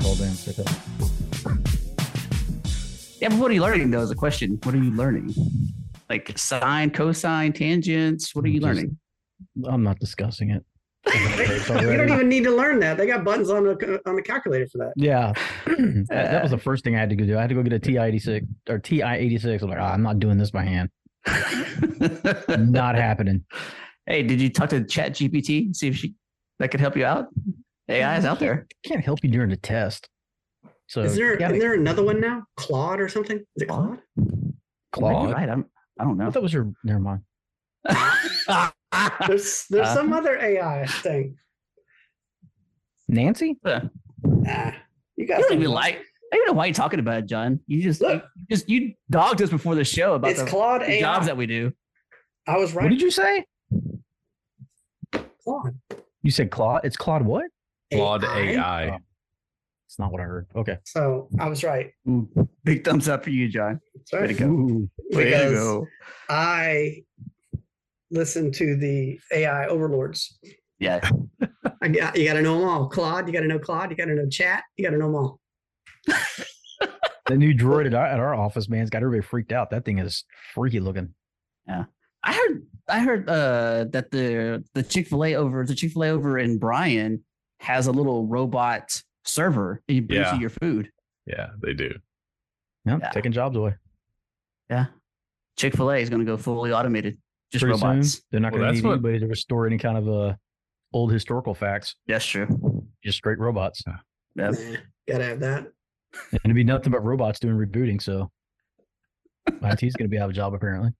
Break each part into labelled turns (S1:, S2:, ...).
S1: so.
S2: Yeah, but what are you learning though? Is the question. What are you learning? Like sine, cosine, tangents. What are you
S1: Just-
S2: learning?
S1: I'm not discussing it. It's
S3: You don't
S1: already-
S3: even need to learn that. They got buttons on the on the calculator for that.
S1: Yeah, that, that was the first thing I had to go do. I had to go get a TI eighty six or TI eighty six. I'm like, "Ah, I'm not doing this by hand. Not happening.
S2: hey, did you talk to Chat GPT? See if she that could help you out. AI is out there.
S1: Can't help you during the test. So
S3: Is there
S1: you gotta-
S3: is there another one now? Claude or something? Is it Claude?
S2: Maybe
S1: Claude?
S2: you're right. I'm. I don't
S1: I
S2: know.
S1: thought it was your. Never mind.
S3: There's there's
S2: Uh,
S3: some other AI thing.
S1: Nancy?
S3: Nah, Ah, you got
S2: I don't
S3: something
S2: even
S3: else.
S2: like. I don't even know why you're talking about it, John. You just
S3: Look.
S2: you just you dogged us before the show about
S3: It's
S2: the,
S3: Claude
S2: the
S3: AI.
S2: jobs that we do.
S3: I was
S1: What
S3: right.
S1: did you say?
S3: Claude.
S1: You said Claude. It's Claude. What? Oh.
S4: Claude AI.
S1: It's not what I heard. Okay.
S3: So I was right.
S2: Ooh, big thumbs up for you, John.
S3: That's
S2: Way to
S3: right.
S2: go.
S1: Ooh.
S2: Way to
S3: Because-
S2: go.
S3: I listen to the AI overlords.
S2: Yeah.
S3: I got you. Got to know them all. Claude. You got to know Claude. You got to know Chat. You got to know them all.
S1: The new droid at our, at our office, man's got everybody freaked out. That thing is freaky looking.
S2: I heard I heard uh that the the Chick-fil-A over the Chick-fil-A over in Bryan has a little robot server and you brings
S4: Yeah.
S2: you your food.
S4: Yeah, they do.
S1: Yep,
S2: Yeah.
S1: Taking jobs away.
S2: Yeah. Chick-fil-A is gonna go fully automated. Just
S1: Pretty soon,
S2: robots.
S1: they're not
S4: Well,
S1: going to
S4: that's
S1: need
S4: what-
S1: anybody to restore any kind of uh, old historical facts.
S2: That's true.
S1: Just straight robots.
S2: Yep.
S3: Got to have that.
S1: And it'd be nothing but robots doing rebooting. So IT's going to be out of a job apparently.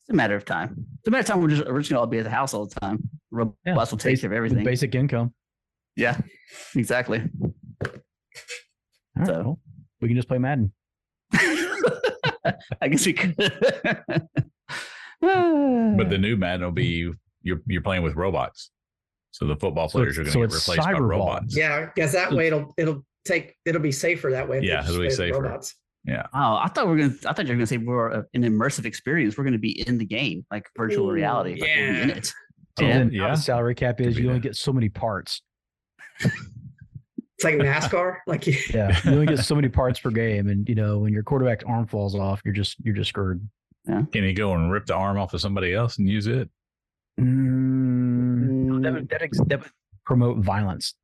S2: It's a matter of time. It's a matter of time. We're just we're just gonna all be at the house all the time. Robots
S1: Yeah.
S2: will take care of
S1: With
S2: everything.
S1: Basic income.
S2: Yeah, exactly.
S1: All right,
S2: So-
S1: well, we can just play Madden.
S2: I guess we could.
S4: But the new Madden will be you're you're playing with robots. So the football
S1: So
S4: players
S1: it's-
S4: are
S1: so
S4: going to
S1: it's
S4: get replaced by
S1: Cyberball.
S4: robots.
S3: Yeah, because that way it'll it'll take it'll be safer that way. if they
S4: Yeah,
S3: just
S4: it'll be
S3: play with
S4: safer.
S3: Robots.
S2: oh, I thought we were gonna. I thought you were gonna say we're uh, an immersive experience. We're gonna be in the game, like virtual
S3: Ooh,
S2: reality. Like, we'll be in
S3: yeah.
S2: it.
S1: So
S2: Yeah.
S1: then
S4: Oh, Yeah.
S1: the salary cap is
S4: be
S1: you only
S4: that.
S1: get so many parts.
S3: It's like NASCAR. like you,
S1: Yeah. You only get so many parts per game. And you know, when your quarterback's arm falls off, you're just you're just screwed.
S4: Can he go and rip the arm off of somebody else and use it?
S2: Mm.
S1: No, that, would, that, ex- that would promote violence.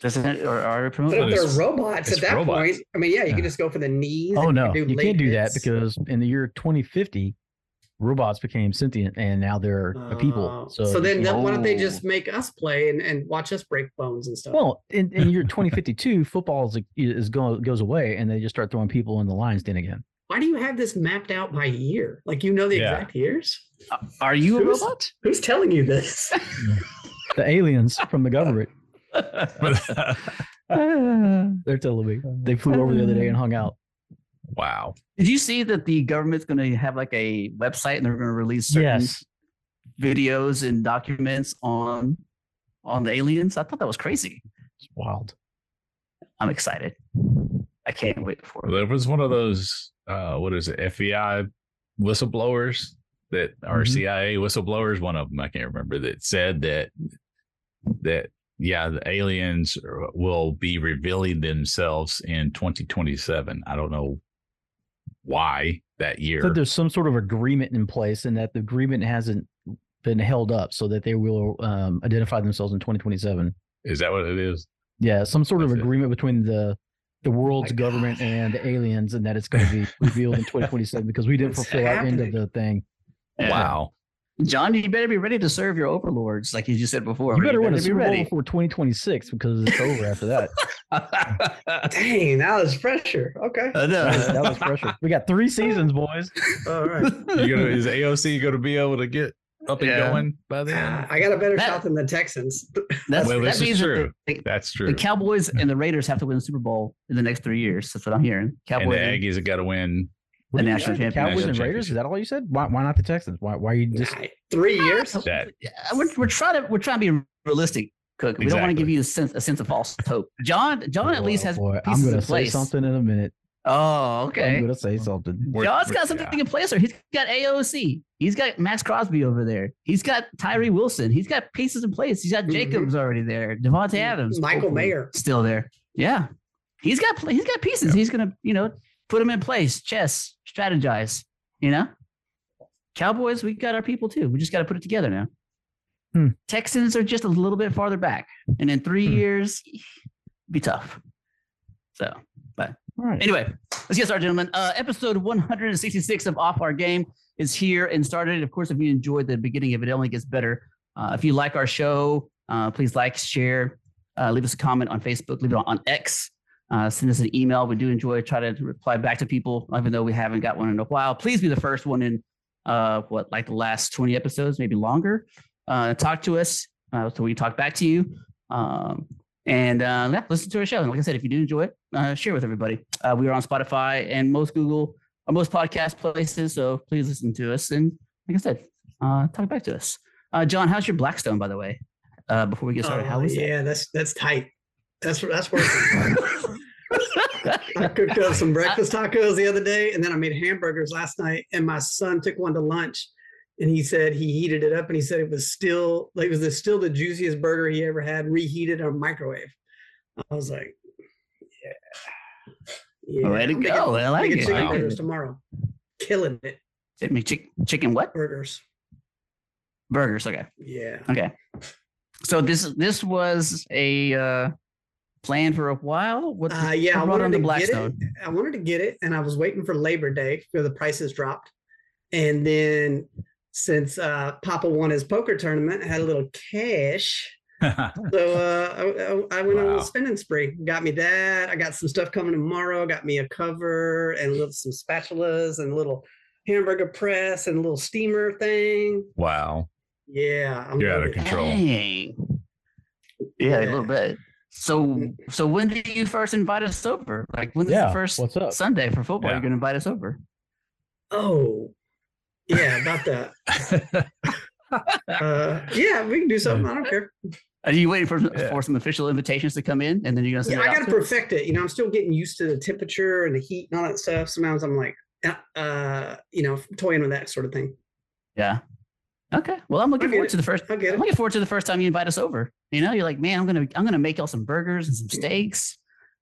S2: Doesn't it? Or are we
S3: but
S2: promoting?
S4: Well,
S3: if
S4: it's-
S3: they're robots
S4: it's
S3: at that
S4: robots.
S3: point, I mean, yeah, you
S1: Yeah.
S3: can just go for the knees.
S1: Oh
S3: and
S1: no, you
S3: leg
S1: can't do that
S3: hits.
S1: because in the year 2050, robots became sentient and now they're a people.
S3: Oh.
S1: So,
S3: so then
S1: you
S3: that- why don't they
S2: Oh.
S3: just make us play and, and watch us break bones and stuff?
S1: Well, in, in year 2052, football is, is go, goes away, and they just start throwing people in the lion's den again.
S3: why do you have this mapped out by year? Like you know the
S4: Yeah.
S3: exact years?
S2: Are you a
S3: Who's-
S2: robot?
S3: Who's telling you this?
S1: The aliens from the government,
S4: But-
S1: they're telling me they flew over the other day and hung out.
S4: wow.
S2: Did you see that the government's gonna have like a website and they're gonna release certain
S1: Yes,
S2: videos and documents on on the aliens? I thought that was crazy.
S1: it's wild.
S2: I'm excited. I can't wait for it.
S4: There was one of those uh what is it, FBI whistleblowers that or
S1: Mhm.
S4: CIA whistleblowers, one of them I can't remember that said that that yeah, the aliens are- will be revealing themselves in 2027. I don't know why that year.
S1: So there's some sort of agreement in place, and that the agreement hasn't been held up, so that they will um, identify themselves in 2027.
S4: Is that what it is?
S1: Yeah, some sort of
S4: That's it.
S1: agreement between the the world's
S3: my God.
S1: government and the aliens, and that it's going to be revealed in 2027 because we didn't
S3: What's
S1: fulfill our end of
S3: happening?
S1: the thing.
S3: Eh.
S2: Yeah.
S4: Wow.
S2: John, you better be ready to serve your overlords, like you just said before.
S1: You better win a
S2: be
S1: Super Bowl
S2: ready.
S1: for 2026 because it's over after that.
S3: Dang, that was pressure. Okay.
S2: I
S1: That was,
S2: know.
S1: that was pressure. We got three seasons, boys.
S3: All right.
S4: You gonna, is AOC going to be able to get up and
S2: Yeah.
S4: going by then?
S3: Ah, I got a better
S2: That-
S3: shot than the Texans.
S2: That's,
S4: Well,
S2: that
S4: this is
S2: means that
S4: true.
S2: The, the-
S4: That's
S2: the
S4: true.
S2: Cowboys and the Raiders have to win the Super Bowl in the next three years. That's what I'm hearing.
S4: and
S2: Cowboys.
S4: the Aggies have got to win.
S1: What
S2: The
S1: do you
S2: national
S1: say?
S2: champion-
S1: Cowboys and
S4: national
S1: Raiders. Is
S4: championship.
S1: that all you said? Why, why not the Texans? Why, why you just
S3: Nah, Three years.
S4: That
S2: Yeah, we're, we're trying to we're trying to be realistic, Cook. We don't want to give
S4: Exactly.
S2: you a sense a sense of false hope. John John at
S1: Oh,
S2: least has
S1: boy, I'm
S2: pieces
S1: gonna
S2: in
S1: say
S2: place.
S1: something in a minute.
S2: Oh,
S1: I'm
S2: okay.
S1: gonna say something.
S4: we're-
S2: John's
S4: we're-
S2: got something
S4: yeah.
S2: in place, or he's got AOC. He's got Max Crosby over there. He's got Tyree Wilson. He's got pieces in place. He's got
S3: Mhm.
S2: Jacobs already there. Devontae Adams.
S3: Mm-hmm. Michael
S2: hopefully,
S3: Mayer.
S2: still there. Yeah, he's got pl- he's got pieces. He's gonna you know put them in place, chess, strategize. You know, Cowboys, we got our people too. We just got to put it together now.
S1: Hmm.
S2: Texans are just a little bit farther back, and in three
S1: Hmm.
S2: years, be tough. So
S1: All right.
S2: anyway, let's get started, gentlemen. Uh, episode 166 of Off Our Game is here and started. Of course, if you enjoyed the beginning of it, it only gets better. Uh, if you like our show, uh, please like, share, uh, leave us a comment on Facebook, leave it on, on X, uh, send us an email. We do enjoy try to reply back to people, even though we haven't got one in a while. Please be the first one in uh, what like the last 20 episodes, maybe longer. Uh, talk to us uh, so we can talk back to you. Um, and uh, yeah, listen to our show. And like I said, if you do enjoy it, uh, share with everybody. Uh, we are on Spotify and most Google or most podcast places. So please listen to us. And like I said, uh, talk back to us. Uh, John, how's your Blackstone, by the way? Uh, before we get started, how
S3: Oh,
S2: is
S3: yeah, that's that's tight. That's that's working. I
S2: it?
S3: cooked up some breakfast tacos the other day, and then I made hamburgers last night. And my son took one to lunch, and he said he heated it up, and he said it was still like it was the, still the juiciest burger he ever had, reheated in a microwave. I was like, Oh, yeah, yeah.
S2: Way to
S3: I'm making-
S2: go. I like
S3: making
S2: it.
S3: chicken
S4: Wow.
S3: burgers tomorrow, killing it.
S2: Did me chick- chicken what?
S3: Burgers,
S2: Burgers. Okay.
S3: yeah.
S2: Okay. So this this was a uh, plan for a while. What
S3: Uh, yeah, I
S2: what brought on
S3: wanted
S2: the
S3: to get it.
S2: Blackstone?
S3: I wanted to get it and I was waiting for Labor Day where the prices dropped. And then since uh, Papa won his poker tournament, I had a little cash. So uh, I, I- I went on a
S4: Wow.
S3: little spending spree. Got me that. I got some stuff coming tomorrow. Got me a cover and a little, some spatulas and a little hamburger press and a little steamer thing.
S4: wow.
S3: Yeah. I'm
S4: You're out of
S3: loaded.
S4: control.
S2: Dang. Yeah, a little bit. So so when did you first invite us over? Like when is
S1: Yeah,
S2: the first
S1: what's up?
S2: Sunday for football
S4: Yeah.
S2: you're gonna invite us over?
S3: Oh, yeah, about that. Uh, yeah, we can do something. I don't care.
S2: Are you waiting for
S4: Yeah.
S2: for some official invitations to come in and then you're gonna send
S3: Yeah,
S2: it
S3: I
S2: out
S3: gotta
S2: to us?
S3: perfect it. You know, I'm still getting used to the temperature and the heat and all that stuff. Sometimes I'm like, uh, uh you know, toying with that sort of thing.
S2: Yeah. Okay. Well I'm looking
S3: I'll get
S2: forward
S3: it.
S2: to the first
S3: I get
S2: I'm
S3: it.
S2: looking forward to the first time you invite us over. You know, you're like, man, I'm gonna I'm gonna make y'all some burgers and some steaks,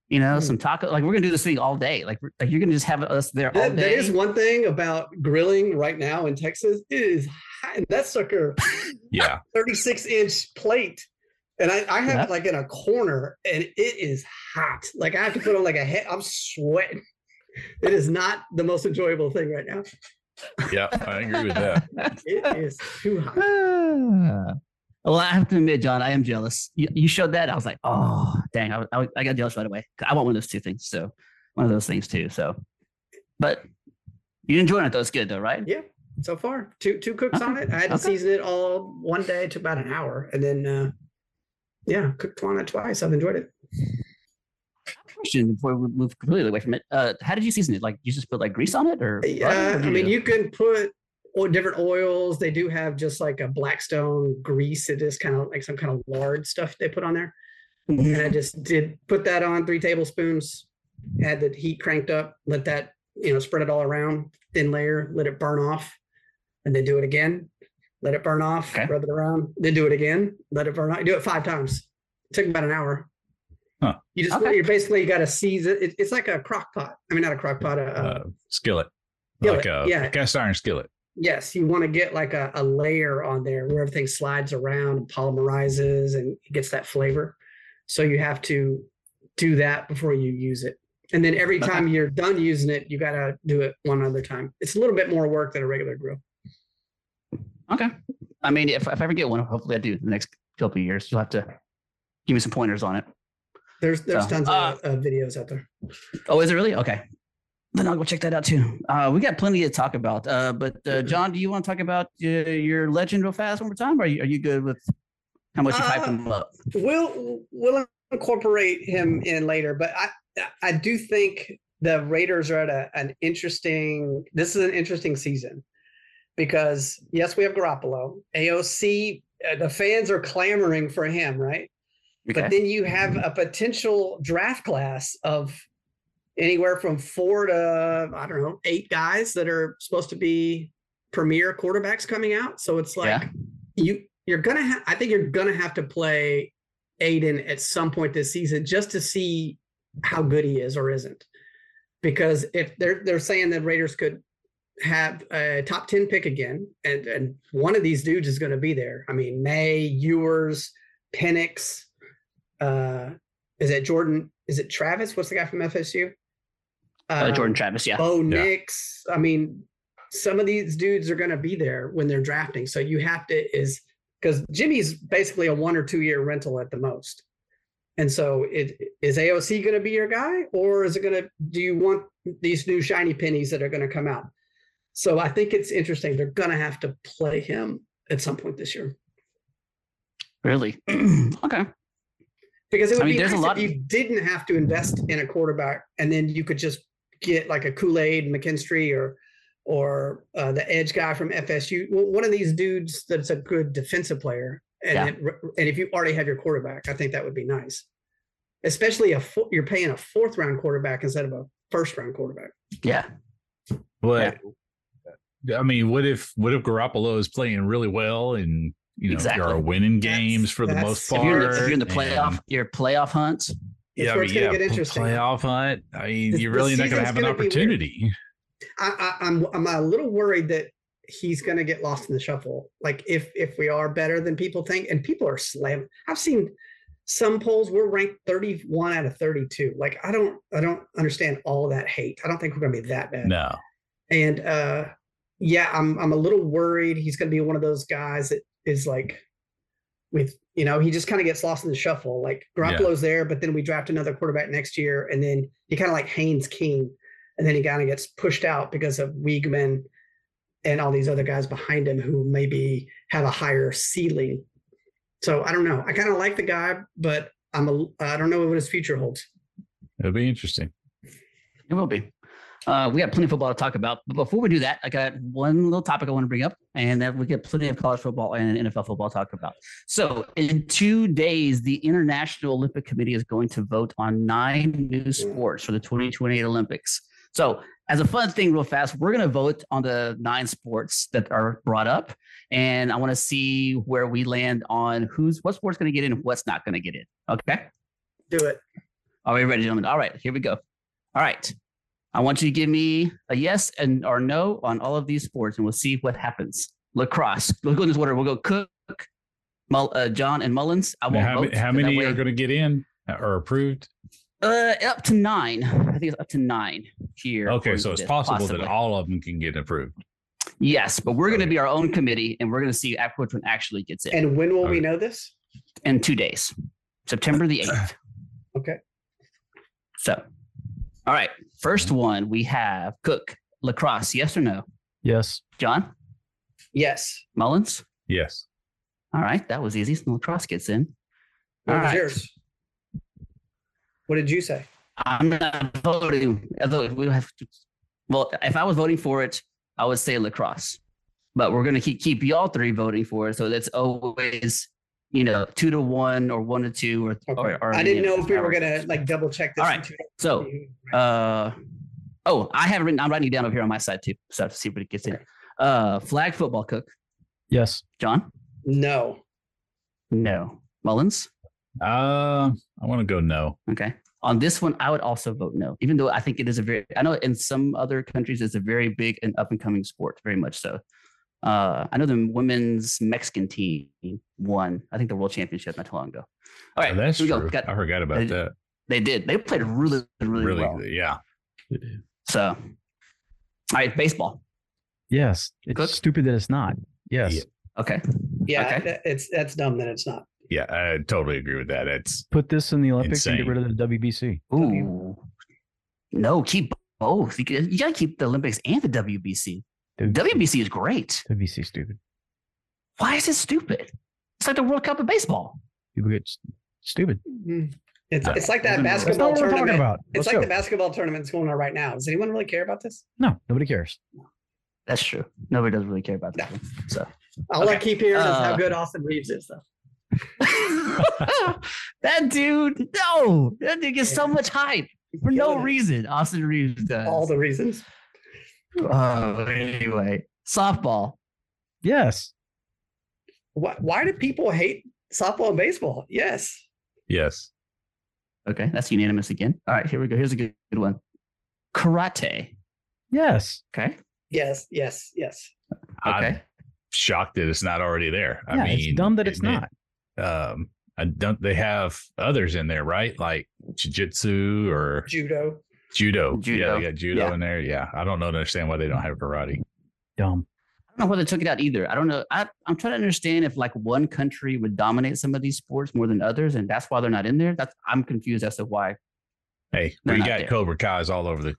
S2: you know,
S3: Hmm.
S2: some taco. Like we're gonna do this thing all day. Like, we're- like you're gonna just have us there all
S3: That, that
S2: day.
S3: is one thing about grilling right now in Texas. It is hot. that sucker
S4: Yeah.
S3: 36 inch plate, and I, I have
S2: Yeah.
S3: it like in a corner, and it is hot. Like I have to put on like a head. I'm sweating. It is not the most enjoyable thing right now.
S4: Yeah. I agree with that.
S3: It is too hot.
S2: Ah. well, I have to admit, John, I am jealous. You, you showed that. I was like, oh, dang. I, I, I got jealous right away. I want one of those two things. So, one of those things too. So, but you're enjoying it though. It's good though, right?
S3: Yeah, so far two two cooks
S2: Okay,
S3: on it. I had to
S2: okay.
S3: season it all one day. It took about an hour, and then uh, yeah, cooked one or twice. I've enjoyed it.
S2: Question before we move completely away from it. Uh, how did you season it? Like, you just put like grease on it or? butter?
S3: Yeah,
S2: What'd
S3: Uh, I mean
S2: do?
S3: you can put or different oils. They do have just like a blackstone grease. It is kind of like some kind of lard stuff they put on there.
S2: Mm-hmm.
S3: And I just did put that on three tablespoons. Had the heat cranked up. Let that you know spread it all around thin layer. Let it burn off, and then do it again. Let it burn off.
S2: Okay.
S3: Rub it around. Then do it again. Let it burn off. Do it five times. took about an hour.
S4: Huh.
S3: You just
S2: Okay.
S3: you basically got to season. It, it's like a crock pot. I mean, not a crock pot. A, uh,
S4: Uh, skillet.
S3: Skillet,
S4: Like a
S3: yeah.
S4: cast iron skillet.
S3: yes, you want to get like a, a layer on there where everything slides around and polymerizes and it gets that flavor. So you have to do that before you use it. And then every
S2: Okay.
S3: time you're done using it, you got to do it one other time. It's a little bit more work than a regular grill.
S2: Okay. I mean, if, if I ever get one, hopefully I do in the next couple of years. You'll have to give me some pointers on it.
S3: There's there's
S2: So,
S3: tons
S2: uh,
S3: of uh, videos out there.
S2: Oh, is it really? Okay. Then I'll go check that out too. Uh, we got plenty to talk about. Uh, but uh,
S3: Mhm.
S2: John, do you want to talk about uh, your legend real fast one more time? Or are you, are you good with how much you hype
S3: Uh,
S2: him up?
S3: We'll we'll incorporate him in later, but I I do think the Raiders are at a, an interesting. This is an interesting season because yes, we have Garoppolo, AOC. Uh, the fans are clamoring for him, right? But
S2: Okay. Uh,
S3: then you have a potential draft class of anywhere from four to I don't know eight guys that are supposed to be premier quarterbacks coming out. So it's like
S2: Yeah.
S3: you you're gonna have I think you're gonna have to play Aiden at some point this season just to see how good he is or isn't. Because if they're they're saying that Raiders could have a top 10 pick again, and, and one of these dudes is going to be there. I mean, May, Ewers, Penix, uh, is it Jordan? Is it Travis? What's the guy from FSU?
S2: Uh,
S3: Um,
S2: Jordan Travis, yeah.
S3: Bo
S4: Yeah.
S3: Nix. I mean, some of these dudes are going to be there when they're drafting. So you have to is because Jimmy's basically a one or two year rental at the most. And so it is AOC going to be your guy, or is it going to? Do you want these new shiny pennies that are going to come out? So I think it's interesting. They're going to have to play him at some point this year
S2: Really? okay.
S3: because it would
S2: I mean,
S3: be
S2: there's a
S3: nice
S2: lot-
S3: if you didn't have to invest in a quarterback, and then you could just get like a Kool Aid McKinstry or or uh, the edge guy from FSU, w- one of these dudes that's a good defensive player, and
S2: Yeah.
S3: it- and if you already have your quarterback, I think that would be nice. Especially a fo- you're paying a fourth round quarterback instead of a first round quarterback.
S2: Yeah.
S4: But I mean, what if what if Garoppolo is playing really well and you know
S2: Exactly.
S4: are winning
S3: That's-
S4: games for the
S3: that's-
S4: most
S2: If
S4: part?
S2: you're, in the- if you're in the playoff,
S4: and-
S2: your playoff hunts.
S3: That's
S4: yeah, I
S3: where
S4: mean,
S3: it's
S4: yeah,
S3: gonna get interesting.
S4: playoff hunt. I mean,
S3: This-
S4: you're
S3: the
S4: really not going to
S3: season's
S4: have an
S3: gonna be weird.
S4: opportunity.
S3: I, I, I'm I'm a little worried that he's going to get lost in the shuffle. Like if if we are better than people think, and people are slamming. I've seen some polls we're ranked 31 out of 32. Like I don't I don't understand all that hate. I don't think we're going to be that bad.
S4: No,
S3: And uh, yeah, I'm I'm a little worried he's going to be one of those guys that is like with you know he just kind of gets lost in the shuffle. Like
S4: Yeah.
S3: Garoppolo's there, but then we draft another quarterback next year, and then he kind of like Haynes King, and then he kind of gets pushed out because of Wiegman and all these other guys behind him who maybe have a higher ceiling. So I don't know. I kind of like the guy, but I'm a I don't know what his future holds.
S4: it'll be interesting.
S2: It will be. Uh, we got plenty of football to talk about. But before we do that, I got one little topic I want to bring up, and that we get plenty of college football and NFL football to talk about. So, in two days, the International Olympic Committee is going to vote on nine new sports for the 2028 Olympics. So, as a fun thing, real fast, we're going to vote on the nine sports that are brought up, and I want to see where we land on who's what sport's going to get in and what's not going to get in. Okay.
S3: Do it.
S2: Are we ready, gentlemen? All right, here we go. All right. I want you to give me a yes and or no on all of these sports, and we'll see what happens. Lacrosse. We'll go in this order. We'll go Cook, Mull, uh, John, and Mullins. I
S4: Now,
S2: won't
S4: how,
S2: vote.
S4: how
S2: that
S4: many
S2: way-
S4: are going to get in or approved?
S2: uh, up to nine. I think it's up to nine here.
S4: Okay,
S2: according
S4: so
S2: to
S4: it's
S2: this,
S4: possible
S2: possibly.
S4: that all of them can get approved.
S2: Yes, but we're going to
S4: Okay.
S2: be our own committee, and we're going to see af- which one actually gets in
S3: And when will we
S4: Okay.
S3: know this?
S2: in two days, September the eighth.
S3: Okay.
S2: So, all right. First one we have Cook lacrosse. Yes or no,
S1: Yes.
S2: John
S3: Yes.
S2: Mullins?
S4: Yes.
S2: All right, that was easy. So lacrosse gets in.
S3: What
S2: All
S3: was
S2: right.
S3: yours? What did you say?
S2: I'm not voting. Although we have to, well, if I was voting for it, I would say lacrosse. But we're gonna keep keep y'all three voting for it, so that's always you know two to one or one to two or.
S3: Okay.
S2: or, or
S3: I didn't
S2: you
S3: know if we were
S2: however.
S3: gonna like double check this.
S2: All right. So Uh, oh, I have written. I'm writing it down over here on my side too, so I have to see what it gets in. Uh, flag football cook,
S1: Yes.
S2: John.
S3: no,
S2: No, Mullins.
S4: Uh, I want to go no.
S2: Okay. On this one, I would also vote no, even though I think it is a very, I know in some other countries, it's a very big and up and coming sport, very much so. Uh, I know the women's Mexican team won, I think, the world championship not too long ago. All right.
S4: Oh, that's
S2: here we
S4: true.
S2: go. Got-
S4: I forgot
S2: I-
S4: about that.
S2: they did. They played really, really,
S4: Really,
S2: well.
S4: yeah.
S2: So, all right, baseball.
S1: Yes. It's
S2: Cook?
S1: stupid that it's not. Yes.
S4: Yeah.
S2: Okay.
S3: yeah,
S2: Okay.
S3: that- it's that's dumb that it's not.
S4: Yeah, I totally agree with that. It's
S1: Put this in the Olympics and
S4: Insane.
S1: get rid of the WBC.
S2: Ooh. No, keep both. You gotta you gotta keep the Olympics and the WBC. WBC is great.
S1: WBC stupid.
S2: Why is it stupid? It's like the World Cup of baseball.
S1: People get s- stupid.
S3: Mhm. It's,
S4: Yeah.
S3: it's like that
S2: Doesn't matter.
S1: That's not
S3: basketball
S1: what we're talking
S3: tournament.
S1: about.
S3: It's
S1: Let's
S3: like
S1: go.
S3: the basketball tournament that's going on right now. Does anyone really care about this?
S1: no, nobody cares.
S2: That's true. Nobody does really care about that. one, So
S3: All I
S2: Okay.
S3: keep hearing is how
S2: Uh,
S3: good Austin Reeves is, though.
S2: that dude, no, that dude gets so much hype for no
S3: Killing it.
S2: reason. Austin Reeves does.
S3: All the reasons.
S2: oh, anyway, softball.
S1: Yes.
S3: Why, why do people hate softball and baseball? Yes,
S4: yes.
S2: Okay, that's unanimous again. All right, here we go. Here's a good, good one. Karate.
S1: Yes.
S2: Okay.
S3: Yes, yes, yes.
S4: I'm
S2: Okay.
S4: shocked that it's not already there. I
S1: yeah,
S4: mean,
S1: it's dumb that it's
S4: it- it-
S1: not.
S4: um, I don't. They have others in there, right? Like jujitsu or
S3: Judo.
S4: judo. Yeah,
S2: Judo.
S4: they got judo
S2: Yeah.
S4: in there. Yeah, I don't know. Understand why they don't have karate?
S1: dumb.
S2: I don't know whether they took it out either. I don't know. I, I'm trying to understand if like one country would dominate some of these sports more than others, and that's why they're not in there. That's I'm confused as to why.
S4: Hey,
S2: They're
S4: we
S2: not
S4: got
S2: there.
S4: Cobra Kai's all over the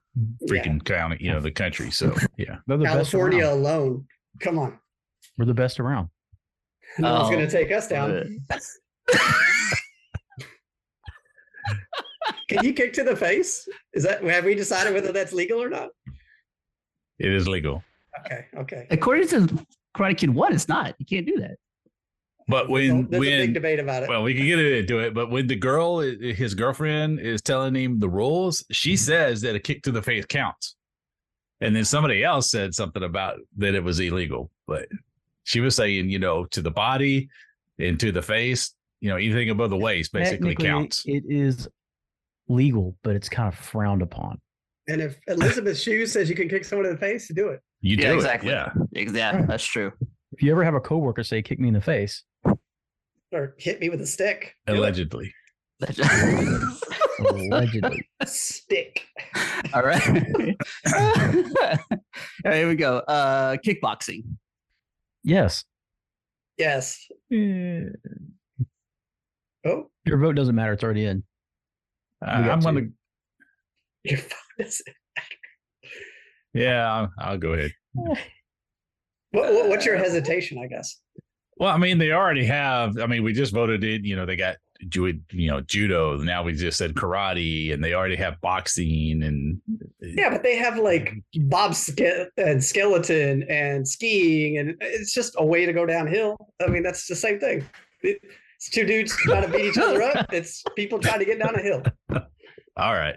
S4: freaking county, you know, the country. So yeah,
S1: They're the
S3: California
S1: Best around.
S3: alone. Come on.
S1: We're the best around.
S3: No one's
S2: Oh.
S3: going to take us down. Can you kick to the face? Is that have we decided whether that's legal or not?
S4: it is legal.
S3: Okay, okay.
S2: According to Karate Kid One, it's not. You can't do that.
S4: But
S3: There's
S4: when
S3: a big
S4: when
S3: debate about it.
S4: well, we can get into it. But when the girl, i- his girlfriend, is telling him the rules, she says that a kick to the face counts, and then somebody else said something about that it was illegal. But she was saying, you know, to the body and to the face, you know, anything above the waist basically
S1: Technically,
S4: counts.
S1: It is legal, but it's kind of frowned upon.
S3: and if Elizabeth Shue says you can kick someone in the face, do it.
S4: You do
S2: Yeah,
S4: it,
S2: exactly.
S4: Yeah,
S2: Exactly. That's true.
S1: If you ever have a coworker say "kick me in the face,"
S3: Or hit me with a stick. Do it.
S4: allegedly.
S1: allegedly,
S3: Stick.
S2: All right. All right. Here we go. Uh, kickboxing.
S1: yes,
S3: Yes.
S1: Eh,
S3: Oh,
S1: your vote doesn't matter. It's already in. We got
S4: I'm gonna.
S3: your phone is-
S4: Yeah, I'll- I'll go ahead.
S3: what, what- what's your hesitation, I guess?
S4: Well, I mean, they already have. I mean, we just voted in. You know, they got ju- you know judo. Now we just said karate, and they already have boxing and
S3: Yeah, but they have like
S4: Mm-hmm.
S3: bob ske- and skeleton and skiing, and it's just a way to go downhill. I mean, that's the same thing. It- It's two dudes trying to beat each other up. It's people trying to get down a hill.
S4: All right.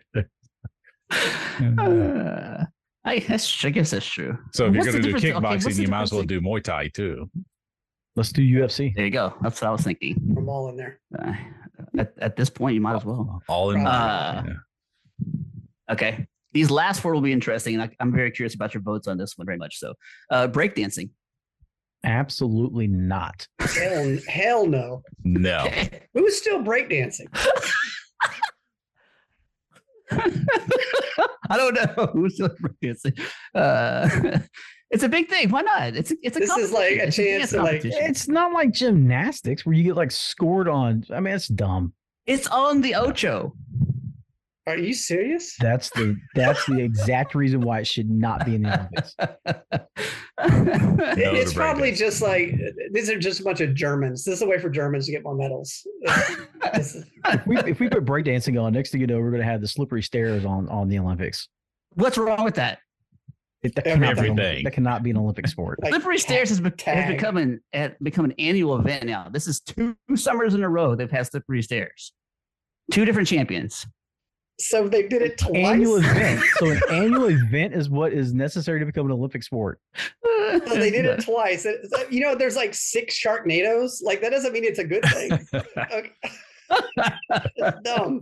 S2: Uh, I, that's, I guess that's true.
S4: So if
S2: What's the
S4: you're going to do
S2: difference- okay, what's
S4: kickboxing,
S2: the
S4: you might as well
S2: difference-
S4: do Muay Thai too.
S1: Let's do UFC.
S2: There you go. That's what I was thinking.
S3: I'm all in there.
S2: Uh, at, at this point, you might as well.
S4: All in.
S2: Uh, Okay. These last four will be interesting, and I, I'm very curious about your votes on this one very much. So, uh, breakdancing.
S1: Absolutely not.
S3: Hell, hell no.
S4: no.
S3: Who's still breakdancing?
S2: I don't know who's doing breakdancing. Uh, it's a big thing. Why not? It's a, it's a
S3: This is like a
S2: competition. It's
S3: chance
S2: dance
S3: to, like,
S2: competition.
S1: It's not like gymnastics where you get like scored on. I mean, it's dumb.
S2: It's on the Ocho.
S3: Are you serious?
S1: That's the that's the exact reason why it should not be in the Olympics.
S4: No to
S3: it's probably
S4: breakdancing.
S3: just like these are just a bunch of Germans. This is a way for Germans to get more medals. This is-
S1: If we, if we put breakdancing on, next thing you know, we're going to have the slippery stairs on on the Olympics.
S2: What's wrong with that?
S1: It, that, cannot be an Olympic-
S4: Everything.
S1: that cannot be an Olympic sport.
S3: like,
S2: Slippery Stairs has, bec- has
S3: tag.
S2: become an had become an annual event now. This is two summers in a row they've had Slippery Stairs. Two different champions.
S3: So they did it twice.
S1: annual event. So an annual event is what is necessary to become an Olympic sport.
S3: So they did it twice. It- so- You know, there's like six Sharknadoes. Like that doesn't mean it's a good thing. Okay. It's dumb.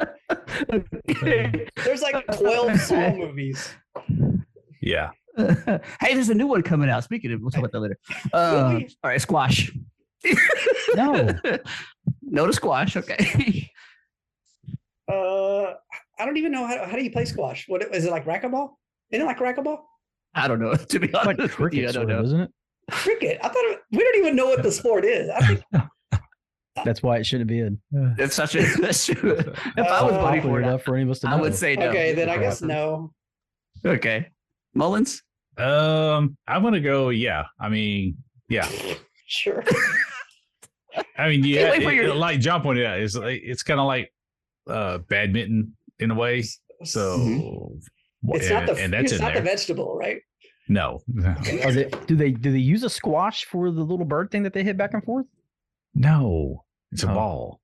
S3: There's like 12 Saw movies.
S4: yeah.
S2: hey, there's a new one coming out. Speaking of, we'll talk about that later. Uh,
S3: Really?
S2: all right, squash.
S1: No.
S2: no to squash. Okay.
S3: Uh, I don't even know how, how do you play squash? What is it like racquetball? Isn't it like racquetball?
S2: I don't know. To be
S1: Like
S2: honest, with
S1: cricket,
S2: you, I
S1: sort
S2: don't know.
S1: of, isn't it?
S3: Cricket. I thought it, we don't even know what the sport is. I think
S1: That's why it shouldn't be in.
S2: That's such a. That's true. If I was voting
S3: Uh,
S1: popular
S2: for it,
S1: enough for any of us to know.
S2: I would say no.
S3: okay, then I guess no.
S2: Okay, Mullins.
S4: Um, I'm going to go. Yeah. I mean, yeah.
S3: Sure.
S4: I mean, yeah.
S2: wait for
S4: it-
S2: your-
S4: it- like jump on yeah. It's like it's kind of like uh badminton in a way. So.
S3: It's
S4: and,
S3: not the
S4: and that's
S3: it's
S4: in
S3: not
S4: there. Oh,
S3: the vegetable, right?
S4: no,
S1: Are they, do they do they use a squash for the little bird thing that they hit back and forth?
S4: no, it's a
S1: Oh.
S4: ball.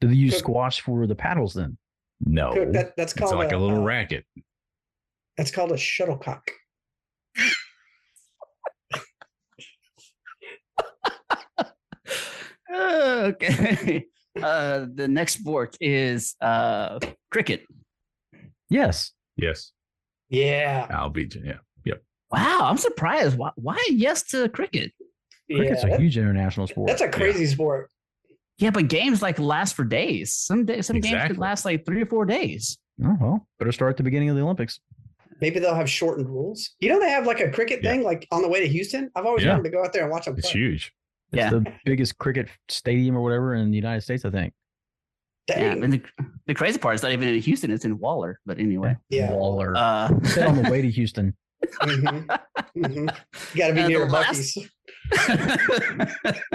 S1: Do they use
S3: Cook-
S1: squash for the paddles then?
S4: No,
S3: Cook, that, that's
S4: Oh, it's
S3: called
S4: like a
S3: uh,
S4: little racket.
S3: That's called a shuttlecock.
S2: Uh, okay. Uh, the next sport is uh, cricket.
S1: Yes.
S4: Yes,
S3: Yeah.
S4: I'll beat you. Yeah,
S2: Wow, I'm surprised. Why, why yes to cricket?
S1: Cricket's
S3: yeah.
S1: a huge international sport.
S3: That's a crazy sport.
S2: Yeah, but games like last for days. Some day, some games could
S4: Exactly.
S2: last like three or four days.
S1: oh, well, better start at the beginning of the Olympics.
S3: Maybe they'll have shortened rules. You know, they have like a cricket
S4: Yeah.
S3: thing, like on the way to Houston. I've always
S4: Yeah.
S3: wanted to go out there and watch them
S4: it's
S3: play.
S4: huge.
S1: It's
S2: Yeah.
S1: the biggest cricket stadium or whatever in the United States, I think.
S2: Yeah,
S3: Dang.
S2: and the, the crazy part is not even in Houston; it's in Waller. But anyway,
S3: Yeah.
S1: Waller.
S2: uh,
S1: Said on the way to Houston.
S3: Mhm. Mhm. You got to be
S2: Uh, the
S3: near
S2: last-
S3: Bucky's.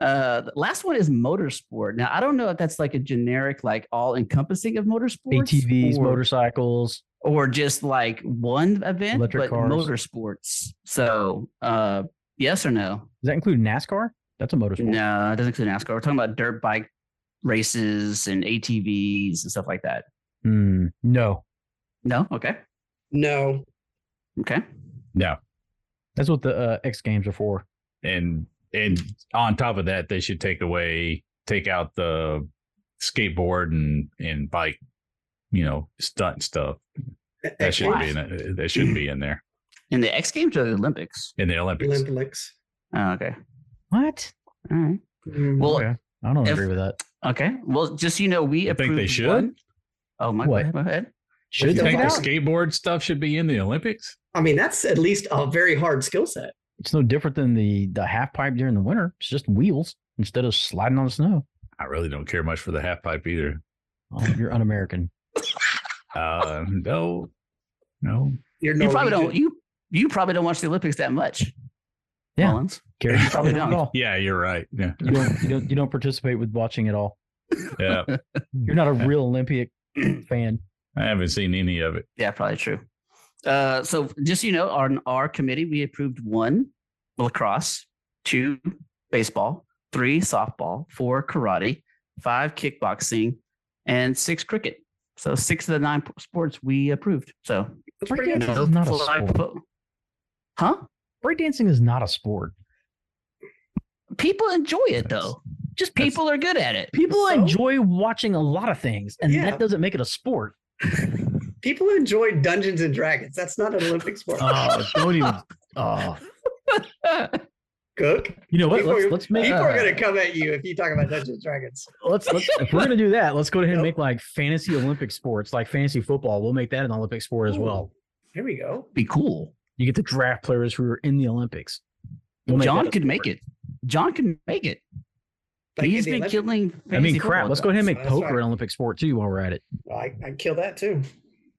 S2: uh, the last one is motorsport. Now, I don't know if that's like a generic, like all encompassing of motorsports,
S1: ATVs,
S2: or,
S1: motorcycles.
S2: or just like one event,
S1: Electric
S2: but
S1: cars.
S2: motorsports. So, uh, yes or no?
S1: Does that include NASCAR? That's a motorsport.
S2: No, it doesn't include NASCAR. We're talking about dirt bike races and ATVs and stuff like that.
S1: Hmm, no.
S2: No, okay,
S3: No.
S2: okay.
S1: That's what the uh, X Games are for.
S4: And and on top of that, they should take away, take out the skateboard and and bike, you know, stunt stuff. That shouldn't be in it. That shouldn't be in there
S2: In the X Games or the Olympics?
S4: in the Olympics.
S3: Olympics.
S2: Oh, okay,
S1: What?
S2: all right.
S3: Mhm.
S2: Well,
S1: Okay. Oh, I don't
S2: if-
S1: agree with that.
S2: Okay. Well, just so you know, we
S4: I think
S2: approved
S4: they should.
S2: one- Oh my
S1: What?
S2: god! Go ahead.
S1: Should
S4: you
S1: they?
S4: think the
S1: not?
S4: skateboard stuff should be in the Olympics?
S3: I mean, that's at least a very hard skill set.
S1: It's no different than the the half pipe during the winter. It's just wheels instead of sliding on the snow.
S4: I really don't care much for the half pipe either.
S1: Oh, you're un-American.
S4: Uh, no, no.
S3: You're
S2: You probably don't.
S3: Norwegian.
S2: You you probably don't watch the Olympics that much.
S1: Yeah.
S2: Mullins.
S1: Gary, you probably don't at all.
S4: Yeah, you're right. Yeah,
S1: You don't, you don't you don't participate with watching at all.
S4: yeah.
S1: You're not a real Olympic fan.
S4: I haven't seen any of it.
S2: Yeah, probably true. Uh, so just so you know, on our committee, we approved one lacrosse, two baseball, three softball, four karate, five kickboxing, and six cricket. So six of the nine p- sports we approved. So
S3: That's pretty good.
S1: Breakdancing is not a
S2: flag
S1: sport.
S2: fo- huh?
S1: Breakdancing is not a sport.
S2: People enjoy it
S4: That's-
S2: though. Just people are good at it.
S1: People
S3: So?
S1: enjoy watching a lot of things, and
S3: Yeah.
S1: that doesn't make it a sport.
S3: People enjoy Dungeons and Dragons. That's not an Olympic sport.
S1: Oh, don't even. Oh,
S3: Cook.
S1: you know what?
S3: People,
S1: Let's
S3: are-
S1: let's make.
S3: people
S1: uh,
S3: are going to come at you if you talk about Dungeons and Dragons.
S1: let's, let's if we're gonna do that, let's go ahead and
S3: Nope.
S1: make like fantasy Olympic sports, like fantasy football. We'll make that an Olympic sport as well.
S3: Here we go.
S2: Be cool.
S1: You get to draft players who are in the Olympics. We'll make
S2: John
S1: that a
S2: could make
S1: sport.
S2: it. John can make it.
S3: Like
S2: He's
S3: in
S2: been
S3: the Olympics.
S2: killing.
S1: I mean,
S2: fantasy
S1: crap.
S2: football
S1: Let's go ahead and make
S3: That's right.
S1: poker an Olympic sport too while we're at it.
S3: Well, I, I kill that too.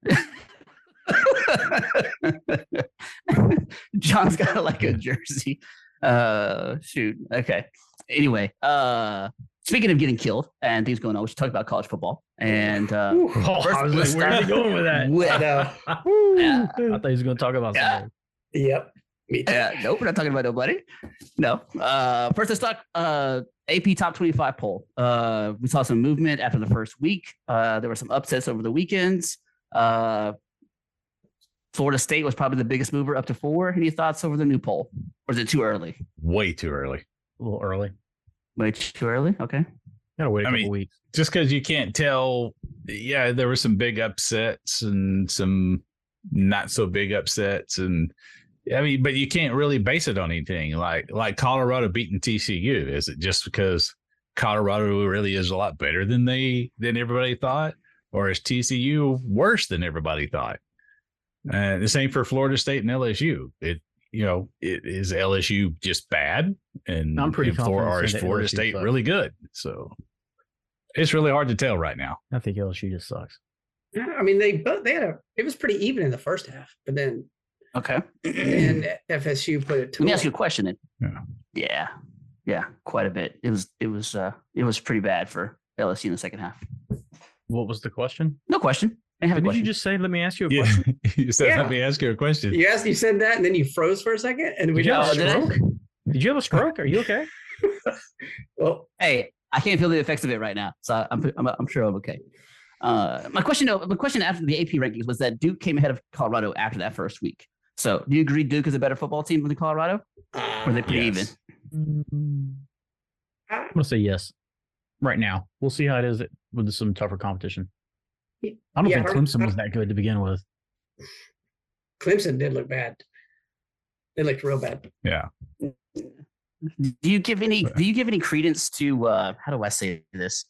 S2: John's got like a jersey. Uh, shoot. Okay. Anyway, uh, speaking of getting killed and things going on, we should talk about college football. And uh,
S3: Ooh,
S1: Oh,
S2: First- let's stop.
S1: going with
S3: I
S2: with-
S3: know.
S2: Yeah.
S1: I thought he was going to talk about
S2: Yeah.
S1: something.
S3: Yep. Me too.
S2: Uh, nope, we're not talking about nobody. No. Uh, first, let's talk uh, AP top 25 poll. Uh, we saw some movement after the first week. Uh, there were some upsets over the weekends. Uh, Florida State was probably the biggest mover up to four. Any thoughts over the new poll? Or is it too early?
S4: Way too early.
S1: A little early.
S2: Way too early? Okay.
S1: Gotta wait a
S4: I
S1: couple
S4: mean-
S1: weeks.
S4: Just because you can't tell. Yeah, there were some big upsets and some not so big upsets, and I mean, but you can't really base it on anything. Like like Colorado beating TCU. Is it just because Colorado really is a lot better than they than everybody thought, or is TCU worse than everybody thought? Uh, the same for Florida State and LSU. It you know it is LSU just bad, and
S1: I'm pretty
S4: and Flor-
S1: confident
S4: or is
S1: that
S4: Florida
S1: LSU
S4: State
S1: sucks.
S4: really good? So it's really hard to tell right now.
S1: I think LSU just sucks.
S3: I mean, they both they had a. It was pretty even in the first half, but then
S2: Okay.
S3: and FSU put it
S2: Let
S3: to.
S2: me ask you a question. Then.
S4: Yeah.
S2: Yeah. Yeah. Quite a bit. It was, it was, uh, it was pretty bad for LSU in the second half.
S1: What was the question?
S2: No question. I have a
S1: Did
S2: question.
S1: you just say? Let me ask you a
S4: Yeah,
S1: question.
S4: you said
S3: Yeah.
S4: let me ask you a question.
S3: You asked, you said that, and then you froze for a second, and we
S1: Did you
S2: Oh,
S1: have
S3: just.
S1: a
S2: did I?
S1: stroke? Did you have a stroke? Are you okay?
S3: Well,
S2: hey, I can't feel the effects of it right now, so I'm I'm, I'm sure I'm okay. Uh, my question, though, my question after the AP rankings was that Duke came ahead of Colorado after that first week. So, do you agree Duke is a better football team than Colorado?
S3: uh,
S2: Or they pretty even?
S4: Yes.
S1: I'm
S3: I-
S1: gonna say yes. right now. We'll see how it is with some tougher competition. I don't
S3: Yeah,
S1: think
S3: I don't-
S1: Clemson was that good to begin with.
S3: Clemson did look bad. They looked real bad.
S2: do you give any do you give any credence to uh how do i say this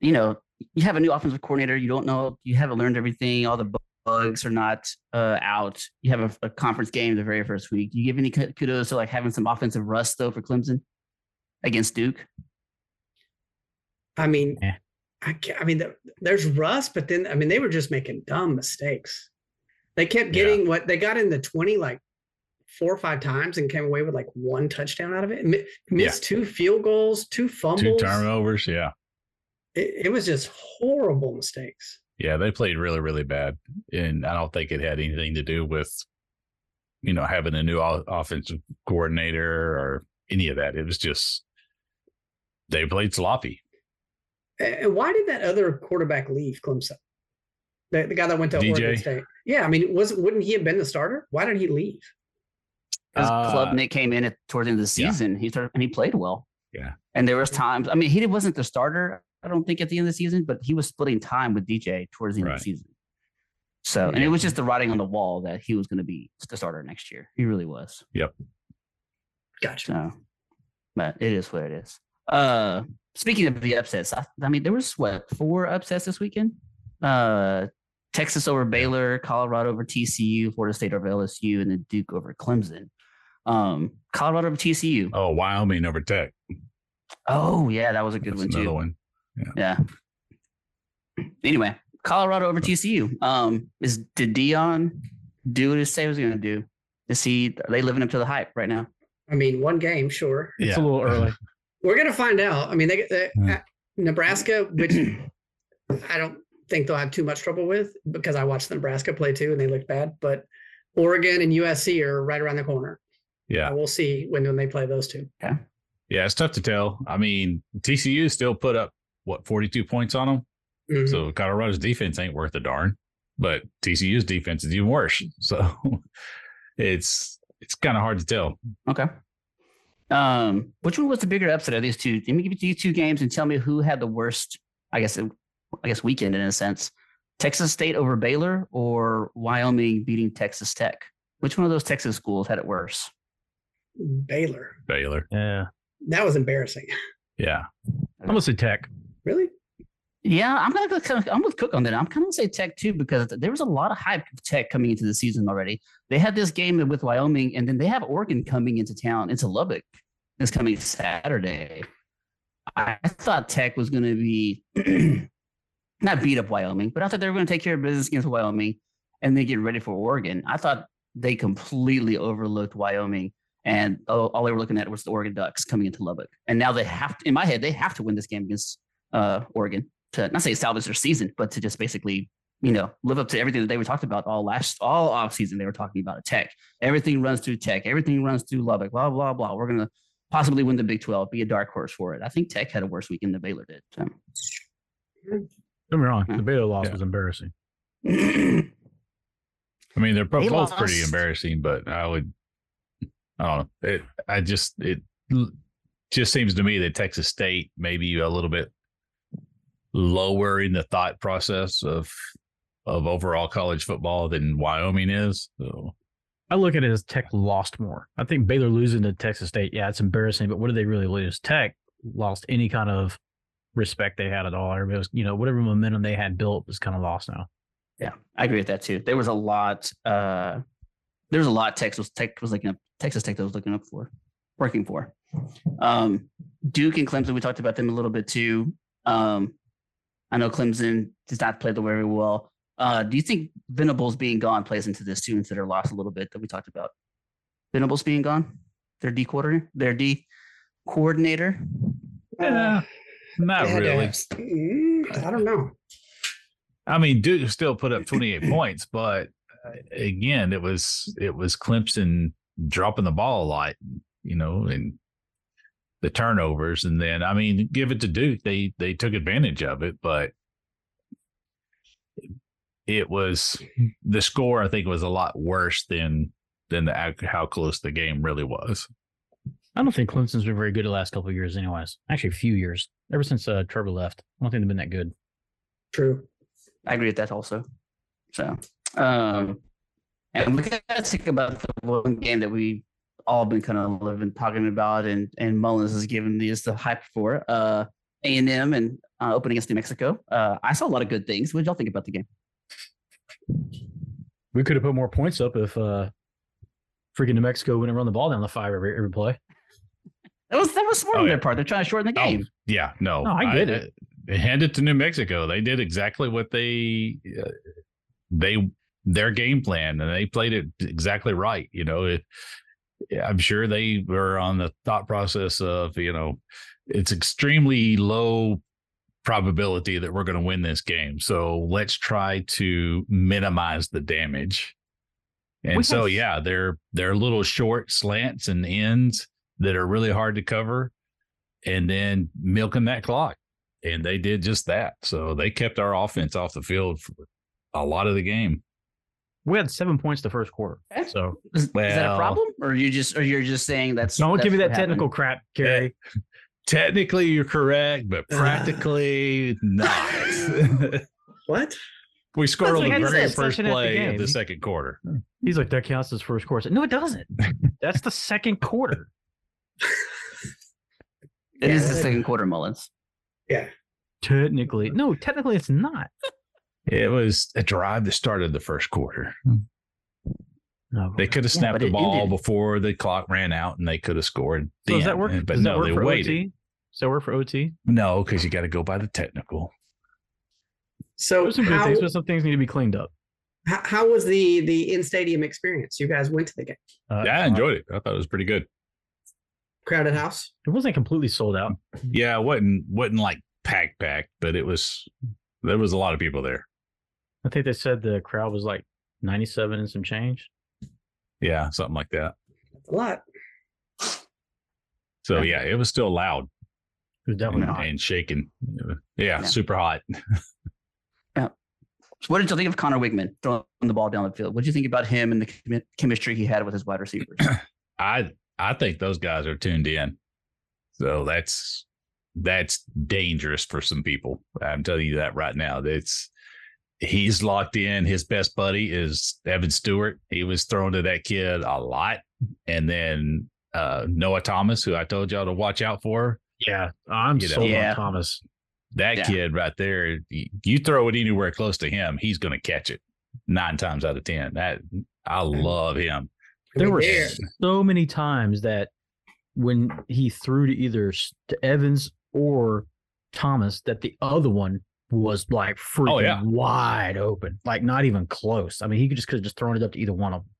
S2: you know you have a new offensive coordinator you don't know you haven't learned everything all the bu- bugs are not uh out you have a, a conference game the very first week you give any ku- kudos to like having some offensive rust though for clemson against duke
S3: I mean,
S1: Yeah.
S3: I, ca- I mean, the, there's rust, but then I mean, they were just making dumb mistakes. They kept
S4: Yeah.
S3: getting what they got in the twenty like four or five times and came away with like one touchdown out of it. Mi- missed two field goals, two fumbles.
S4: Two turnovers. Yeah.
S3: It, it was just horrible mistakes.
S4: Yeah. They played really, really bad. And I don't think it had anything to do with, you know, having a new o- offensive coordinator or any of that. It was just they played sloppy.
S3: A- And why did that other quarterback leave Clemson? The, the guy that went to Oregon
S4: DJ?
S3: State. Yeah, I mean, was wouldn't he have been the starter? Why did he leave?
S2: because
S4: Uh,
S2: Klubnik came in at towards the end of the
S4: yeah.
S2: season he started and he played well
S4: Yeah.
S2: and there was times i mean he wasn't the starter i don't think at the end of the season but he was splitting time with dj towards the end of
S4: Right.
S2: the season so and it was just the writing on the wall that he was going to be the starter next year he really was
S3: Gotcha.
S2: so but it is what it is uh speaking of the upsets i, I mean there was what four upsets this weekend uh texas over baylor colorado over tcu florida state over lsu and then duke over clemson um colorado over tcu
S4: Oh, Wyoming over Tech.
S2: Oh yeah, that was a good
S4: That's
S2: one
S4: another
S2: too.
S4: one.
S2: Yeah. Anyway, Colorado over TCU. Um, is did Dion do what he said he was going to do? Is he? Are they living up to the hype right now?
S3: I mean, one game, sure.
S1: It's
S4: Yeah.
S1: a little early.
S3: We're gonna find out. I mean, they, they uh,
S4: Yeah.
S3: Nebraska, which I don't think they'll have too much trouble with because I watched Nebraska play too, and they looked bad. But Oregon and USC are right around the corner.
S4: Yeah.
S3: We'll see when when they play those two.
S4: Yeah, it's tough to tell. I mean, TCU still put up what 42 points on them.
S3: Mhm.
S4: So Colorado's defense ain't worth a darn, but TCU's defense is even worse. So it's it's kind of hard to tell.
S2: Okay. Um, which one was the bigger upset of these two? Let me give you these two games and tell me who had the worst. I guess, I guess weekend in a sense. Texas State over Baylor or Wyoming beating Texas Tech. Which one of those Texas schools had it worse?
S3: Baylor,
S4: Baylor.
S1: Yeah.
S3: that was embarrassing.
S4: Yeah.
S1: I'm gonna say Tech.
S3: really?
S2: Yeah, I'm gonna go. Kind of, I'm with Cook on that. I'm kind of say Tech too because there was a lot of hype of Tech coming into the season already. They had this game with Wyoming, and then they have Oregon coming into town into Lubbock this coming Saturday. I thought Tech was gonna be not beat up Wyoming, but I thought they were gonna take care of business against Wyoming and then get ready for Oregon. I thought they completely overlooked Wyoming. And all, all they were looking at was the Oregon Ducks coming into Lubbock, and now they have to. In my head, they have to win this game against uh, Oregon to not say salvage their season, but to just basically, you know, live up to everything that they were talking about all last all off season. They were talking about a tech. Everything runs through tech. Everything runs through Lubbock. Blah blah blah. We're gonna possibly win the Big Twelve. Be a dark horse for it. I think Tech had a worse weekend than Baylor did. So.
S1: Don't be wrong.
S2: Yeah.
S1: The Baylor loss
S4: Hmm. Yeah.
S1: was embarrassing.
S4: I mean, they're pro-
S2: They
S4: both pretty
S2: lost.
S4: embarrassing, but I would I don't know. It, I just it l- just seems to me that Texas State maybe a little bit lower in the thought process of of overall college football than Wyoming is. So
S1: I look at it as Tech lost more. I think Baylor losing to Texas State, yeah, it's embarrassing, but what did they really lose? Tech lost any kind of respect they had at all. Everybody was, you know, whatever momentum they had built was kind of lost now.
S2: Yeah, I agree with that too. There was a lot. Uh, there was a lot Texas Tech was looking up. Texas Tech that was looking up for, working for. Um, Duke and Clemson. We talked about them a little bit too. Um, I know Clemson does not play the very well. Uh, do you think Venables being gone plays into this too, into their loss a little bit that we talked about? Venables being gone, their D quarter, their D coordinator.
S4: yeah, Eh, not
S3: Oh. They had to
S4: really.
S3: have- Mm, I don't know.
S4: I mean, Duke still put up 28 points, but uh, again, it was it was Clemson dropping the ball a lot, you know, and the turnovers, and then I mean, give it to Duke, they they took advantage of it, but it was the score. I think was a lot worse than than the ac- how close the game really was.
S1: I don't think Clemson's been very good the last couple of years, anyways. Actually, a few years. Ever since uh, Trevor left, I don't think they've been that good.
S3: True.
S2: I agree with that also. So, um, and we got to think about the one game that we all been kind of living talking about, and and Mullins has given us the hype for uh A and M and uh, open against New Mexico. Uh, I saw a lot of good things. What did y'all think about the game?
S1: We could have put more points up if uh, freaking New Mexico wouldn't run the ball down the five every, every play.
S2: That was that was smart
S4: Oh,
S2: on
S4: yeah.
S2: their part. They're trying to shorten the
S4: Oh,
S2: game.
S4: Yeah, no,
S1: No, I get it.
S4: I- uh, hand it to New Mexico. They did exactly what they uh, they their game plan, and they played it exactly right. You know, it, I'm sure they were on the thought process of you know, it's extremely low probability that we're going to win this game, so let's try to minimize the damage. And
S2: We
S4: so,
S2: have-
S4: yeah, they're they're little short slants and ends that are really hard to cover and then milking that clock. And they did just that. So they kept our offense off the field for a lot of the game.
S1: We had seven points the first quarter.
S2: Okay.
S1: So
S2: Is, is that a
S4: Well-
S2: problem, or you just or you're just saying that's
S1: don't
S2: that's
S1: give me
S2: what
S1: that technical crap, Gary.
S4: Technically, you're correct, but practically not.
S3: What?
S4: we scored
S1: That's
S4: on
S1: like I
S4: the
S1: just
S4: very
S1: said,
S4: first
S1: session at the
S4: play of
S1: game.
S4: the second quarter.
S1: He's like, that counts as first quarter. I said, No, it doesn't. That's the second quarter.
S2: happened. It is the
S3: Yeah.
S2: second quarter, Mullins.
S1: Technically, no, technically it's not.
S4: It was a drive that started the first quarter.
S1: No,
S4: They could have
S2: Yeah,
S4: snapped
S2: but
S4: the
S2: it
S4: ball
S2: ended.
S4: before the clock ran out and they could have scored.
S1: so does that
S4: then.
S1: work?
S4: But
S1: does
S4: no,
S1: that work
S4: they
S1: for
S4: waited.
S1: OT? Does that work for OT?
S4: No, because you got to go by the technical.
S3: So
S1: There's some good
S3: how,
S1: things, but some things need to be cleaned up.
S3: how, how was the the in stadium experience? You guys went to the game.
S1: Uh,
S4: Yeah, I enjoyed it. I thought it was pretty good.
S3: Crowded house.
S1: It wasn't completely sold out.
S4: Yeah, it wasn't wasn't like pack packed, but it was there was a lot of people there.
S1: I think they said the crowd was like 97 and some change.
S4: Yeah, something like that.
S3: That's a lot.
S4: So yeah, it was still loud
S1: It was
S4: and,
S1: definitely not.
S4: and shaking. Yeah,
S2: Yeah.
S4: super hot.
S2: So what did you think of Connor Wigman throwing the ball down the field? What did you think about him and the chemi- chemistry he had with his wide receivers?
S4: I I think those guys are tuned in. So that's that's dangerous for some people. I'm telling you that right now. That's he's locked in. His best buddy is Evan Stewart. He was thrown to that kid a lot. And then uh Noah Thomas, who I told y'all to watch out for.
S1: Yeah, I'm
S4: You know.
S1: sold
S2: Yeah.
S1: on Thomas.
S4: that
S2: Yeah.
S4: kid right there, y- you throw it anywhere close to him, he's going to catch it nine times out of 10. That I love him.
S1: There were
S3: There.
S1: so many times that when he threw to either S- to Evans or Thomas, that the other one was like freaking
S4: yeah.
S1: wide open, like not even close. I mean, he could just could have just thrown it up to either one of them.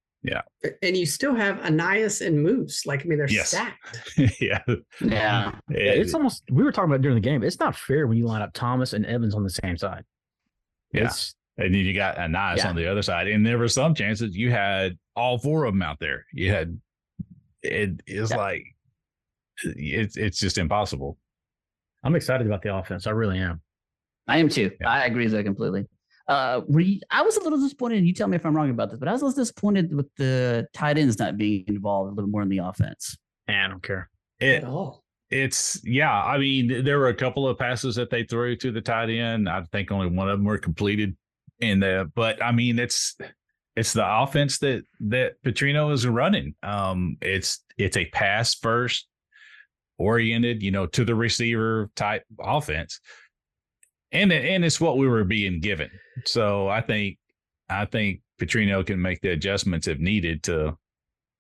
S3: And you still have Anias and Moose. Like I mean, they're
S4: Yes.
S3: stacked.
S4: yeah.
S2: yeah.
S1: it's almost we were talking about during the game. It's not fair when you line up Thomas and Evans on the same side.
S4: Yeah.
S1: It's,
S4: and then you got Anais
S2: Yeah.
S4: on the other side. And there were some chances you had all four of them out there. You had, it is
S2: Yeah.
S4: like, it's it's just impossible.
S1: I'm excited about the offense. I really am.
S2: I am too.
S4: Yeah.
S2: I agree with that completely. Uh, were you- I was a little disappointed. and You tell me if I'm wrong about this, but I was a little disappointed with the tight ends not being involved a little more in the offense.
S1: Nah, I don't care.
S3: At
S4: It,
S3: all.
S4: it's yeah. I mean, there were a couple of passes that they threw to the tight end. I think only one of them were completed. And the but I mean, it's it's the offense that that Petrino is running. Um, it's it's a pass first oriented, you know, to the receiver type offense, and it- and it's what we were being given. So I think I think Petrino can make the adjustments if needed to,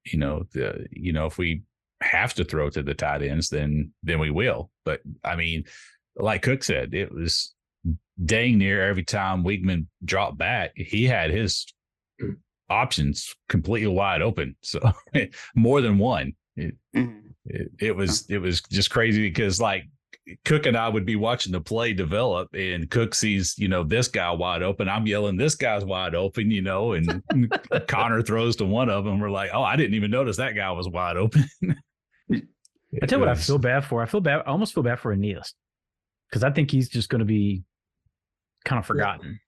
S4: you know, the you know if we have to throw to the tight ends, then then we will. But I mean, like Cook said, it was dang near every time Wiegman dropped back, he had his options completely wide open. So more than one. It, it, it was it was just crazy because like Cook and I would be watching the play develop, and Cook sees you know this guy wide open. I'm yelling, "This guy's wide open!" You know, and Connor throws to one of them. We're like, "Oh, I didn't even notice that guy was wide open."
S1: I tell you what, I
S4: It was-
S1: feel bad for. I feel bad. I almost feel bad for Aeneas because I think he's just going to be kind of forgotten.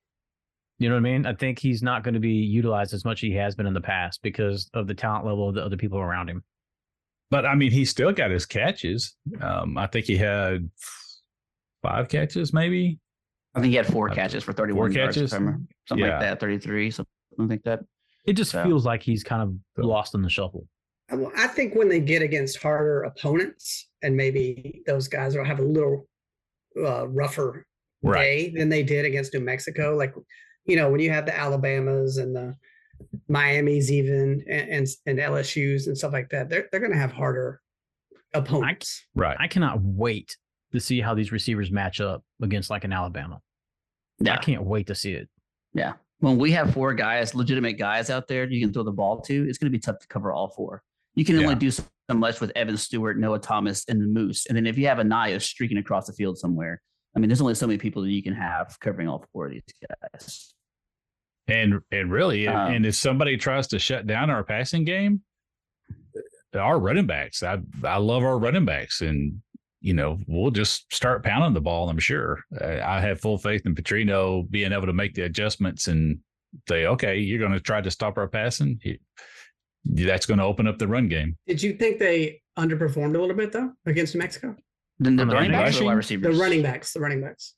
S1: You know what I mean? I think he's not going to be utilized as much as he has been in the past because of the talent level of the other people around him.
S4: But I mean, he still got his catches. Um, I think he had five catches, maybe.
S2: I think he had four
S4: Uh,
S2: catches for 31 yards,
S4: catches?
S2: if I remember. something
S4: Yeah.
S2: like that, 33, something like that.
S1: It just
S2: So-
S1: feels like he's kind of lost in the shuffle.
S3: Well, I think when they get against harder opponents, and maybe those guys will have a little uh, rougher
S4: Right.
S3: day than they did against New Mexico. Like, you know, when you have the Alabamas and the Miami's even and and, and LSU's and stuff like that, they're they're going to have harder opponents.
S4: Right.
S1: I cannot wait to see how these receivers match up against like an Alabama. I
S2: Yeah.
S1: can't wait to see it.
S2: When we have four guys, legitimate guys out there you can throw the ball to, it's going to be tough to cover all four. You can
S4: Yeah.
S2: only do so much with Evan Stewart, Noah Thomas, and the Moose. And then if you have Anaya streaking across the field somewhere, I mean, there's only so many people that you can have covering all four of these guys.
S4: And and really, if-
S2: Um,
S4: and if somebody tries to shut down our passing game, our running backs, I I love our running backs, and you know we'll just start pounding the ball. I'm sure. Uh, I have full faith in Petrino being able to make the adjustments and say, okay, you're going to try to stop our passing. He- That's going to open up the run game.
S3: Did you think they underperformed a little bit though against New Mexico?
S2: Then the
S1: Am I
S2: running backs or the
S4: rushing?
S2: wide
S4: The
S3: The
S2: receivers?
S3: running backs, the running backs.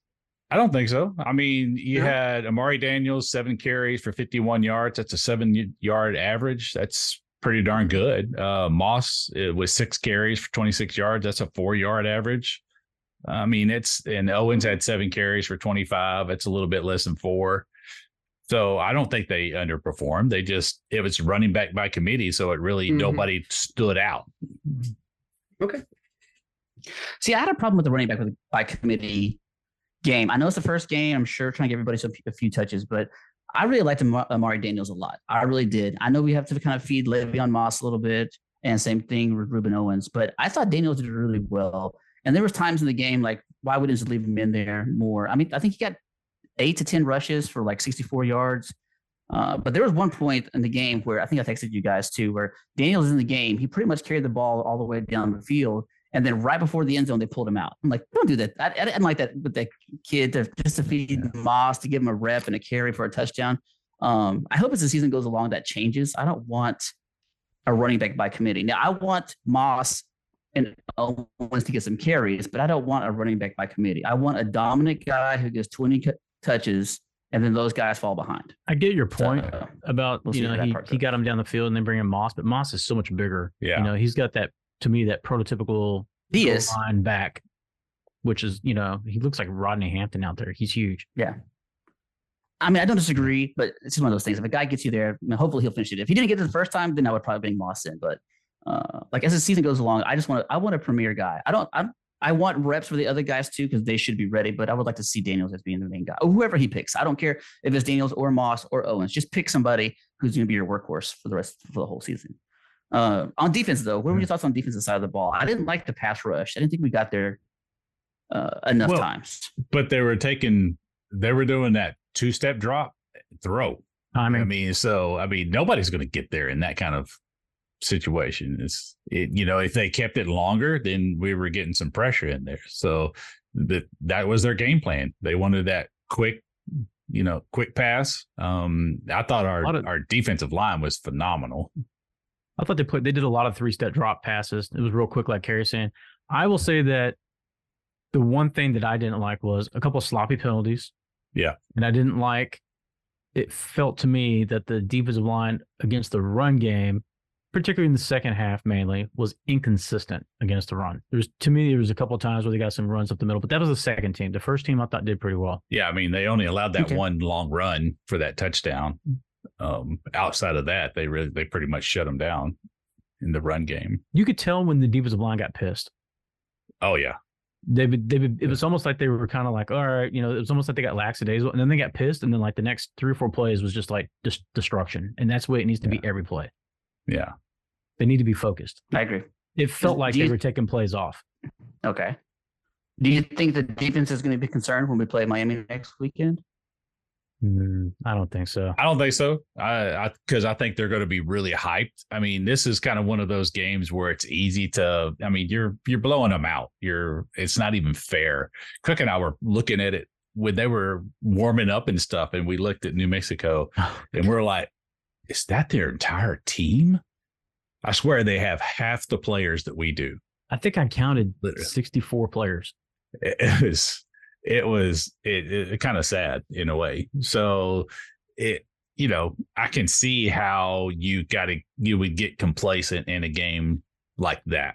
S4: I don't think so. I mean, you
S3: No?
S4: had Amari Daniels seven carries for 51 yards. That's a seven y- yard average. That's pretty darn good. Uh, Moss uh, with six carries for 26 yards. That's a four yard average. I mean, it's and Owens had seven carries for 25. That's a little bit less than four. So I don't think they underperformed. They just it was running back by committee, so it really
S3: Mhm.
S4: nobody stood out.
S2: See, I had a problem with the running back with by committee game. I know it's the first game. I'm sure trying to give everybody some, a few touches, but I really liked Am- Amari Daniels a lot. I really did. I know we have to kind of feed Le'Veon Moss a little bit, and same thing with Ruben Owens. But I thought Daniels did really well. And there was times in the game like, why wouldn't you just leave him in there more? I mean, I think he got eight to ten rushes for like 64 yards. Uh, but there was one point in the game where I think I texted you guys too, where Daniels in the game, he pretty much carried the ball all the way down the field. And then right before the end zone, they pulled him out. I'm like, don't do that. I, I didn't like that with that kid to just to feed Moss to give him a rep and a carry for a touchdown. Um, I hope as the season goes along that changes. I don't want a running back by committee. Now I want Moss and Owens to get some carries, but I don't want a running back by committee. I want a dominant guy who gets 20 cu- touches and then those guys fall behind.
S1: I get your
S2: So,
S1: point about
S2: we'll see
S1: you
S2: how
S1: know
S2: that
S1: he,
S2: part
S1: he
S2: goes.
S1: got him down the field and then bring in Moss, but Moss is so much bigger.
S4: Yeah.
S1: You know, he's got that to me that prototypical
S2: he
S1: goal
S2: is.
S1: line back, which is you know he looks like Rodney Hampton out there. He's huge.
S2: I mean, I don't disagree, but it's just one of those things. If a guy gets you there, I mean, hopefully he'll finish it. If he didn't get it the first time, then I would probably bring Moss in. But uh, like as the season goes along, I just want to, I want a premier guy. I don't, I'm, I want reps for the other guys too because they should be ready. But I would like to see Daniels as being the main guy, or whoever he picks. I don't care if it's Daniels or Moss or Owens. Just pick somebody who's going to be your workhorse for the rest for the whole season. Uh, on defense, though, what were your thoughts on defensive side of the ball? I didn't like the pass rush. I didn't think we got there uh, enough
S4: Well,
S2: times.
S4: But they were taking they were doing that two step drop throw.
S1: I
S4: I
S1: mean,
S4: mean, so I mean, nobody's going to get there in that kind of situation. It's it, you know, if they kept it longer, then we were getting some pressure in there. So that that was their game plan. They wanted that quick, you know, quick pass. Um, I thought
S1: A lot
S4: our
S1: of-
S4: our defensive line was phenomenal.
S1: I thought they put they did a lot of three step drop passes. It was real quick, like Kerry's saying. I will say that the one thing that I didn't like was a couple sloppy penalties.
S4: Yeah.
S1: and I didn't like. It felt to me that the defensive line against the run game, particularly in the second half, mainly was inconsistent against the run. There was to me there was a couple times where they got some runs up the middle, but that was the second team. The first team I thought did pretty well.
S4: Yeah, I mean, they only allowed that
S2: Okay.
S4: one long run for that touchdown. Um, outside of that, they really they pretty much shut them down in the run game.
S1: You could tell when the defensive line got pissed.
S4: Oh yeah,
S1: they would they would- it was almost like they were kind of like all right you know it was almost like they got lackadaisical and then they got pissed and then like the next three or four plays was just like just destruction and that's the way it needs to be every play
S4: yeah.
S1: they need to be focused
S2: I agree.
S1: it felt like
S2: do
S1: they
S2: you-
S1: were taking plays off
S2: Okay. Do you think the defense is going to be concerned when we play Miami next weekend?
S1: Mm, i don't think so
S4: I don't think so. I because I, think they're going to be really hyped. I mean, this is kind of one of those games where it's easy to. I mean, you're you're blowing them out. You're it's not even fair. Cook and I were looking at it when they were warming up and stuff, and we looked at New Mexico, and we're like, is that their entire team? I swear they have half the players that we do.
S1: I think I counted
S4: Literally.
S1: 64 players.
S4: It, it was it was it, it, kind of sad in a way. So it you know I can see how you got to you would get complacent in a game like that.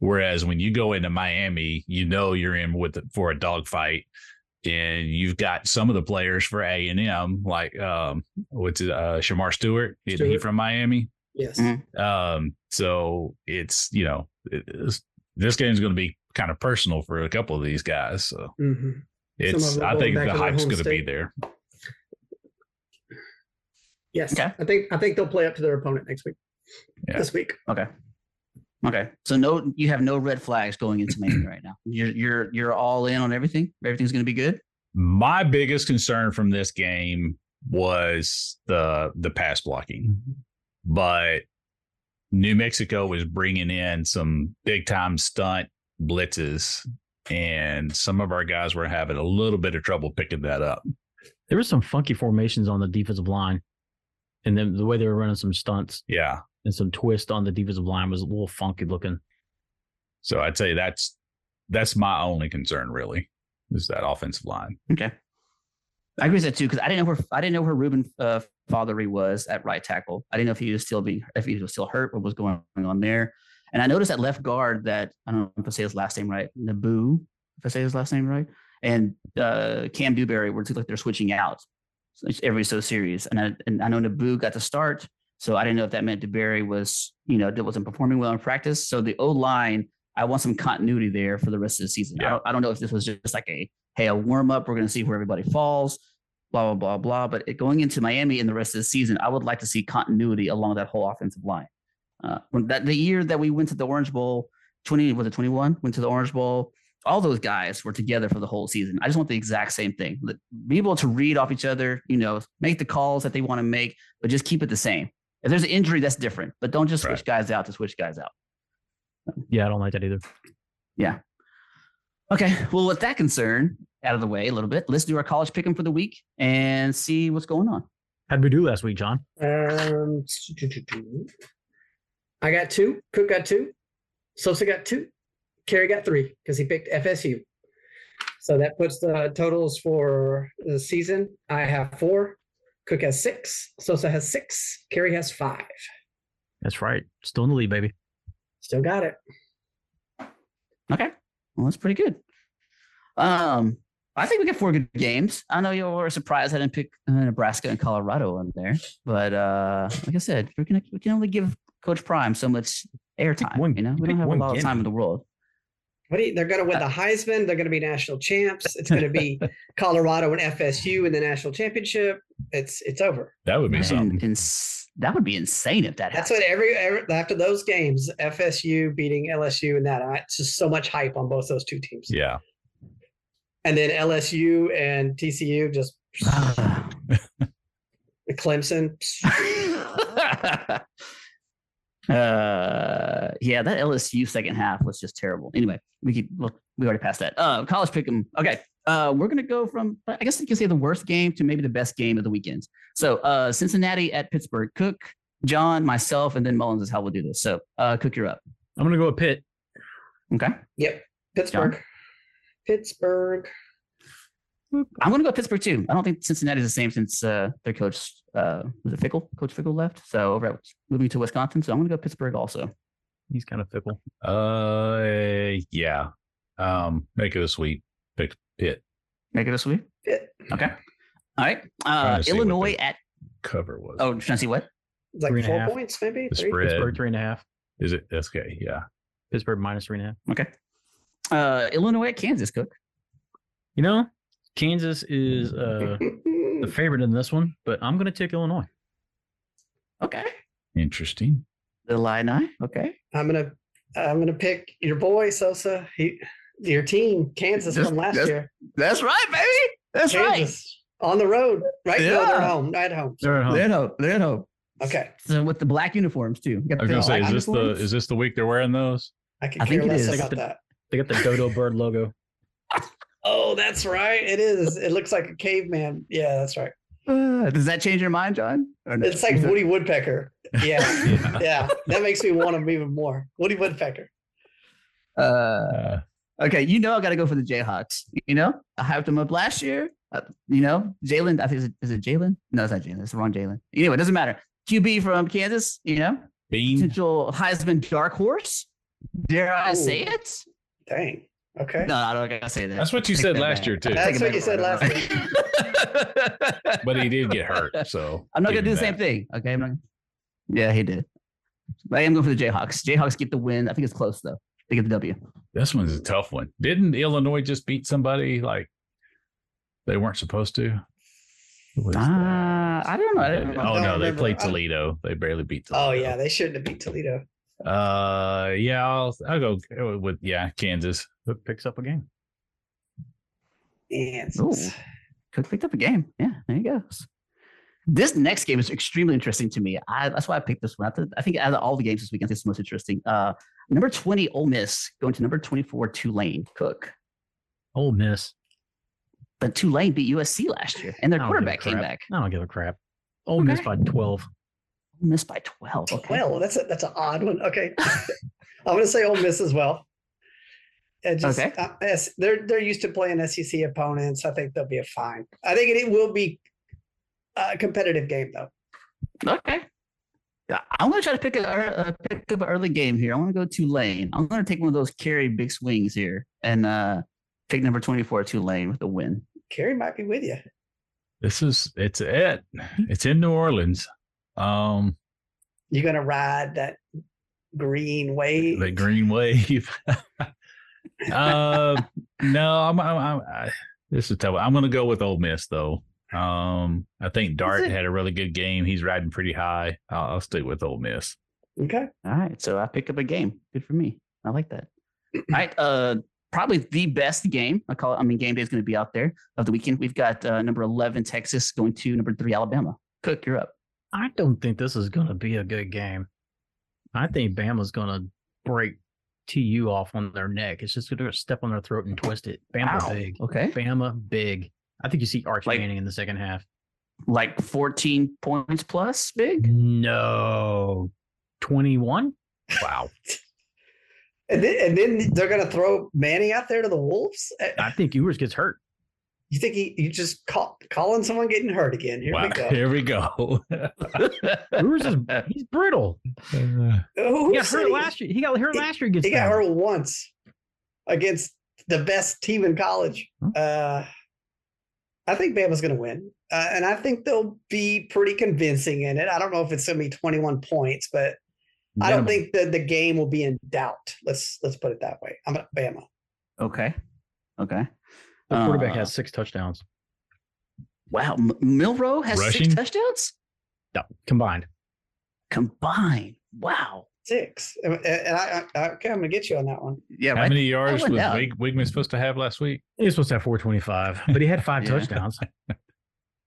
S4: Whereas when you go into Miami, you know you're in with for a dogfight. And you've got some of the players for A and M, like um, what's it, uh, Shamar Stewart? Isn't he
S3: Stewart.
S4: from Miami?
S3: Yes.
S2: Mhm.
S4: Um, so it's you know it, it's- this game's going to be kind of personal for a couple of these guys. So
S3: hmm of
S4: it's
S3: them
S4: I
S3: going
S4: think
S3: back
S4: the
S3: to their
S4: hype's
S3: home
S4: going to be
S3: state.
S4: there.
S3: Yes.
S2: Okay.
S3: I think I think they'll play up to their opponent next week.
S4: Yeah.
S3: This week.
S2: Okay. Okay. So no, you have no red flags going into Miami right now. You're you're you're all in on everything. Everything's going to be good.
S4: My biggest concern from this game was the the pass blocking, but New Mexico was bringing in some big time stunt blitzes, and some of our guys were having a little bit of trouble picking that up.
S1: There were some funky formations on the defensive line. And then the way they were running some stunts
S4: Yeah,
S1: and some twist on the defensive line was a little funky looking.
S4: So I'd say that's that's my only concern really is that offensive line.
S2: Okay. I agree with that too because I didn't know where I didn't know where Ruben uh, Fothery was at right tackle. I didn't know if he was still being if he was still hurt, what was going on there. And I noticed at left guard that I don't know if I say his last name right, Naboo, if I say his last name right, and uh, Cam Dewberry were two like they're switching out. So it's- everybody's so serious, and I, and I know Naboo got the start, so I didn't know if that meant Dewberry was you know that wasn't performing well in practice. So the O line, I want some continuity there for the rest of the season. I
S4: Yeah.
S2: don't I don't know if this was just like a hey, a warm up. We're going to see where everybody falls, blah, blah, blah, blah. But it, going into Miami and the rest of the season, I would like to see continuity along that whole offensive line. Uh, when that the year that we went to the Orange Bowl, 20, was it 21? Went to the Orange Bowl. All those guys were together for the whole season. I just want the exact same thing. Let- Be able to read off each other, you know, make the calls that they want to make, but just keep it the same. If there's an injury, that's different, but don't just switch
S4: Right.
S2: guys out to switch guys out.
S1: Yeah, I don't like that either.
S2: Okay. Well, with that concern out of the way a little bit, let's do our college pick 'em for the week and see what's going on.
S1: How'd we do last week, John?
S3: Um, I got two. Cook got two. Sosa got two. Kerry got three because he picked FSU. So that puts the totals for the season. I have four. Cook has six. Sosa has six. Kerry has five.
S1: That's right. Still in the lead, baby.
S3: Still got it.
S2: Okay. Well, that's pretty good. Um, I think we got four good games. I know you were surprised I didn't pick uh, Nebraska and Colorado in there, but uh, like I said, we can we can only give Coach Prime so much airtime.
S1: one-
S2: you know, we
S1: pick
S2: don't have a
S1: one
S2: lot of
S1: game.
S2: time in the world.
S3: What do you, they're going to win the Heisman. They're going to be national champs. It's going to be Colorado and FSU in the national championship. It's it's over.
S4: That would be something.
S2: And, and s- that would be insane if that
S3: That's
S2: happened.
S3: what every, every after those games, FSU beating LSU and that. I, it's just so much hype on both those two teams.
S4: Yeah.
S3: And then LSU and TCU just Clemson.
S2: uh yeah that lsu second half was just terrible anyway we keep look we already passed that uh college pick 'em. okay uh we're gonna go from i guess you can say the worst game to maybe the best game of the weekend so uh cincinnati at pittsburgh cook john myself and then mullins is how we'll do this so uh cook you're up
S1: I'm gonna go with Pitt.
S2: okay
S3: Yep. Pittsburgh. Pittsburgh.
S2: i'm gonna go pittsburgh too i don't think cincinnati's the same since uh their coach uh was it fickle coach fickle left so over at, moving to wisconsin so i'm gonna go pittsburgh also
S1: He's kind of fickle.
S4: Uh yeah. Um make it a sweep. Pick pit
S2: make it a sweep
S3: Pitt.
S2: okay all right
S4: Trying
S2: uh
S4: to see what
S2: illinois
S4: the-
S2: at
S4: cover was.
S2: Oh, trying to see what?
S3: It's like
S1: Three and a
S3: four
S1: half.
S3: points, maybe.
S4: the
S3: Three.
S4: spread.
S1: Pittsburgh three and a half.
S4: Is it that's okay. Yeah.
S1: Pittsburgh minus three and a half.
S2: Okay. Uh, Illinois at Kansas, Cook.
S1: You know, Kansas is uh the favorite in this one, but I'm gonna take Illinois.
S2: Okay.
S4: Interesting.
S2: Illini. Okay.
S3: I'm gonna I'm gonna pick your boy Sosa. He, your team, Kansas
S2: Just-
S3: from last
S2: just-
S3: year.
S2: That's right, baby. That's
S3: Kansas on the road. Right now they're
S2: Yeah.
S3: at home. Right at home.
S1: They're at home.
S2: Leno, Leno.
S3: Okay.
S2: So with the black uniforms too. You got
S4: I was gonna
S2: the
S4: say,
S2: black
S4: is this the
S2: uniforms?
S4: is this the week they're wearing those?
S3: I could
S2: I think
S3: care
S2: it
S3: less
S2: is.
S3: about
S1: They got
S3: that.
S1: They got the dodo bird logo.
S3: Oh, that's right. It is. It looks like a caveman. Yeah, that's right.
S2: Uh, does that change your mind, John? Or no?
S3: It's like Woody Woodpecker. Yeah.
S4: Yeah.
S3: Yeah. That makes me want him even more. Woody Woodpecker.
S2: Uh,
S4: Uh,
S2: Okay, you know I got to go for the Jayhawks. You know I hyped them up last year. Uh, you know Jalen, I think is it, is it Jalen? No, it's not Jalen. It's the wrong Jalen. Anyway, it doesn't matter. QB from Kansas. You know
S4: Bean.
S2: potential Heisman dark horse. Dare I
S3: Ooh.
S2: say it?
S3: Dang. Okay.
S2: No, I don't gotta say that.
S4: That's what you
S2: Take
S4: said
S2: that
S4: last
S2: back.
S4: year, too.
S2: Take it
S3: That's what
S2: back.
S3: you said last
S4: But he did get hurt. So
S2: I'm not gonna
S4: give
S2: do the
S4: him
S2: same
S4: that.
S2: thing. Okay. I'm not, yeah, he did. But I am going for the Jayhawks. Jayhawks get the win. I think it's close though. They get the W.
S4: This one's a tough one. Didn't Illinois just beat somebody like they weren't supposed to? Who was
S2: Uh,
S4: that?
S2: I don't know. I don't
S4: oh
S2: know.
S3: I don't
S4: no, they
S3: remember.
S4: played
S3: I-
S4: Toledo. They barely beat Toledo.
S3: Oh yeah, they shouldn't have beat Toledo.
S4: Uh, yeah, I'll I'll go with yeah Kansas.
S1: Cook picks up a game.
S3: Yes.
S2: Ooh, Cook picked up a game. Yeah, there he goes. This next game is extremely interesting to me. I, that's why I picked this one. I, thought- I think out of all the games this weekend, this is the most interesting. Uh, number 20, Ole Miss, going to number 24, Tulane. Cook.
S1: Ole Miss.
S2: But Tulane beat USC last year, and their
S1: I don't give a
S2: quarterback came
S1: crap.
S2: back.
S1: I don't give a crap. Ole Miss by
S2: Okay.
S1: twelve.
S2: Ole Miss by 12. Okay.
S3: Twelve. That's a that's an odd one. Okay. I'm gonna say Ole Miss as well. And just,
S2: Okay.
S3: uh, yes, they're they're used to playing SEC opponents. I think they'll be fine. I think it, it will be a competitive game though.
S2: Okay. Yeah, I'm gonna try to pick a uh, pick up an early game here. I want to go Tulane. I'm gonna take one of those carry big swings here and uh pick number 24 Tulane with a win.
S3: Kerry might be with you.
S4: This is it's it. It's in New Orleans. Um,
S3: You're gonna ride that green wave.
S4: the Green Wave. uh, no, I'm, I'm, I'm I, this is tough. I'm going to go with Ole Miss though. Um, I think Dart
S3: it?
S4: had a really good game. He's riding pretty high. I'll, I'll stick with Ole Miss.
S3: Okay.
S2: All right, so I picked up a game. Good for me. I like that. All right, uh, probably the best game. I call it. I mean, game day is going to be out there of the weekend. We've got uh, number eleven Texas going to number three Alabama. Cook, you're up.
S1: I don't think this is going to be a good game. I think Bama's going to break TU off on their neck. It's just going to step on their throat and twist it. Bama
S2: Ow.
S1: big.
S2: Okay,
S1: Bama big. I think you see Arch
S2: Like-
S1: Manning in the second half.
S2: like fourteen points plus. Big.
S1: No, twenty-one.
S4: Wow.
S3: And then, and then they're gonna throw Manning out there to the wolves. Uh,
S1: I think Ewers gets hurt.
S3: You think he, you just call, calling someone getting hurt again? Here
S4: wow.
S3: we go.
S4: Here we go.
S1: Ewers is he's brittle.
S3: Who
S1: He got
S3: said
S1: hurt
S3: he-
S1: last year. He got hurt
S3: he-
S1: last year. Against
S3: He got
S1: Bama.
S3: hurt once against the best team in college.
S1: Hmm.
S3: Uh, I think Bama's going to win, uh, and I think they'll be pretty convincing in it. I don't know if it's going to be 21 points, but I don't
S1: Minimum.
S3: think that the game will be in doubt. Let's let's put it that way. I'm at Bama.
S2: Okay. Okay.
S1: the quarterback
S2: Uh,
S1: has six touchdowns
S2: Wow, M- Milrow has
S4: Rushing?
S2: six touchdowns
S1: combined.
S2: combined. Wow.
S3: Six, and and I, I, I okay, I'm going to get you on that one.
S2: Yeah.
S4: How
S2: Right.
S4: many yards was
S2: went down.
S4: Wig- Wigman supposed to have last week?
S1: He was supposed to have four twenty-five, but he had five
S2: Yeah.
S1: touchdowns.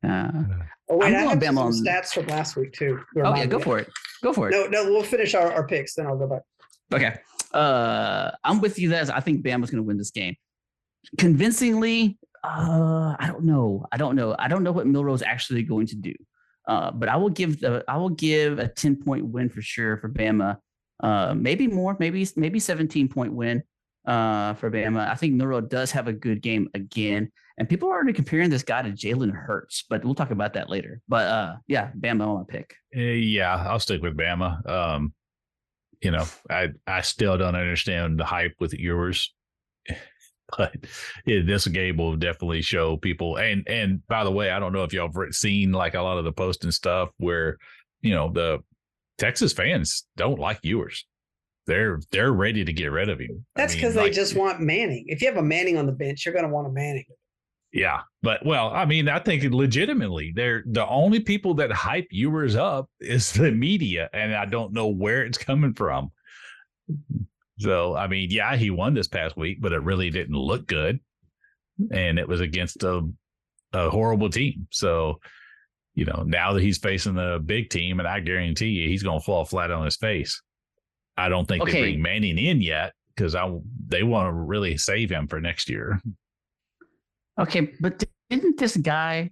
S2: Uh,
S3: Oh wait,
S2: I'm
S3: I
S2: going
S3: have
S2: Bama
S3: some
S2: on-
S3: stats from last week too.
S2: oh yeah, go for it. Go for it.
S3: No, no, we'll finish our, our picks, then I'll go back.
S2: Okay. Uh, I'm with you guys. I think Bama's going to win this game. Convincingly, uh, I don't know. I don't know. I don't know what Milrow's actually going to do. Uh, but I will give the I will give a 10 point win for sure for Bama. Uh, maybe more, maybe maybe 17 point win uh, for Bama. I think Milrow does have a good game again. And people are already comparing this guy to Jalen Hurts, but we'll talk about that later. But uh, yeah, Bama on my pick.
S4: Uh, yeah, I'll stick with Bama. Um, you know, I I still don't understand the hype with yours, but yeah, this game will definitely show people. And and by the way, I don't know if y'all have re- seen like a lot of the posts and stuff where you know the Texas fans don't like yours. They're they're ready to get rid of him. I
S3: That's
S4: mean,
S3: because
S4: like-
S3: they just want Manning. If you have a Manning on the bench, you're going to want a Manning.
S4: Yeah, but well, I mean, I think legitimately, they're the only people that hype Ewers up is the media, and I don't know where it's coming from. So, I mean, yeah, he won this past week, but it really didn't look good, and it was against a a horrible team. So, you know, now that he's facing the big team, and I guarantee you, he's going to fall flat on his face. I don't think
S2: Okay.
S4: they bring Manning in yet because I they want to really save him for next year.
S2: Okay, but di- didn't this guy?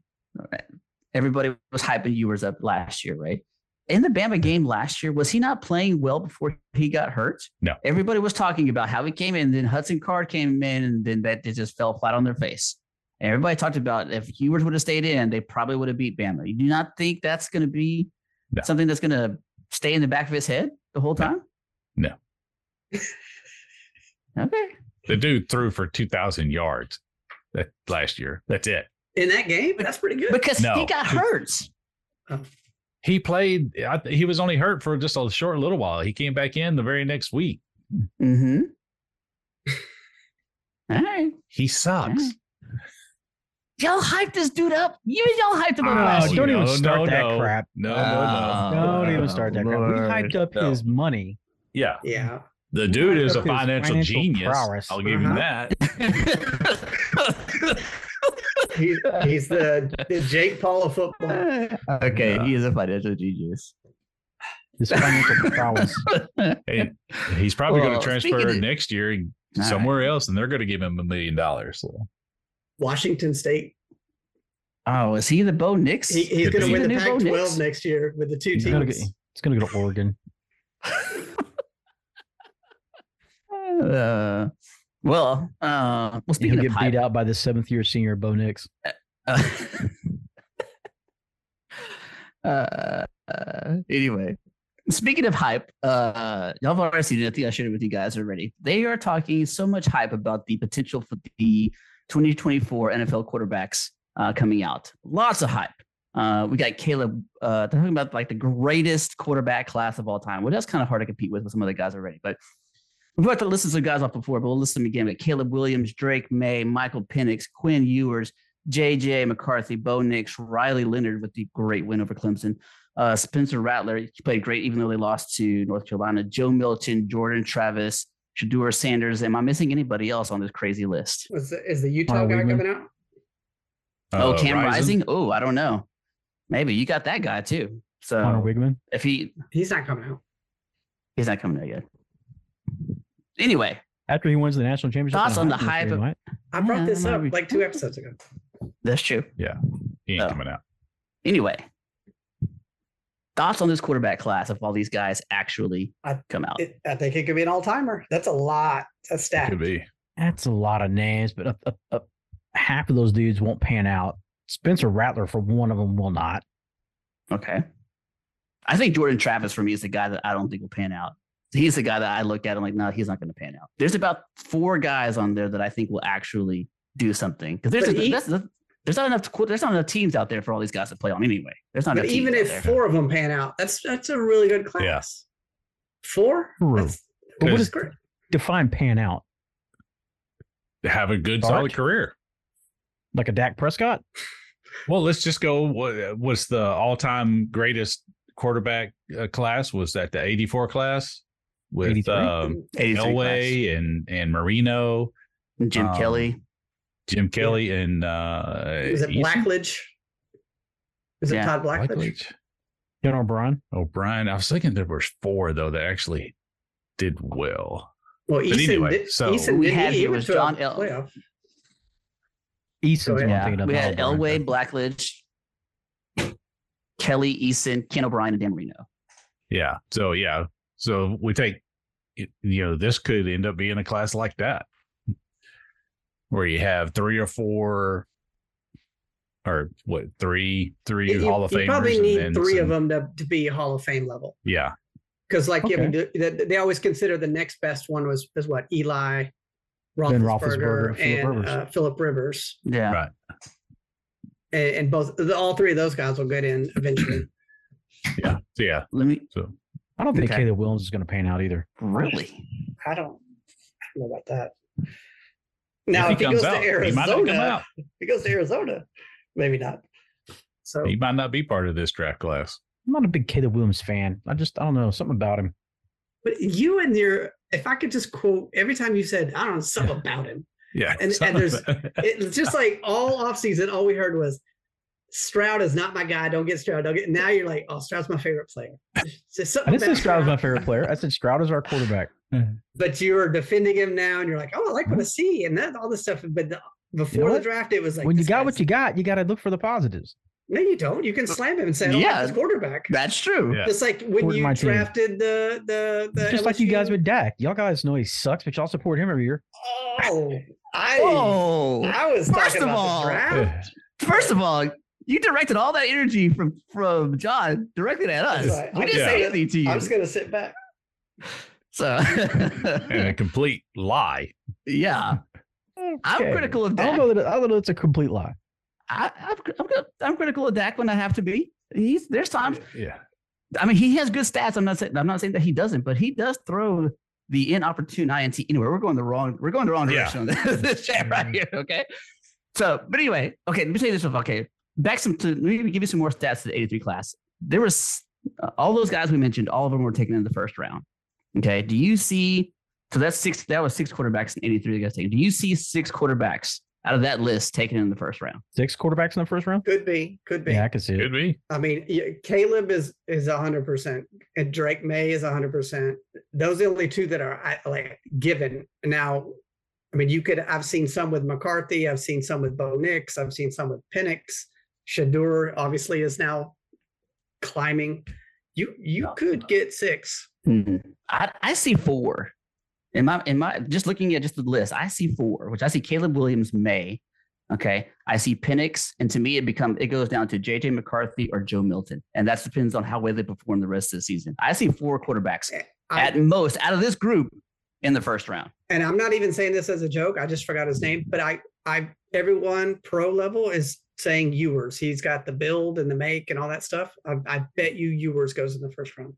S2: Everybody was hyping Ewers up last year, right? In the Bama game last year, was he not playing well before he got hurt?
S4: No.
S2: Everybody was talking about how he came in, then Hudson Card came in, and then that they just fell flat on their face. And everybody talked about if Ewers would have stayed in, they probably would have beat Bama. You do not think that's going to be
S4: No.
S2: something that's going to stay in the back of his head the whole
S4: No.
S2: time?
S4: No.
S2: okay.
S4: The dude threw for two thousand yards that last year. That's it.
S3: in that game. That's pretty good.
S2: Because he
S4: No.
S2: got hurt. Oh,
S4: He played. I, th- he was only hurt for just a short little while. He came back in the very next week.
S2: Mm-hmm. All right.
S4: He sucks.
S1: Oh,
S2: Yeah. Y'all hyped this dude up. You y'all hyped him up
S1: Oh,
S2: last
S1: don't
S2: year.
S1: even start that crap.
S4: Ah, No,
S2: Uh,
S4: no, no.
S1: Don't even start that crap. We hyped up
S4: No.
S1: his money.
S4: Yeah,
S3: yeah.
S4: the dude is a
S1: Look at his
S4: financial,
S1: financial
S4: genius.
S1: prowess.
S4: I'll give him
S3: Uh-huh.
S4: that.
S3: He's, he's the, the Jake Paul of football.
S2: okay, he is a financial genius.
S1: His financial prowess.
S4: Hey, he's probably going
S2: Well,
S4: to
S2: speaking
S4: transfer
S2: of-
S4: next year
S2: All right.
S4: somewhere else, and they're going to give him a million dollars. So
S3: Washington State.
S2: Oh, is he the Bo Nix?
S3: He, he's
S4: Could
S3: going
S4: be.
S3: to win
S2: The
S3: the
S2: new Bo
S3: Pac 12
S2: Nix?
S3: next year with the two
S1: He's gonna, get,
S3: teams.
S1: he's gonna go to Oregon.
S2: Uh, well, uh, well.
S1: He'll
S2: Speaking
S1: get
S2: of
S1: beat out by the seventh year senior Bo Nix.
S2: uh, uh, anyway, speaking of hype, uh, y'all have already seen it. I think I shared it with you guys already. They are talking so much hype about the potential for the 2024 NFL quarterbacks uh, coming out. Lots of hype. Uh, we got Caleb uh, talking about like the greatest quarterback class of all time. Well, that's kind of hard to compete with with some other guys already, but We've got to listen to some guys off before, but we'll listen to them again. But Caleb Williams, Drake May, Michael Penix, Quinn Ewers, JJ McCarthy, Bo Nix, Riley Leonard with the great win over Clemson. Uh, Spencer Rattler, he played great even though they lost to North Carolina. Joe Milton, Jordan Travis, Shadur Sanders. Am I missing anybody else on this crazy list?
S3: Is the, is the Utah
S1: Are we
S3: guy
S1: win-
S3: coming out?
S2: Oh,
S4: uh,
S2: Cam Rising? Oh, I don't know. Maybe you got that guy too.
S1: Connor
S2: So
S1: Wigman.
S2: if he
S3: He's not coming out.
S2: he's not coming out yet. Anyway,
S1: After he wins the national championship.
S2: Thoughts
S1: and
S2: on the
S1: Heisman,
S2: hype
S1: you
S2: of-
S1: might.
S3: I brought
S2: Yeah,
S3: this
S2: might
S3: up
S2: be-
S3: like two episodes ago.
S2: that's true.
S4: He ain't
S2: Oh.
S4: coming out.
S2: Anyway, thoughts on this quarterback class if all these guys actually
S3: I-
S2: come out?
S3: It, I think it could be an all timer. That's a lot. That's stacked.
S4: Could be.
S1: That's a lot of names, but a, a, a, half of those dudes won't pan out. Spencer Rattler for one of them will not.
S2: okay. I think Jordan Travis for me is the guy that I don't think will pan out. He's the guy that I look at and like, no, he's not going to pan out. There's about four guys on there that I think will actually do something because there's
S3: But
S2: a-
S3: e-
S2: that's the- there's not enough qu- there's not enough teams out there for all these guys to play on anyway. There's not
S3: But
S2: enough teams
S3: even
S2: out
S3: if
S2: there.
S3: four of them pan out, that's that's a really good class. Four?
S1: True.
S3: That's,
S1: But what
S3: that's
S1: is
S3: great.
S1: define pan out?
S4: Have a good,
S1: Bart?
S4: solid career.
S1: Like a Dak Prescott?
S4: Well, let's just go. What was the all-time greatest quarterback uh, class? Was that the '84 class with
S1: 83?
S4: um,
S2: 83 class.
S4: Elway and and Marino,
S2: And Jim
S4: um,
S2: Kelly,
S4: Jim Kelly, and uh,
S3: Is it
S4: Eason?
S3: Blackledge? Is it
S2: Yeah,
S3: Todd Blackledge?
S4: Blackledge?
S1: John O'Brien?
S4: O'Brien. I was thinking there was four though that actually did well.
S3: Well,
S4: But
S3: Eason
S4: anyway,
S3: did.
S4: so-
S3: Eason
S2: We
S3: did.
S2: had
S3: he
S2: here
S3: went
S2: was
S3: to a
S2: John El-
S3: playoff.
S1: Eason's what I'm
S3: Yeah.
S1: thinking of.
S2: Oh, we
S1: not
S2: had
S1: O'Brien.
S2: Elway, Blackledge, Kelly, Eason, Ken O'Brien, and Dan Marino.
S4: Yeah. So yeah. So we take, you know, this could end up being a class like that, where you have three or four, or what three three
S3: You,
S4: Hall of
S3: you
S4: Famers.
S3: probably
S4: and
S3: need
S4: then
S3: three of
S4: some-
S3: them to, to be Hall of Fame level.
S4: Yeah.
S3: Because, like, if
S1: Okay.
S3: you do, they, they always consider the next best one was is what Eli,
S1: Ben
S3: Roethlisberger,
S1: Roethlisberger and Phillip
S3: and
S1: Rivers.
S3: uh, Philip Rivers,
S2: Yeah.
S4: Right.
S3: and, and both the, all three of those guys will get in eventually.
S4: Yeah. So, yeah.
S2: Let me
S4: So
S1: I don't think
S2: Okay.
S1: Caleb Williams is going to pan out either.
S2: really.
S3: I don't, I don't know about that.
S4: if
S3: Now, if he, goes to
S4: he might not come
S3: Arizona,
S4: out.
S3: if he goes to Arizona, maybe not. So
S4: He might not be part of this draft class.
S1: I'm not a big Caleb Williams fan. I just I don't know something about him.
S3: But you and your, if I could just quote every time you said, I don't know, something about him.
S4: Yeah.
S3: And- and there's- It's just like all offseason, all we heard was Stroud is not my guy. Don't get Stroud. Don't get. Now you're like, oh, Stroud's my favorite player. Just
S1: I
S3: something
S1: didn't say
S3: about
S1: Stroud was my
S3: Stroud,
S1: favorite player. I said Stroud is our quarterback.
S3: but you are defending him now, and you're like, oh, I like what I see, and that all this stuff. But the, before
S1: Uh-huh. what?
S3: the draft, it was like
S1: when you
S3: this
S1: got
S3: guy's-
S1: what you got, you got to look for the positives.
S3: No, you don't. You can slam him and say, I don't
S2: Yeah.
S3: like this quarterback.
S2: That's true.
S4: Yeah.
S3: Just like when
S1: Support my
S3: you
S1: team.
S3: drafted the the the
S1: It's just like you guys
S3: LSU.
S1: with Dak. Y'all guys know he sucks, but y'all support him every year.
S3: Oh, I
S2: Whoa.
S3: I was
S2: First
S3: talking
S2: of
S3: about
S2: all-
S3: the draft.
S2: First of all, you directed all that energy from from John directly at us.
S3: That's right.
S2: We didn't
S4: Yeah.
S2: say anything to you.
S3: I'm just gonna sit back.
S4: and
S2: so
S4: a complete lie.
S2: yeah, I'm
S1: Okay.
S2: critical of
S1: I
S2: Dak.
S1: don't know that I don't know it's a complete lie.
S2: I, I'm, I'm, gonna- I'm critical of Dak when I have to be. He's there's times.
S4: Yeah.
S2: I mean, he has good stats. I'm not saying I'm not saying that he doesn't, but he does throw the inopportune INT anywhere. We're going the wrong. We're going the wrong
S4: Yeah.
S2: direction on this chat right here. Okay. So, but anyway, okay. Let me tell you this. Stuff, okay, back some to let me give you some more stats to the '83 class. There was uh, all those guys we mentioned. All of them were taken in the first round. Okay. Do you see? So that's six. That was six quarterbacks in '83 that got taken. Do you see six quarterbacks out of that list taken in the first round?
S1: Six quarterbacks in the first round.
S3: Could be, could be.
S1: Yeah, I can see
S4: Could
S1: it.
S4: be.
S3: I mean, yeah, Caleb is is hundred percent, and Drake May is hundred percent. Those are the only two that are I- like given now. I mean, you could. I've seen some with McCarthy. I've seen some with Bo Nix. I've seen some with Penix. Shadur obviously is now climbing. You you could get six.
S2: I, I see four. In my in my just looking at just the list, I see four, which I see Caleb Williams May. Okay. I see Penix. And to me, it become it goes down to JJ McCarthy or Joe Milton. And that depends on how well they perform the rest of the season. I see four quarterbacks
S3: I-
S2: at most out of this group in the first round.
S3: and I'm not even saying this as a joke. I just forgot his name, but I, I, everyone pro level is saying Ewers. He's got the build and the make and all that stuff. I, I bet you Ewers goes in the first round.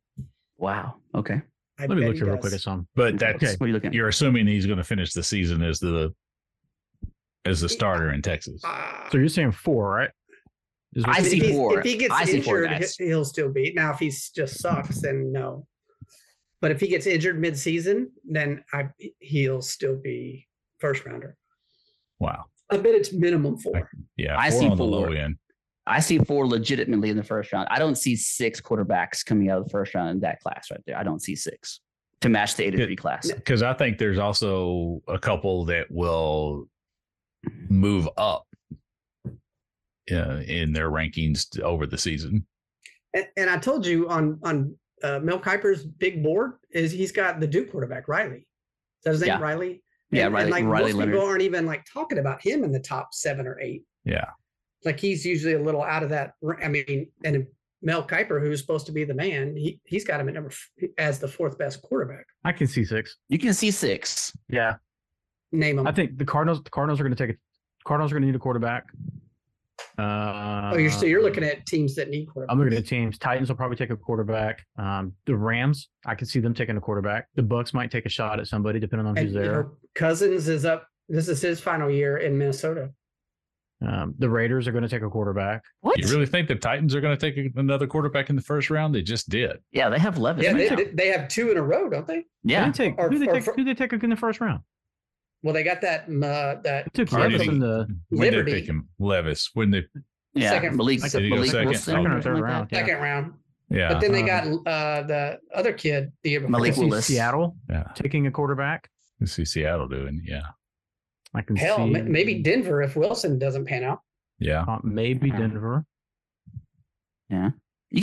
S2: Wow. Okay.
S3: I
S1: Let me
S3: bet
S1: look
S3: he
S1: here real
S3: does.
S1: quick at something.
S4: But that's
S2: What are you looking at?
S4: you're assuming he's going to finish the season as the as the starter in Texas.
S3: Ah,
S1: So you're saying four, right? Is what
S2: I
S1: you're
S3: if
S2: see
S1: saying?
S3: he's-
S2: four.
S3: If he gets
S2: I see four
S3: injured,
S2: guys.
S3: he- he'll still be. Now, if he's just sucks, then no. But if he gets injured mid-season, then I he'll still be first rounder.
S4: Wow.
S3: I bet it's minimum four.
S4: Yeah.
S2: I
S4: four
S2: see
S4: on the
S2: four.
S4: low end.
S2: I see four legitimately in the first round. I don't see six quarterbacks coming out of the first round in that class right there. I don't see six to match the 83 class.
S4: Because I think there's also a couple that will move up uh, in their rankings t- over the season.
S3: And, and I told you on on uh, Mel Kiper's big board is he's got the Duke quarterback Riley. Is that his name
S2: Yeah.
S3: Riley?
S2: Yeah,
S3: and,
S2: Riley,
S3: and like
S2: Riley
S3: most
S2: Leonard.
S3: people aren't even like talking about him in the top seven or eight.
S4: Yeah.
S3: Like he's usually a little out of that. r- I mean, and Mel Kiper, who's supposed to be the man, he he's got him at number f- as the fourth best quarterback.
S1: I can see six.
S2: You can see six.
S1: Yeah,
S3: Name him.
S1: I think the Cardinals. The Cardinals are going to take a. Cardinals are going to need a quarterback. Uh,
S3: oh, you're so you're looking at teams that need quarterback.
S1: I'm looking at teams. Titans will probably take a quarterback. Um, the Rams, I can see them taking a quarterback. The Bucks might take a shot at somebody, depending on
S3: and,
S1: who's
S3: you
S1: there.
S3: know, Cousins is up. This is his final year in Minnesota.
S1: Um, the Raiders are going to take a quarterback.
S2: What?
S4: You really think the Titans are going to take another quarterback in the first round? They just did.
S2: Yeah, they have Levis.
S3: Yeah,
S2: right
S3: they,
S2: now.
S3: they they have two in a row, don't they?
S1: They
S2: yeah.
S1: take,
S3: Or-
S1: who they
S3: or
S1: take,
S3: fir-
S1: who they take in the first round?
S3: Well, they got that um, uh, that
S1: They took
S4: Or
S1: Levis
S4: did
S1: in the
S4: When did
S3: Liberty.
S4: they pick him? Levis. When they
S2: yeah.
S3: Second-
S2: Malik,
S3: Did
S4: he go
S2: Malik
S4: second?
S2: Wilson.
S4: Second
S1: or
S2: something
S1: third
S2: like that.
S1: round, yeah.
S3: second round. But
S4: yeah.
S3: then they got
S1: Uh-huh.
S3: uh, the other kid, the year before.
S1: I
S2: Malik
S1: see
S2: Willis.
S1: Seattle
S4: yeah.
S1: taking a quarterback.
S4: You see Seattle doing. Yeah.
S1: I can
S3: Hell,
S1: see
S3: ma- maybe Denver if Wilson doesn't pan out.
S4: Yeah.
S1: uh, maybe Denver.
S2: You got to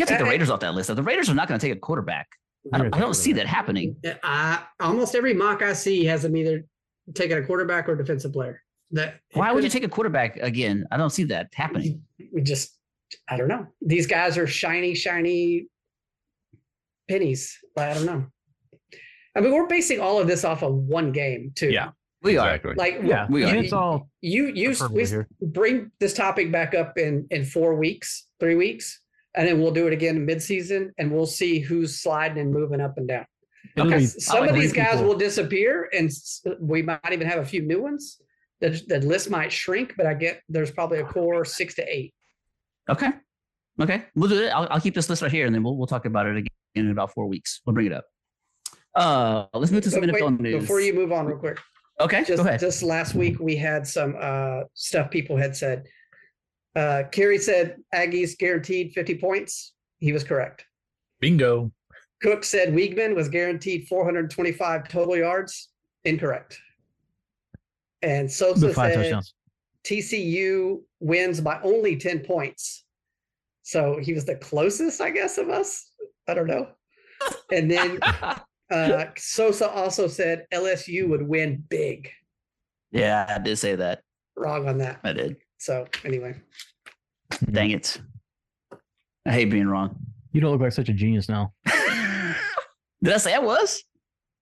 S2: take the
S3: Hey.
S2: Raiders off that list. though. The Raiders are not going to take a quarterback. I
S1: They're
S2: don't,
S1: gonna
S2: I
S1: take
S2: don't
S1: a
S2: see that
S1: quarterback.
S2: happening.
S3: Yeah, I, almost every mock I see has them either taking a quarterback or defensive player. That it
S2: Why would you
S3: could've-
S2: take a quarterback again? I don't see that happening.
S3: We just, I don't know. These guys are shiny, shiny pennies. I don't know. I mean, we're basing all of this off of one game, too.
S4: Yeah.
S2: We are.
S4: exactly.
S3: Like,
S1: Yeah,
S2: We are.
S1: and it's all
S3: you you s-
S1: hyperbole
S3: we s-
S1: here.
S3: bring this topic back up in in four weeks three weeks and then we'll do it again mid-season and we'll see who's sliding and moving up and down
S1: it'll
S2: Okay.
S1: be
S3: S- some
S2: like
S3: of
S2: three
S3: these guys
S1: people.
S3: will disappear and s- we might even have a few new ones the, the list might shrink but i get there's probably a core six to eight
S2: Okay. Okay. We'll do it. I'll, I'll keep this list right here and then we'll, we'll talk about it again in about four weeks. We'll bring it up. Uh, let's move to some
S3: But wait,
S2: NFL news.
S3: before you move on real quick
S2: okay.
S3: just
S2: go ahead.
S3: just last week we had some uh stuff people had said uh kerry said aggies guaranteed 50 points he was correct
S4: Bingo.
S3: Cook said Wiegman was guaranteed 425 total yards. Incorrect. And Sosa
S1: the five
S3: said
S1: touchdowns.
S3: TCU wins by only 10 points. So he was the closest, I guess, of us. I don't know. And then uh, Sosa also said LSU would win big.
S2: yeah, I did say that.
S3: Wrong on that.
S2: I did.
S3: So anyway,
S4: Mm-hmm.
S2: Dang it. I hate being wrong.
S1: You don't look like such a genius now.
S2: did I say I was?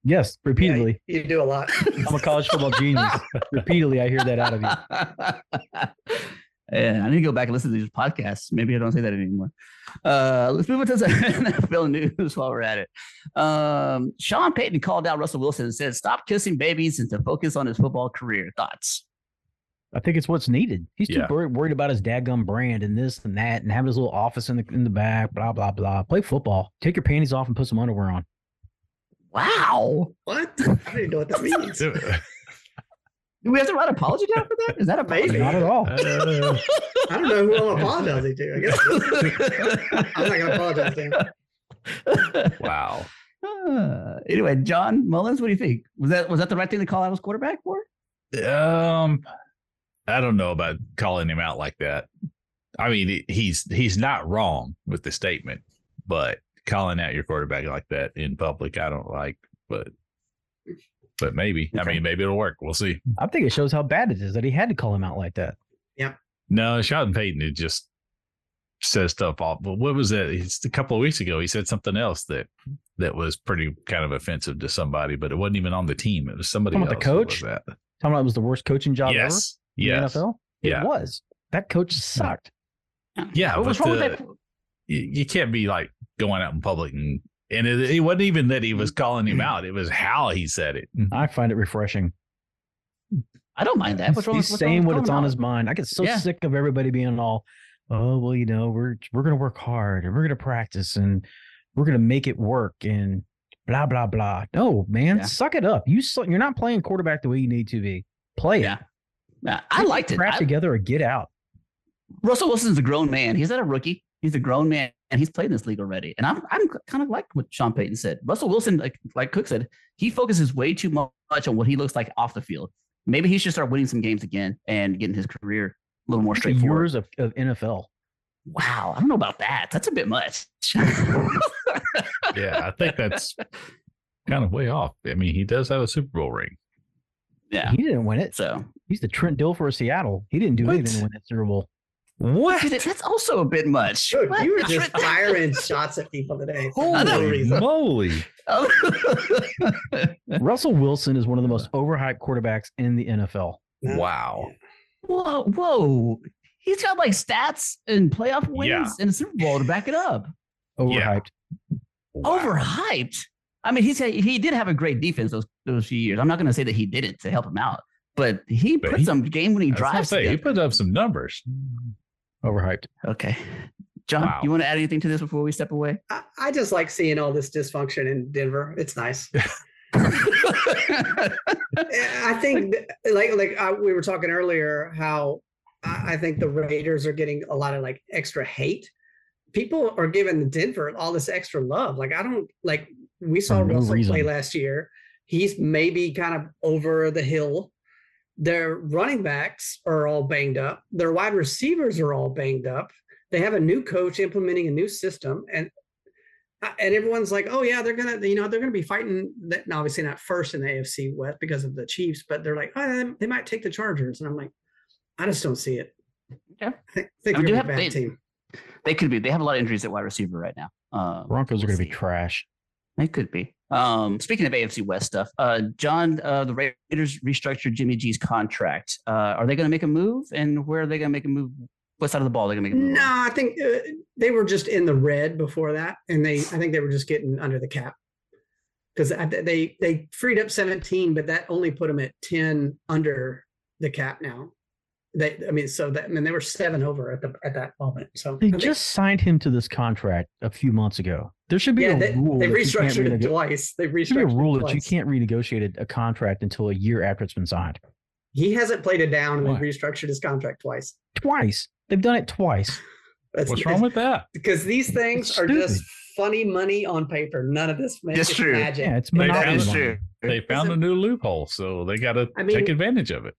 S1: Yes, repeatedly.
S3: you do a lot.
S1: I'm a college football genius. repeatedly, I hear that out of you.
S2: Yeah, I need to go back and listen to these podcasts. Maybe I don't say that anymore. Uh, let's move on to some NFL news while we're at it. Um, Sean Payton called out Russell Wilson and said, "Stop kissing babies and to focus on his football career." Thoughts?
S1: I think it's what's needed. He's too
S4: Yeah.
S1: wor- worried about his dadgum brand and this and that, and having his little office in the in the back. Blah blah blah. Play football. Take your panties off and put some underwear on.
S2: Wow.
S3: What? I don't even know what that means.
S2: Do we have to write apology down for that? Is that a
S3: Maybe.
S1: Not at all.
S4: Uh,
S3: I don't know who I'm apologizing to. I guess I'm not gonna apologize to him.
S4: wow.
S2: Uh, anyway, John Mullins, what do you think? Was that was that the right thing to call out his quarterback for?
S4: Um, I don't know about calling him out like that. I mean, he- he's he's not wrong with the statement, but calling out your quarterback like that in public, I don't like. But but maybe I
S2: Okay.
S4: mean maybe it'll work. We'll see.
S1: I think it shows how bad it is that he had to call him out like that.
S4: No, Sean Payton it just says stuff off. But what was that? It's a couple of weeks ago. He said something else that that was pretty kind of offensive to somebody, but it wasn't even on the team. It was somebody
S1: Talking
S4: else.
S1: about the
S4: who
S1: coach?
S4: was that.
S1: Talking about it was the worst coaching job
S4: Yes.
S1: ever in
S4: Yes.
S1: the NFL.
S4: Yeah.
S1: It was. That coach sucked.
S4: Yeah.
S2: what was
S4: but
S2: wrong
S1: uh,
S4: the-
S2: with that?
S4: you, you can't be like going out in public and and it, it wasn't even that he was calling him out; it was how he said it.
S1: I find it refreshing.
S2: I don't mind that. What's wrong?
S1: He's
S2: what's wrong
S1: saying
S2: with
S1: what it's
S2: calling
S1: on
S2: him
S1: his mind. I get so
S2: Yeah.
S1: sick of everybody being all, oh well, you know, we're we're gonna work hard and we're gonna practice and we're gonna make it work and blah blah blah. No, man,
S2: Yeah.
S1: suck it up. You suck, you're not playing quarterback the way you need to be. Play
S2: Oh, Yeah,
S1: it.
S2: out? I I liked it.
S1: Crap
S2: I-
S1: together or get out.
S2: Russell Wilson's a grown man. He's not a rookie. He's a grown man, and he's played in this league already. And I'm I'm kind of like what Sean Payton said. Russell Wilson, like like Cook said, he focuses way too mu- much on what he looks like off the field. Maybe he should start winning some games again and getting his career a little more straightforward.
S1: Years of, of NFL.
S2: Wow, I don't know about that. That's a bit much.
S4: Yeah, I think that's kind of way off. I mean, he does have a Super Bowl ring.
S2: yeah.
S1: He didn't win it.
S2: So
S1: He's the Trent Dill for Seattle. He didn't do
S4: What?
S1: anything to win that Super Bowl.
S4: What?
S2: Dude, that's also a bit much.
S3: Dude,
S2: What?
S3: you were
S2: It's
S3: just
S2: ridiculous.
S3: firing shots at people today. for
S2: I
S3: no
S2: know.
S4: Holy
S3: reason.
S4: moly!
S2: Oh.
S1: Russell Wilson is one of the most overhyped quarterbacks in the NFL.
S3: No.
S4: Wow.
S2: whoa, whoa. He's got like stats and playoff wins
S4: Yeah.
S2: and a Super Bowl to back it up.
S4: Yeah.
S1: Overhyped.
S4: Wow.
S2: Overhyped. I mean, he's he did have a great defense those those few years. I'm not going to say that he didn't to help him out, but he
S4: But
S2: put
S4: he-
S2: some game winning
S4: I was gonna
S2: drives.
S4: say, he
S2: together.
S4: put up some numbers.
S1: Overhyped.
S2: Okay, John,
S4: Wow.
S2: you want to add anything to this before we step away?
S3: I, I just like seeing all this dysfunction in Denver. It's nice. I think, th- like, like I, we were talking earlier, how I, I think the Raiders are getting a lot of like extra hate. People are giving Denver all this extra love. Like, I don't like. We saw
S1: no
S3: Russell play
S1: reason.
S3: last year. He's maybe kind of over the hill. Their running backs are all banged up. Their wide receivers are all banged up. They have a new coach implementing a new system, and uh, and everyone's like, oh yeah, they're gonna, you know, they're gonna be fighting. That now, obviously not first in the AFC West because of the Chiefs, but they're like, oh, they, they might take the Chargers, and I'm like, I just don't see it.
S2: Okay.
S3: I think, think
S2: I mean,
S3: they're
S2: do
S3: a
S2: have-
S3: bad
S2: they-
S3: team.
S2: they could be. They have a lot of injuries at wide receiver right now. Um,
S1: Broncos are
S2: We'll
S1: going to be
S2: see.
S1: trash.
S2: It could be. Um, speaking of AFC West stuff, uh, John, uh, the Raiders restructured Jimmy G's contract. Uh, are they going to make a move, and where are they going to make a move? What side of the ball are they going to make a move?
S3: No,
S2: on?
S3: I think uh, they were just in the red before that, and they, I think they were just getting under the cap because they they freed up 17, but that only put them at 10 under the cap now. They, I mean, so that, I mean, they were seven over at the at that moment. So
S1: They
S3: I think-
S1: just signed him to this contract a few months ago. There should be
S3: yeah,
S1: a
S3: they,
S1: rule.
S3: they
S1: that you can't
S3: restructured it
S1: renego-
S3: twice. They
S1: there should be
S3: restructured
S1: a rule
S3: it
S1: that you
S3: twice.
S1: can't renegotiate a, a contract until a year after it's been signed.
S3: He hasn't played it down and
S4: Why?
S3: restructured his contract twice.
S1: Twice. They've done it twice.
S3: That's,
S4: What's wrong with that?
S3: Because these things
S1: It's
S3: are just
S1: stupid.
S3: funny money on paper. None of this makes
S2: That's true.
S3: magic.
S1: Yeah, it's
S4: They
S1: monopoly.
S4: found-
S1: money.
S4: They found a new loophole, so they got to
S3: I mean-
S4: take advantage of it.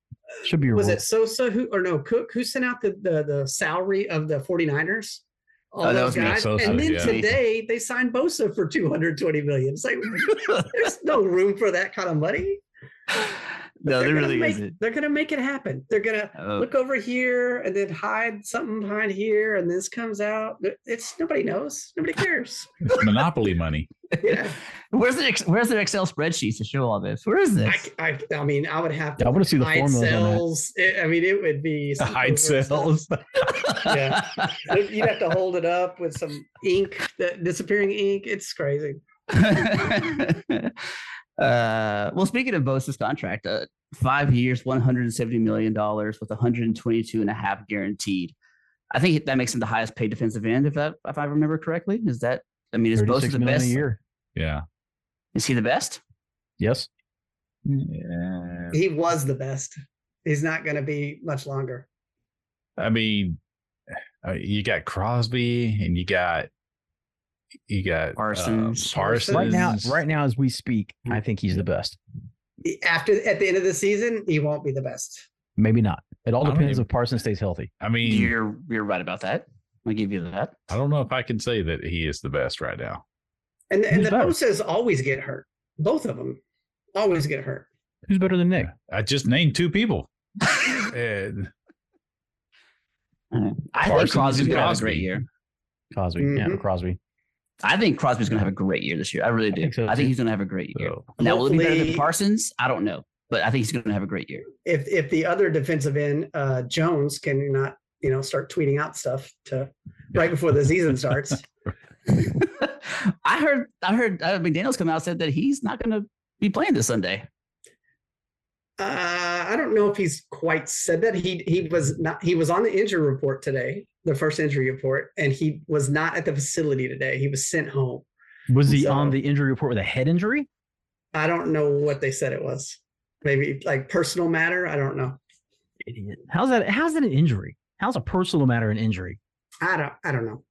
S1: Should be a
S3: was
S1: rule.
S3: it Sosa who or no Cook who sent out the the, the salary of the 49ers? all
S2: Oh, that was
S3: those
S2: me.
S3: guys.
S4: So
S3: and
S4: sad,
S3: then
S4: yeah.
S3: today they signed Bosa for 220 million. It's like there's no room for that kind of money.
S2: no, there
S3: gonna
S2: really
S3: make-
S2: isn't.
S3: They're gonna make it happen. They're gonna
S2: Oh,
S3: look over here and then hide something behind here, and this comes out. It's nobody knows. Nobody cares.
S4: It's monopoly money.
S3: Yeah.
S2: where's the ex- where's their Excel spreadsheet to show all this? Where is this?
S3: I, I, I mean, I would have to.
S1: I want to see the
S3: hide
S1: formulas on that.
S3: cells. It- I mean, it would be some
S4: Hide
S3: over-
S4: sales.
S3: yeah. You'd have to hold it up with some ink, the disappearing ink. It's crazy.
S2: uh, well, speaking of Bosa's contract, uh, five years, $170 million with 122 and a half guaranteed. I think that makes him the highest paid defensive end, if that if I remember correctly. Is that I mean, is Bosa
S1: 36
S2: the
S1: million
S2: best?
S1: a year.
S4: Yeah.
S2: Is he the best?
S1: Yes.
S2: Uh,
S4: yeah.
S3: He was the best. He's not going to be much longer.
S4: I mean, uh, you got Crosby and you got you got uh,
S2: Parsons.
S4: Parsons.
S1: Right now, right now as we speak, I think he's the best.
S3: E, After at the end of the season, he won't be the best.
S1: Maybe not. It all
S4: I don't
S1: depends
S4: even-
S1: if Parson stays healthy.
S4: I mean,
S2: You're you're right about that. I'll give you that.
S4: I don't know if I can say that he is the best right now.
S3: And and
S1: Who's
S3: the
S1: better?
S3: Bosa's always get hurt. Both of them always get hurt.
S1: Who's better than Nick?
S4: I just named two people. And
S2: I think
S4: Parsons
S2: Crosby's
S4: and
S2: gonna have a
S4: Crosby.
S2: great year.
S1: Cosby. Yeah,
S3: Mhm.
S1: Crosby.
S2: I think Crosby's gonna have a great year this year. I really do. I think,
S1: think so, too.
S2: he's gonna have a great year.
S4: so,
S2: now, will it be better than
S3: Hopefully-
S2: Parsons? I don't know, but I think he's gonna have a great year.
S3: If if the other defensive end uh, Jones can not you know start tweeting out stuff to right before the season starts,
S2: I heard, I heard uh, McDaniel's come out and said that he's not going to be playing this Sunday.
S3: Uh, I don't know if he's quite said that. He he was not. He was on the injury report today, the first injury report, and he was not at the facility today. He was sent home.
S1: Was he
S3: So-
S1: on the injury report with a head injury?
S3: I don't know what they said it was. Maybe like personal matter. I don't know.
S1: Idiot. How's that? How's that an injury? How's a personal matter an injury?
S3: I don't. I don't know.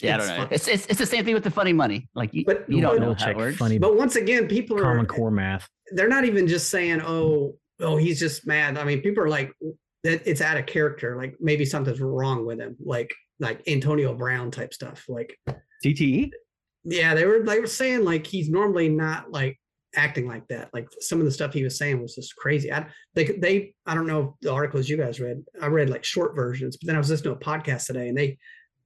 S2: Yeah,
S3: It's
S2: I don't know.
S3: fun.
S2: It's, it's it's the same thing with the funny money. Like you,
S3: But-
S2: you don't
S3: but-
S2: know
S1: We'll
S2: how it works.
S1: funny
S3: But once again, people are
S1: common core math.
S3: they're not even just saying, "Oh, oh, he's just mad." I mean, people are like, "That it's out of character. Like maybe something's wrong with him." Like like Antonio Brown type stuff. Like
S1: CTE.
S3: yeah they were they were saying like he's normally not like acting like that like some of the stuff he was saying was just crazy i they they i don't know the articles you guys read i read like short versions but then i was listening to a podcast today and they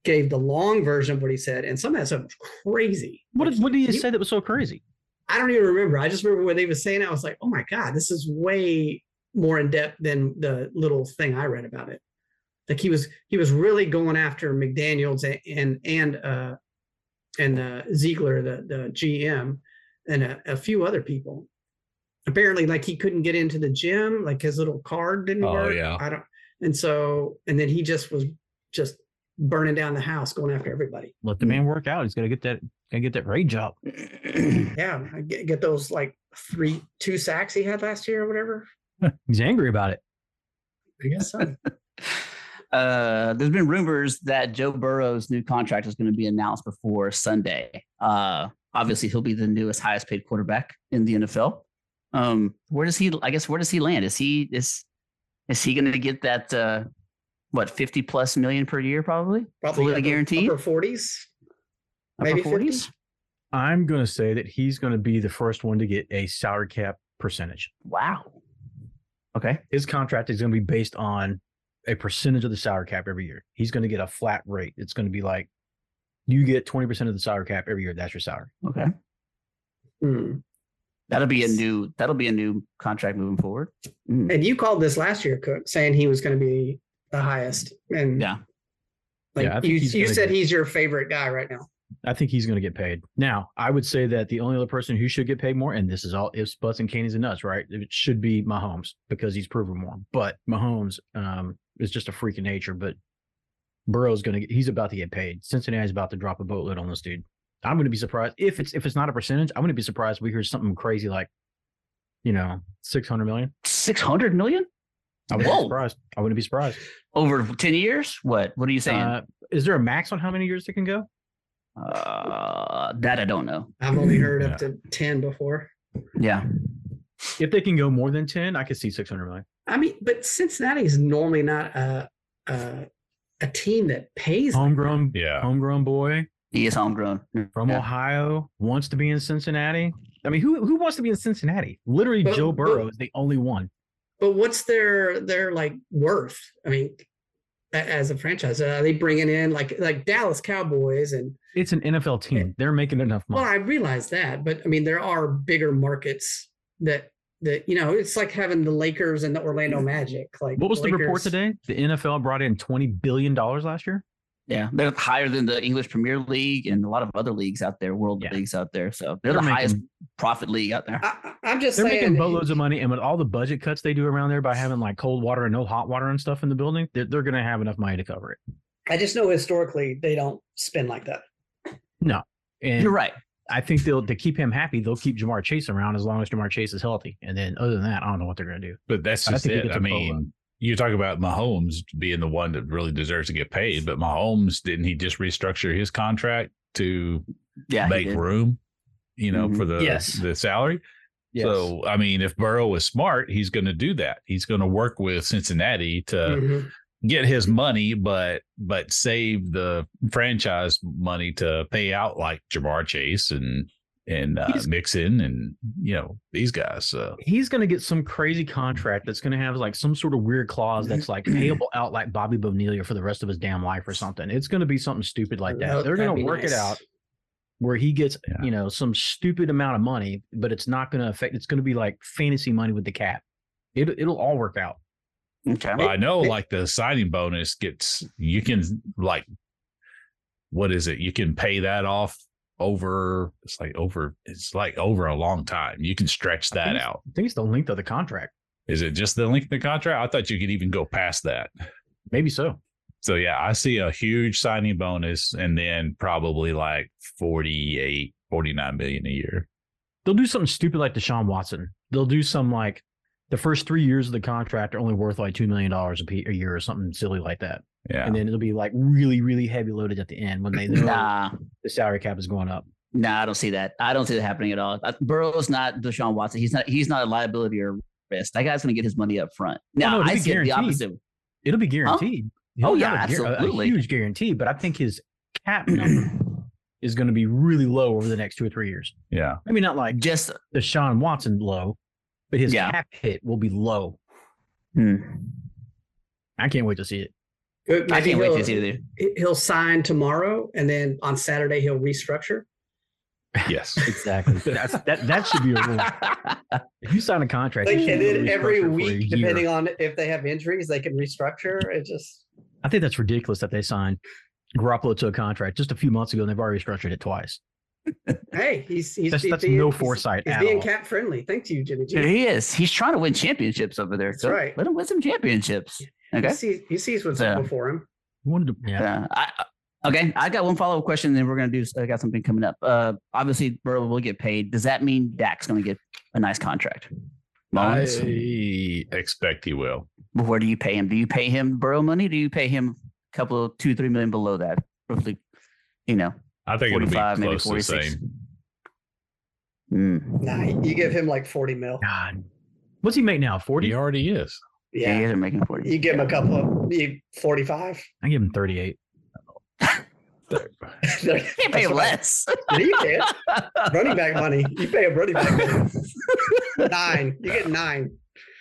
S3: gave the long version of what he said and some of that stuff was crazy
S1: What
S3: Like,
S1: did, what did you
S3: he-
S1: say that was so crazy?
S3: i don't even remember i just remember what they were saying i was like oh my god this is way more in depth than the little thing i read about it like he was he was really going after McDaniel's and and, and uh and uh Ziegler the the GM and a, a few other people. Apparently, like he couldn't get into the gym, like his little card didn't
S4: Oh,
S3: work.
S4: yeah.
S3: I don't and so and then he just was just burning down the house, going after everybody.
S1: Let the man work out. He's got to get that. Got to get that rage up.
S3: Yeah, I get, get those like three two sacks he had last year or whatever.
S1: He's angry about it.
S3: I guess so.
S2: uh, there's been rumors that Joe Burrow's new contract is going to be announced before Sunday. Uh, obviously, he'll be the newest, highest paid quarterback in the NFL. Um, where does he? I guess where does he land? Is he is is he going to get that? Uh, what fifty plus million per year, probably
S3: Probably
S2: Fully
S3: upper-
S2: guaranteed?
S3: upper forties.
S2: Upper
S3: Maybe 50?
S1: I'm going to say that he's going to be the first one to get a salary cap percentage.
S2: Wow. Okay.
S1: His contract is going to be based on a percentage of the salary cap every year. He's going to get a flat rate. It's going to be like you get 20% of the salary cap every year. That's your salary.
S2: Okay.
S3: Hmm.
S2: That'll be a new that'll be a new contract moving forward. Mm.
S3: And you called this last year, Cook, saying he was going to be the highest. And
S2: Yeah.
S3: like
S1: Yeah, I think
S3: you,
S1: he's
S3: you
S1: gonna
S3: said
S1: get-
S3: he's your favorite guy right now.
S1: I think he's going to get paid. Now, I would say that the only other person who should get paid more, and this is all ifs, buts, and candies and nuts, right? It should be Mahomes because he's proven more. But Mahomes um, is just a freak of nature. But Burrow's going to get, he's about to get paid. Cincinnati's about to drop a boatload on this dude. I'm going to be surprised if it's if it's not a percentage. I'm going to be surprised we hear something crazy like, you know, six hundred million.
S2: Six hundred million
S1: I wouldn't
S2: Whoa.
S1: be surprised. I wouldn't be surprised.
S2: over ten years? What? What are you saying?
S1: Uh, is there a max on how many years it can go?
S2: Uh, that I don't know.
S3: I've only
S1: Mm-hmm.
S3: heard
S4: Yeah.
S3: up to 10 before.
S2: Yeah.
S1: If they can go more than ten, I could see six hundred million.
S3: I mean, but Cincinnati is normally not a, a a team that pays. like
S1: Homegrown,
S4: Yeah.
S1: homegrown boy
S2: He is homegrown.
S1: from
S2: Yeah.
S1: Ohio wants to be in Cincinnati. I mean, who who wants to be in Cincinnati? Literally,
S3: Well,
S1: Joe
S3: well-
S1: Burrow is the only one.
S3: But what's their their like worth? I mean, a- as a franchise, are they bringing in like like Dallas Cowboys and
S1: It's an NFL team. They're making enough
S3: well,
S1: money.
S3: I realize that, but I mean, there are bigger markets that that you know it's like having the Lakers and the Orlando Magic. Like
S1: Mm. What was the report
S3: Lakers-
S1: today? The NFL brought in twenty billion dollars last year.
S2: Yeah, they're higher than the English Premier League and a lot of other leagues out there, world
S1: Yeah.
S2: leagues out there. So they're,
S1: They're
S2: the highest
S1: making-
S2: profit league out there.
S3: I, I- I'm just
S1: They're
S3: saying
S1: making boatloads of money, and with all the budget cuts they do around there by having like cold water and no hot water and stuff in the building, they're, they're going to have enough money to cover it.
S3: I just know historically they don't spend like that.
S1: And
S2: You're right.
S1: I think they'll to keep him happy, they'll keep Jamar Chase around as long as Jamar Chase is healthy. And then other than that, I don't know what they're going to do.
S4: But that's
S1: I
S4: just
S1: think he
S4: it.
S1: gets
S4: I
S1: a bowl
S4: mean, you talk about Mahomes being the one that really deserves to get paid, but Mahomes didn't he just restructure his contract to
S2: Yeah, he
S4: make
S2: did.
S4: room, you know,
S3: Mm-hmm.
S2: Mhm.
S4: for the
S3: Yes.
S4: the salary? So I mean, if Burrow is smart, he's going to do that. He's going to work with Cincinnati to
S1: Uh,
S3: Mhm.
S4: get his money, but but save the franchise money to pay out like Jamar Chase and and uh,
S1: He's-
S4: Mixon and you know these guys. So
S1: he's going to get some crazy contract that's going to have like some sort of weird clause that's like payable out like Bobby Bonilla for the rest of his damn life or something. It's going to be something stupid like that.
S3: That'd
S1: They're going
S3: be
S1: to work
S3: nice.
S1: it out where he gets,
S4: Yeah.
S1: you know, some stupid amount of money, but it's not going to affect, it's going to be like fantasy money with the cap. It, it'll all work out.
S2: Okay.
S4: I know
S3: it-
S4: like the signing bonus gets you can like what is it? You can pay that off over it's like over it's like over a long time. You can stretch
S1: I think
S4: that
S1: it's-
S4: out.
S1: I think it's the length of the contract.
S4: Is it just the length of the contract? I thought you could even go past that.
S1: Maybe so.
S4: So yeah, I see a huge signing bonus and then probably like 48, 49 million a year.
S1: they'll do something stupid like Deshaun Watson. They'll do some like the first three years of the contract are only worth like two million dollars a pe- a year or something silly like that,
S4: Yeah.
S1: and then it'll be like really, really heavy loaded at the end when they know
S2: Nah,
S1: the salary cap is going up.
S2: nah, I don't see that. I don't see that happening at all. I- Burrow's not Deshaun Watson. He's not. He's not a liability or risk. That guy's going to get his money up front. Now
S1: Oh, no, it'll
S2: I
S1: be
S2: see it the
S1: guaranteed.
S2: opposite.
S1: It'll be guaranteed.
S2: Oh,
S1: He'll
S2: yeah,
S1: have a guar- a-
S2: absolutely.
S1: a huge guarantee. But I think his cap number is going to be really low over the next two or three years.
S4: Yeah.
S1: Maybe not like
S2: Just
S1: Deshaun Watson low, but his
S2: Yeah.
S1: cap hit will be low.
S2: hmm.
S1: I can't wait to see it.
S3: Maybe
S2: I can't wait
S3: he'll-
S2: to see it.
S3: He'll sign tomorrow, and then on Saturday he'll restructure.
S4: Yes.
S1: Exactly. That's, that that should be a rule. If you sign a contract,
S3: Like,
S1: you should
S3: and
S1: be
S3: then
S1: able to restructure
S3: every
S1: for a
S3: week,
S1: year.
S3: depending on if they have injuries, they can restructure. It just
S1: I think that's ridiculous that they signed Garoppolo to a contract just a few months ago, and they've already restructured it twice.
S3: hey, he's he's
S1: That's,
S3: he's
S1: that's
S3: being-
S1: no
S3: he's-
S1: foresight
S3: He's
S1: at
S3: being
S1: all.
S3: cap friendly. Thank you, Jimmy G.
S2: Dude, he is. He's trying to win championships over there.
S3: That's
S2: So
S3: right.
S2: Let him win some championships.
S3: He
S2: Okay.
S3: sees he sees what's
S2: Yeah.
S3: before him.
S1: He wanted to- yeah.
S2: Yeah. I, I- okay. I got one follow up question, and then we're gonna do. I got something coming up. Uh, obviously, Burrow will get paid. Does that mean Dak's gonna get a nice contract?
S4: I
S2: Mullins,
S4: expect he will.
S2: where do you pay him? Do you pay him Burrow money? Do you pay him a couple of two, three million below that? Roughly, you know,
S4: I think it'll be
S2: forty-five, maybe
S4: close to the
S2: forty-six.
S4: same.
S2: Mm.
S3: Nah, you give him like forty mil.
S1: God, what's he make now? Forty?
S4: He already is.
S2: Yeah, you
S3: Yeah,
S2: guys are making forty.
S3: you give him a couple of you forty five.
S1: I give him thirty-eight.
S3: you
S2: You can't pay him less.
S3: you can. running back money. You pay a running back money. nine. You get nine.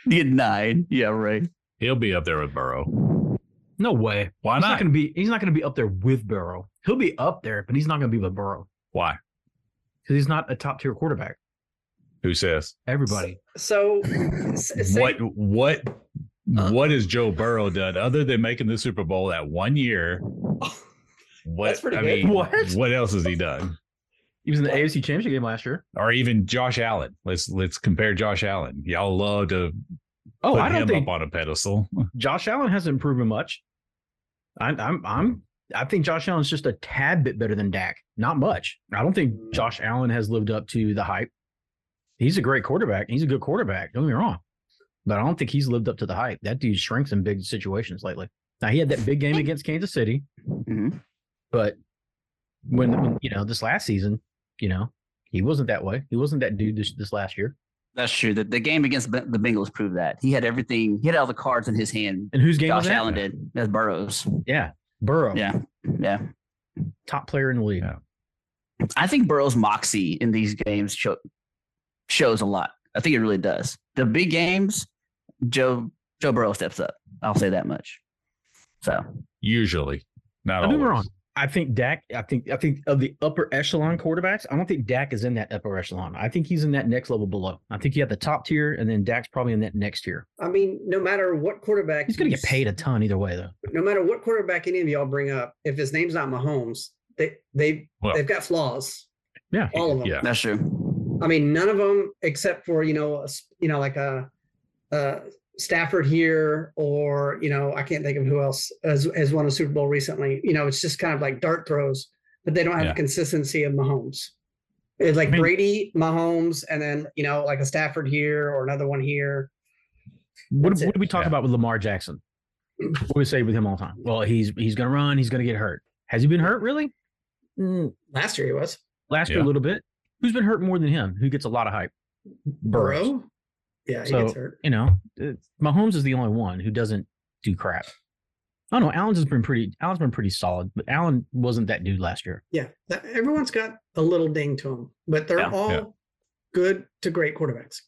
S2: you get nine. Yeah, right.
S4: He'll be up there with Burrow.
S1: No way.
S4: Why
S1: He's not
S4: not?
S1: going to be. He's not going to be up there with Burrow. He'll be up there, but he's not going to be with Burrow
S4: Why?
S1: because he's not a top-tier quarterback.
S4: Who says?
S1: Everybody.
S3: So s- say-
S4: What what
S3: Uh.
S4: what has Joe Burrow done other than making the Super Bowl that one year? What
S3: That's pretty
S4: I
S3: good.
S4: mean,
S1: What?
S4: what else has he done?
S1: He was in the AFC Championship game last year.
S4: Or even Josh Allen. Let's let's compare Josh Allen. Y'all love to
S1: Oh,
S4: put
S1: I don't
S4: him
S1: think
S4: up on a pedestal.
S1: Josh Allen hasn't proven much. I, I'm I'm I think Josh Allen's just a tad bit better than Dak. Not much. I don't think
S2: Mm.
S1: Josh Allen has lived up to the hype. He's a great quarterback. He's a good quarterback. Don't get me wrong, but I don't think he's lived up to the hype. That dude shrinks in big situations lately. Now he had that big game against Kansas City,
S2: Mhm.
S1: but when, when you know this last season, you know he wasn't that way. He wasn't that dude this this last year.
S2: That's true. The, the game against Ben- the Bengals proved that he had everything. He had all the cards in his hand.
S1: And whose game was
S2: Josh
S1: that?
S2: Allen did. That's Burrows.
S1: Yeah. Burrow,
S2: Yeah. Yeah.
S1: top player in the league.
S4: Yeah.
S2: I think Burrow's moxie in these games show, shows a lot. I think it really does. The big games, Joe Joe Burrow steps up. I'll say that much. So
S4: Usually, not
S1: Don't
S4: always.
S1: be wrong. I think Dak. I think I think of the upper echelon quarterbacks. I don't think Dak is in that upper echelon. I think he's in that next level below. I think you have the top tier, and then Dak's probably in that next tier.
S3: I mean, no matter what quarterback
S1: He's going
S3: you
S1: to get paid a ton either way, though.
S3: no matter what quarterback any of y'all bring up, if his name's not Mahomes, they they
S4: Well-
S3: they've got flaws.
S1: Yeah.
S3: all of them.
S4: Yeah.
S2: that's true.
S3: I mean, none of them except for you know a s- you know like a, uh Stafford here or you know I can't think of who else has, has won a Super Bowl recently. You know, it's just kind of like dart throws, but they don't have
S4: Yeah.
S3: the consistency of Mahomes. It's like
S1: I mean-
S3: Brady, Mahomes, and then you know like a Stafford here or another one here.
S1: What,
S3: That's it.
S1: what do we talk
S4: Yeah.
S1: about with Lamar Jackson? What do we say with him all the time? Well, he's he's going to run. He's going to get hurt. Has he been hurt really? Mm,
S3: Last year he was
S1: last year a
S4: Yeah.
S1: little bit. Who's been hurt more than him? Who gets a lot of hype? Burrows.
S3: Burrow. Yeah, he
S1: So-
S3: gets hurt.
S1: You know, it's- Mahomes is the only one who doesn't do crap. I don't know. Allen's has been pretty. Allen's been pretty solid, but Allen wasn't that dude last year.
S3: Yeah, that, everyone's got a little ding to them, but they're
S2: Yeah.
S3: all
S4: Yeah.
S3: good to great quarterbacks.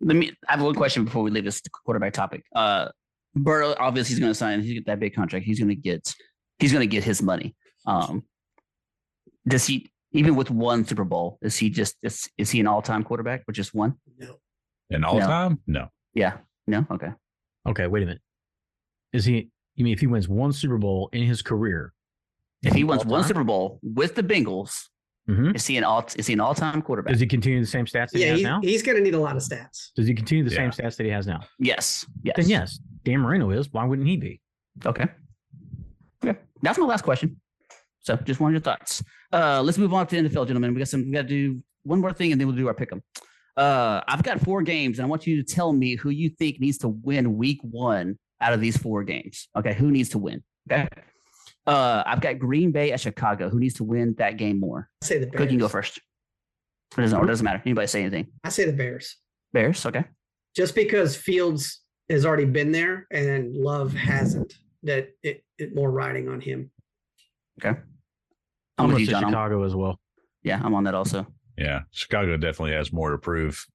S2: Let me I have one question before we leave this quarterback topic. Uh Burrow obviously he's gonna sign, he's got that big contract. He's gonna get he's gonna get his money. Um does he even with one Super Bowl, is he just is, is he an all time quarterback with just one?
S3: No,
S4: And all
S2: No.
S4: time? No.
S2: Yeah. No? Okay.
S1: Okay, wait a minute. Is he? You mean if he wins one Super Bowl in his career?
S2: If he wins
S1: all
S2: one
S1: time?
S2: Super Bowl with the Bengals,
S1: Mhm.
S2: Is he an all? Is he an all-time quarterback?
S1: Does he continue the same stats that he
S3: yeah,
S1: has
S3: he's,
S1: now?
S3: he's going to need a lot of stats.
S1: Does he continue the same
S4: Yeah.
S1: stats that he has now?
S2: yes. Yes.
S1: Then yes, Dan Marino is. Why wouldn't he be?
S2: Okay. Okay. That's my last question. So just wanted your thoughts. Uh, let's move on to the NFL, gentlemen. We got some. We got to do one more thing, and then we'll do our pick 'em. Uh, I've got four games, and I want you to tell me who you think needs to win Week One out of these four games. Okay, who needs to win? Okay. Uh, I've got Green Bay at Chicago. Who needs to win that game more?
S3: I say the
S2: Cook, you
S3: Bears.
S2: can go first. It doesn't, it doesn't matter. Anybody say anything?
S3: I say the Bears,
S2: Bears. Okay.
S3: just because Fields has already been there and Love hasn't. That it, it more riding on him.
S1: I'm
S2: I'm with
S1: going
S2: you,
S1: to
S2: John. I'm-
S1: Chicago as well.
S2: Yeah, I'm on that also.
S4: Yeah. Chicago definitely has more to prove.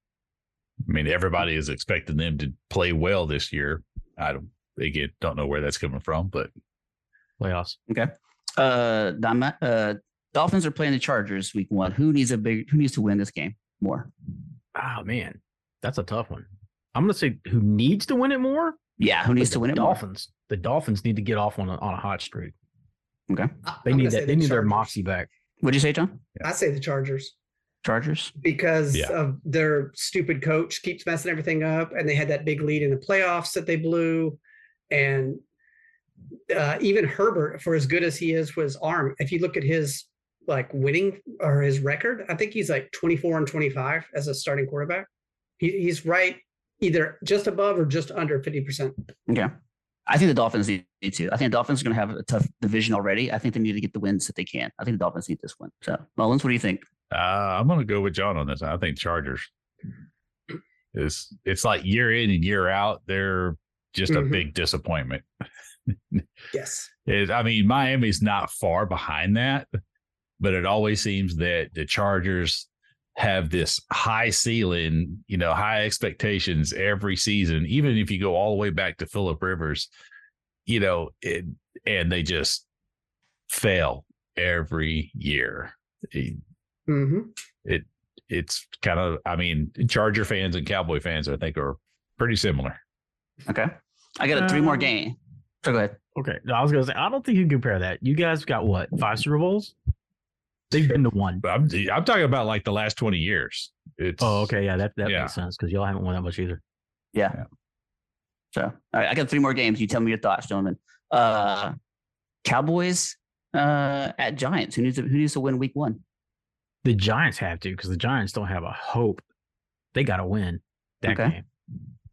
S4: I mean, everybody is expecting them to play well this year. I don't again don't know where that's coming from, but
S1: Playoffs.
S2: Okay. Uh, Dama, uh, Dolphins are playing the Chargers week one. Who needs a big? Who needs to win this game more?
S1: Oh man, that's a tough one. I'm going to say who needs to win it more?
S2: Yeah, who needs to win it? more?
S1: Dolphins. The Dolphins need to get off on a, on a hot streak.
S3: I,
S1: They
S3: I'm gonna
S1: need
S3: say
S1: that.
S3: the
S1: They need their
S3: Chargers.
S1: moxie back.
S2: What'd you say, John?
S3: I say the Chargers
S2: Chargers.
S3: because
S4: Yeah.
S3: of their stupid coach keeps messing everything up, and they had that big lead in the playoffs that they blew, and uh, even Herbert, for as good as he is with his arm, if you look at his like winning or his record, I think he's like 24 and 25 as a starting quarterback. He, he's right either just above or just under 50%.
S2: Okay. I think the Dolphins need need to. I think the Dolphins are going to have a tough division already. I think they need to get the wins that they can. I think the Dolphins need this one. So, Mullins, what do you think?
S4: uh, I'm gonna go with John on this. I think Chargers. It's it's like year in and year out, they're just a
S3: Mhm.
S4: big disappointment.
S3: Yes.
S4: It, I mean, Miami's not far behind that, but it always seems that the Chargers have this high ceiling, you know, high expectations every season. Even if you go all the way back to Philip Rivers, you know, it, and they just fail every year. It-
S3: hmm
S4: it's kind of, I mean, Charger fans and Cowboy fans, I think, are pretty similar.
S2: Okay. I got a three more
S1: Um,
S2: game. So go ahead.
S1: Okay, no, I was going to say I don't think you can compare that. You guys got what five Super Bowls? They've been to one.
S4: But I'm, I'm talking about like the last 20 years. It's,
S1: Oh, okay, yeah, that that
S4: Yeah.
S1: makes sense because y'all haven't won that much either.
S2: So, all right, I got three more games. You tell me your thoughts, gentlemen. Uh, Cowboys uh, at Giants. Who needs to, who needs to win week one?
S1: The Giants have to because the Giants don't have a hope. They got to win that
S2: Okay.
S1: game.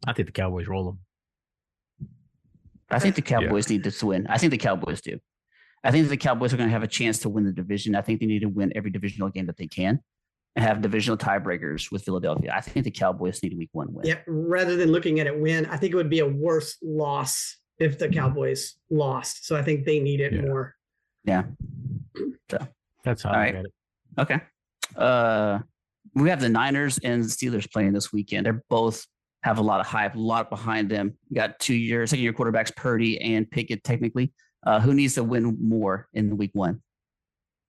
S1: I think the Cowboys roll them.
S2: I think the Cowboys need this win. I think the Cowboys do. I think the Cowboys are going to have a chance to win the division. I think they need to win every divisional game that they can and have divisional tiebreakers with Philadelphia. I think the Cowboys need a week one win.
S3: Yeah. Rather than looking at it win, I think it would be a worse loss if the Cowboys lost. So I think they need it
S4: Yeah.
S3: more.
S1: That's how
S2: All
S1: I
S2: right.
S1: get it.
S2: Okay. Uh, we have the Niners and Steelers playing this weekend. They're both have a lot of hype, a lot behind them. We got two year, second year quarterbacks, Purdy and Pickett, technically. Uh, who needs to win more in week one?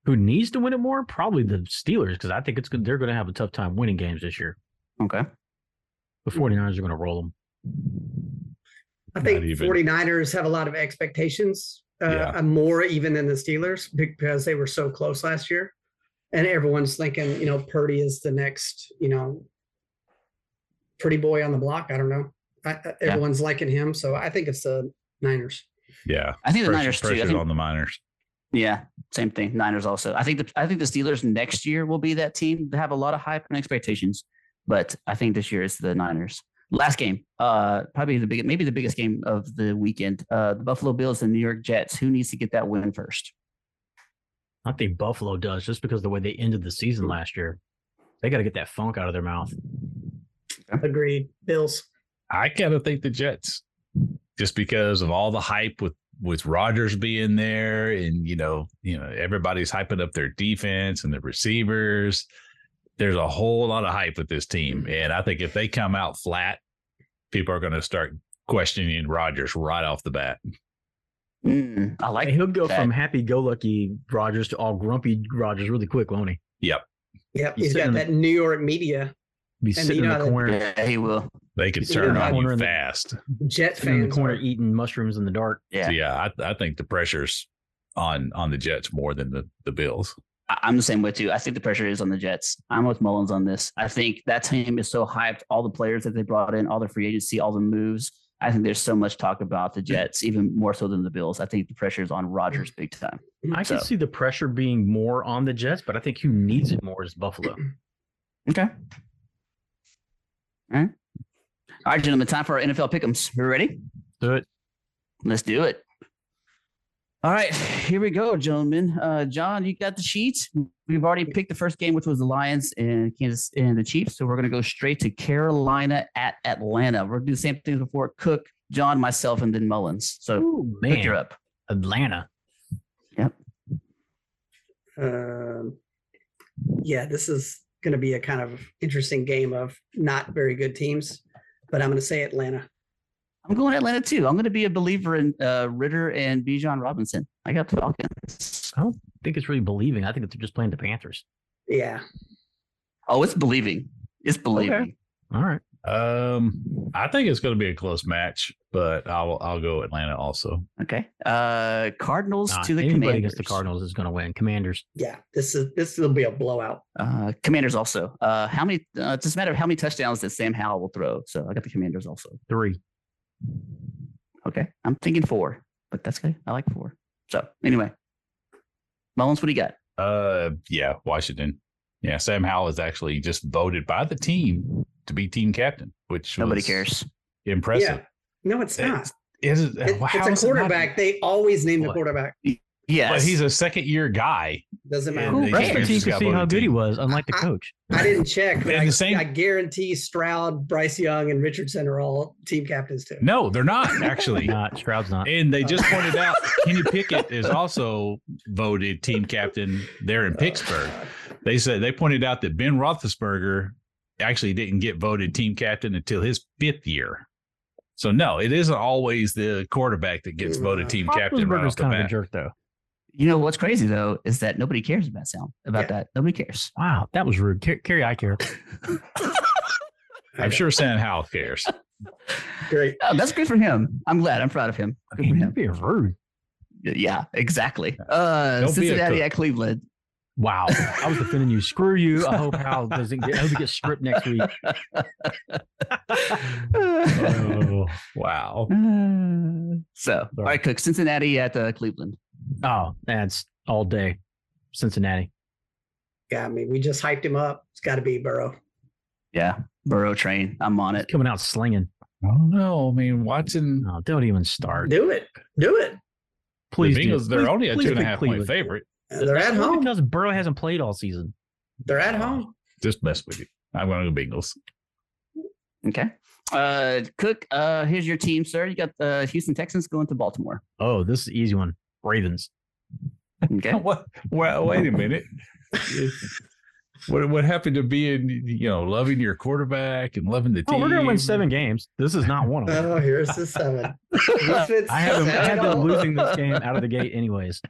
S1: Who needs to win it more? Probably the Steelers, because I think it's good. They're going to have a tough time winning games this year.
S2: Okay.
S1: The 49ers are going to roll them.
S3: I
S4: Not
S3: think
S4: even.
S3: 49ers have a lot of expectations, uh,
S4: Yeah.
S3: more even than the Steelers because they were so close last year. And everyone's thinking, you know, Purdy is the next, you know, pretty boy on the block. I don't know. I, I- everyone's liking him. So I think it's the Niners.
S4: Yeah.
S2: I think the
S4: Pressure-
S2: Niners too. I
S4: pressure's
S2: think,
S4: on the miners.
S2: yeah, same thing. Niners also. I think the I think the Steelers next year will be that team to have a lot of hype and expectations, but I think this year it's the Niners. Last game, uh, probably the biggest, maybe the biggest game of the weekend. Uh, the Buffalo Bills and New York Jets. Who needs to get that win first?
S1: I think Buffalo does just because of the way they ended the season last year. They got to get that funk out of their mouth.
S3: Agreed. Bills.
S4: I gotta think the Jets, just because of all the hype with with Rodgers being there, and you know, you know, everybody's hyping up their defense and their receivers. There's a whole lot of hype with this team, and I think if they come out flat, people are going to start questioning Rodgers right off the bat.
S2: Mm, I like
S1: Like, he'll go
S2: that.
S1: from happy go lucky Rogers to all grumpy Rogers really quick, won't he?
S3: Yep.
S1: You
S3: He's
S1: sit in the-
S3: got that New York media
S1: Be
S3: you
S1: sitting
S3: know
S1: in
S3: how
S1: the
S3: they-
S1: corner,
S2: Yeah, he will.
S4: They can
S3: Yeah.
S4: turn
S3: Yeah.
S4: on
S1: Corner
S4: you
S1: of the-
S4: fast.
S3: Jet
S1: sitting in the
S3: fans.
S1: corner
S3: are-
S1: eating mushrooms in the dark.
S4: So
S2: Yeah,
S4: yeah, I, I think the pressures on on the Jets more than the the Bills.
S2: I- I'm the same way too. I think the pressure is on the Jets. I'm with Mullins on this. I think that team is so hyped. All the players that they brought in, all the free agency, all the moves. I think there's so much talk about the Jets, even more so than the Bills. I think the pressure is on Rodgers big time.
S1: I can
S2: So-
S1: see the pressure being more on the Jets, but I think who needs it more is Buffalo.
S2: Okay. All right. All right, gentlemen. Time for our NFL pickems. You ready?
S1: Do it.
S2: Let's do it. All right, here we go, gentlemen. Uh, John, you got the sheets. We've already picked the first game, which was the Lions and Kansas and the Chiefs. So we're going to go straight to Carolina at Atlanta. We're going to do the same thing before Cook, John, myself, and then Mullins. So
S1: Ooh,
S2: Cook, you're
S1: man,
S2: up.
S1: Atlanta.
S3: um, yeah, this is going to be a kind of interesting game of not very good teams, but I'm going to say Atlanta.
S2: I'm going Atlanta too. I'm going to be a believer in uh, Ritter and Bijan Robinson. I got Falcons.
S1: I think it's really believing. I think that they're just playing the Panthers.
S3: Yeah,
S2: Oh, it's believing. It's believing.
S1: All right.
S4: Um, I think it's going to be a close match, but I'll I'll go Atlanta also.
S2: Okay. Uh, Cardinals
S1: Nah,
S2: to the
S1: anybody
S2: Commanders.
S1: against the Cardinals is going to win. Commanders.
S3: yeah. This is this will be a blowout.
S2: Uh, commanders also. Uh, how many? Uh, it doesn't matter how many touchdowns that Sam Howell will throw. So I got the Commanders also.
S1: Three.
S2: Okay, I'm thinking four, but that's good. I like four. So anyway, Mullins, what do you got?
S4: Uh, yeah, Washington. Yeah, Sam Howell is actually just voted by the team to be team captain, which
S2: Nobody
S4: was
S2: cares.
S4: Impressive.
S3: No, it's not.
S4: Is it,
S3: It-
S4: how
S3: it's
S4: is
S3: a
S4: it not-
S3: quarterback. They always name the
S1: What?
S3: quarterback.
S2: Yes,
S4: But he's a second year guy.
S3: Doesn't
S4: Yeah,
S3: matter.
S4: Who they
S1: That's
S4: just-
S1: the
S4: they
S1: team
S4: just
S1: could
S4: got
S1: see how
S4: voted
S1: good he
S4: team.
S1: was, unlike the
S3: I-
S1: coach.
S3: I didn't check, but
S4: And
S3: I,
S4: the same-
S3: I guarantee Stroud, Bryce Young, and Richardson are all team captains too.
S4: No, they're not actually.
S1: Not Stroud's not.
S4: and they just pointed out Kenny Pickett is also voted team captain there in Pittsburgh.
S3: Uh,
S4: They said they pointed out that Ben Roethlisberger actually didn't get voted team captain until his fifth year. So no, it isn't always the quarterback that gets voted team captain right
S1: Roethlisberger's
S4: off the
S1: kind of a
S4: bat.
S1: jerk, though.
S2: you know what's crazy though is that nobody cares about Sam about
S3: Yeah.
S2: that. Nobody cares.
S1: Wow, that was rude. Car- Carrie, I care.
S4: I'm sure Sam Howell cares.
S3: Great.
S2: Oh, that's good for him. I'm glad. I'm proud of him. Good for
S1: You're
S2: him.
S1: being rude.
S2: Yeah, exactly. Uh,
S4: Don't be a
S2: Cincinnati
S4: cook.
S2: at Cleveland.
S1: Wow, I was defending you. Screw you. I hope Hal doesn't get. I hope he gets stripped next week.
S4: Oh, wow.
S2: Uh, so,
S1: Sorry.
S2: all right, Cook, Cincinnati at uh, Cleveland.
S1: Oh, that's all day. Cincinnati.
S3: Yeah, I mean, we just hyped him up. It's got to be Burrow.
S2: Yeah, Burrow train. I'm on it.
S1: Coming out slinging.
S4: I don't know. I mean, watching
S1: Oh, don't even start.
S3: Do it. Do it.
S1: Please,
S4: the
S1: do.
S4: Bengals, they're
S1: Please-
S4: only a
S1: please
S4: two and a
S1: pick
S4: half
S1: Cleveland.
S4: point favorite.
S3: Uh, They're at
S1: Only
S3: home.
S1: Because Burrow hasn't played all season.
S3: They're at home.
S4: Just mess with you. I'm going to go Bengals.
S2: Okay. Uh, Cook, uh, here's your team, sir. You got the Houston Texans going to Baltimore.
S1: Oh, this is an easy one. Ravens.
S2: Okay.
S3: Oh,
S4: What? Well, wait a minute. what what happened to being you know loving your quarterback and loving the
S1: Oh,
S4: team?
S1: we're gonna win seven games. This is not one of them.
S3: Oh, here's the seven.
S1: I have them, I have them losing this game out of the gate, anyways.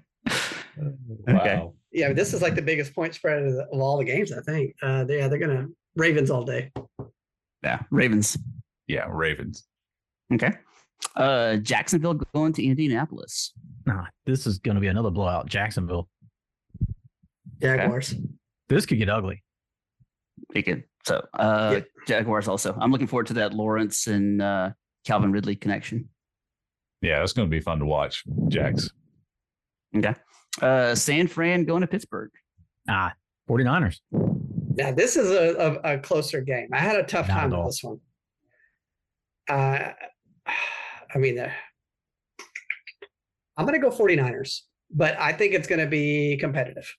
S4: Wow.
S3: Yeah, but this is like the biggest point spread of, the, of all the games, I think. Uh, they, yeah, they're gonna Ravens all day.
S2: Yeah. Ravens.
S4: Yeah, Ravens.
S2: Okay. Uh, Jacksonville going to Indianapolis.
S1: Nah, this is gonna be another blowout. Jacksonville.
S3: Jaguars.
S1: This could get ugly.
S2: They could. So, uh,
S3: Yeah.
S2: Jaguars also. I'm looking forward to that Lawrence and uh, Calvin Ridley connection.
S4: Yeah, it's going to be fun to watch, Jax.
S2: Okay. Uh, San Fran going to Pittsburgh.
S1: Ah, 49ers.
S3: Now this is a, a, a closer game. I had a tough
S1: Not
S3: time
S1: at
S3: with
S1: all.
S3: this one. Uh, I mean, uh, I'm gonna go 49ers, but I think it's gonna be competitive.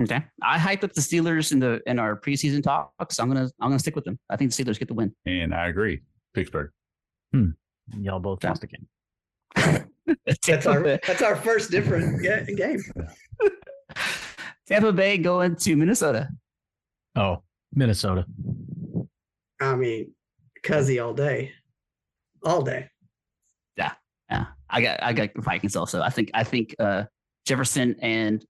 S2: Okay. I hyped up the Steelers in the in our preseason talks. I'm gonna I'm gonna stick with them. I think the Steelers get the win.
S4: And I agree. Pittsburgh.
S1: Y'all both
S2: Yeah.
S1: lost again.
S3: That's our that's our first different ga- game.
S2: Tampa Bay going to Minnesota.
S1: Oh, Minnesota.
S3: I mean, Cuzzy all day, all day.
S2: Yeah, I got I got the Vikings also. I think I think uh, Jefferson and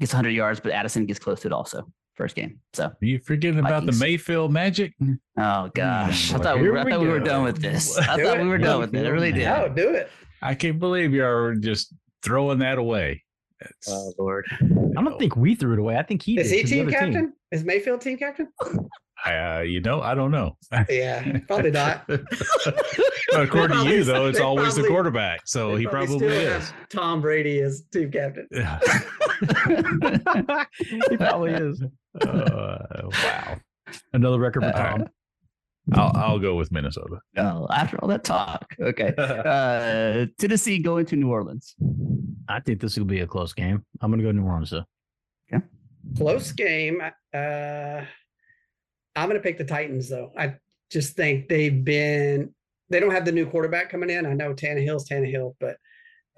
S2: gets 100 yards, but Addison gets close to it also first game. So
S4: Are you forgetting about the
S2: Vikings.
S4: Mayfield magic?
S2: oh gosh, I thought we
S4: Mm, Here
S2: were, I
S4: we
S2: thought we were
S4: go.
S2: done with this. I
S3: Do
S2: thought
S3: it.
S2: we were done with it. I really did.
S4: Yeah.
S3: Oh, do it.
S4: I can't believe you're just throwing that away. That's,
S2: Oh Lord,
S1: I don't think we threw it away. I think he
S3: Is
S1: did
S3: he
S1: to the
S3: team
S1: other
S3: captain? Is Mayfield team captain?
S4: I, uh, you know, I don't know.
S3: Yeah, probably not.
S4: According to you, though, it's
S3: They
S4: always the
S3: probably-
S4: quarterback, so
S3: They
S4: he probably
S3: still have
S4: is.
S3: Tom Brady as team captain.
S1: he probably is.
S4: Uh, wow.
S1: Another record for
S2: All
S1: Tom.
S4: Uh, I'll, I'll go with Minnesota.
S2: no! Oh, After all that talk, okay. Uh, Tennessee going to New Orleans.
S1: I think this will be a close game. I'm gonna go New Orleans though.
S3: Close game. Uh, I'm going to pick the Titans, though. I just think they've been, they don't have the new quarterback coming in. I know Tannehill's Tannehill, but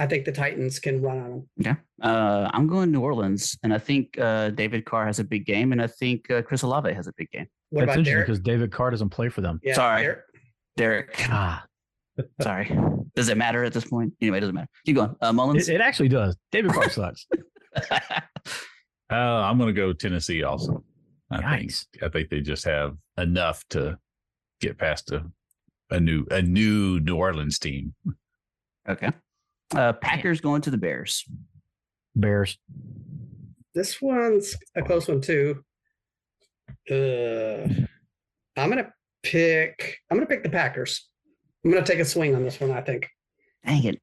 S3: I think the Titans can run on them.
S2: Okay. Uh, I'm going New Orleans, and I think uh, David Carr has a big game, and I think uh, Chris Olave has a big game.
S3: What
S1: That's
S3: about
S1: interesting
S3: Derek?
S1: because David Carr doesn't play for them.
S3: Yeah,
S2: Sorry.
S3: Derek.
S2: Derek,
S1: Ah,
S2: sorry. Does it matter at this point? Anyway, it doesn't matter. Keep going. Uh, Mullins.
S1: it, it actually does. David Carr sucks.
S4: Uh, I'm going to go Tennessee also. I think
S1: Yikes.
S4: I think they just have enough to get past a, a new a new New Orleans team.
S2: Okay. Uh, Packers going to the Bears.
S1: Bears.
S3: This one's a close one, too. Uh, I'm going to pick, I'm going to pick the Packers. I'm going to take a swing on this one, I think.
S2: Dang it.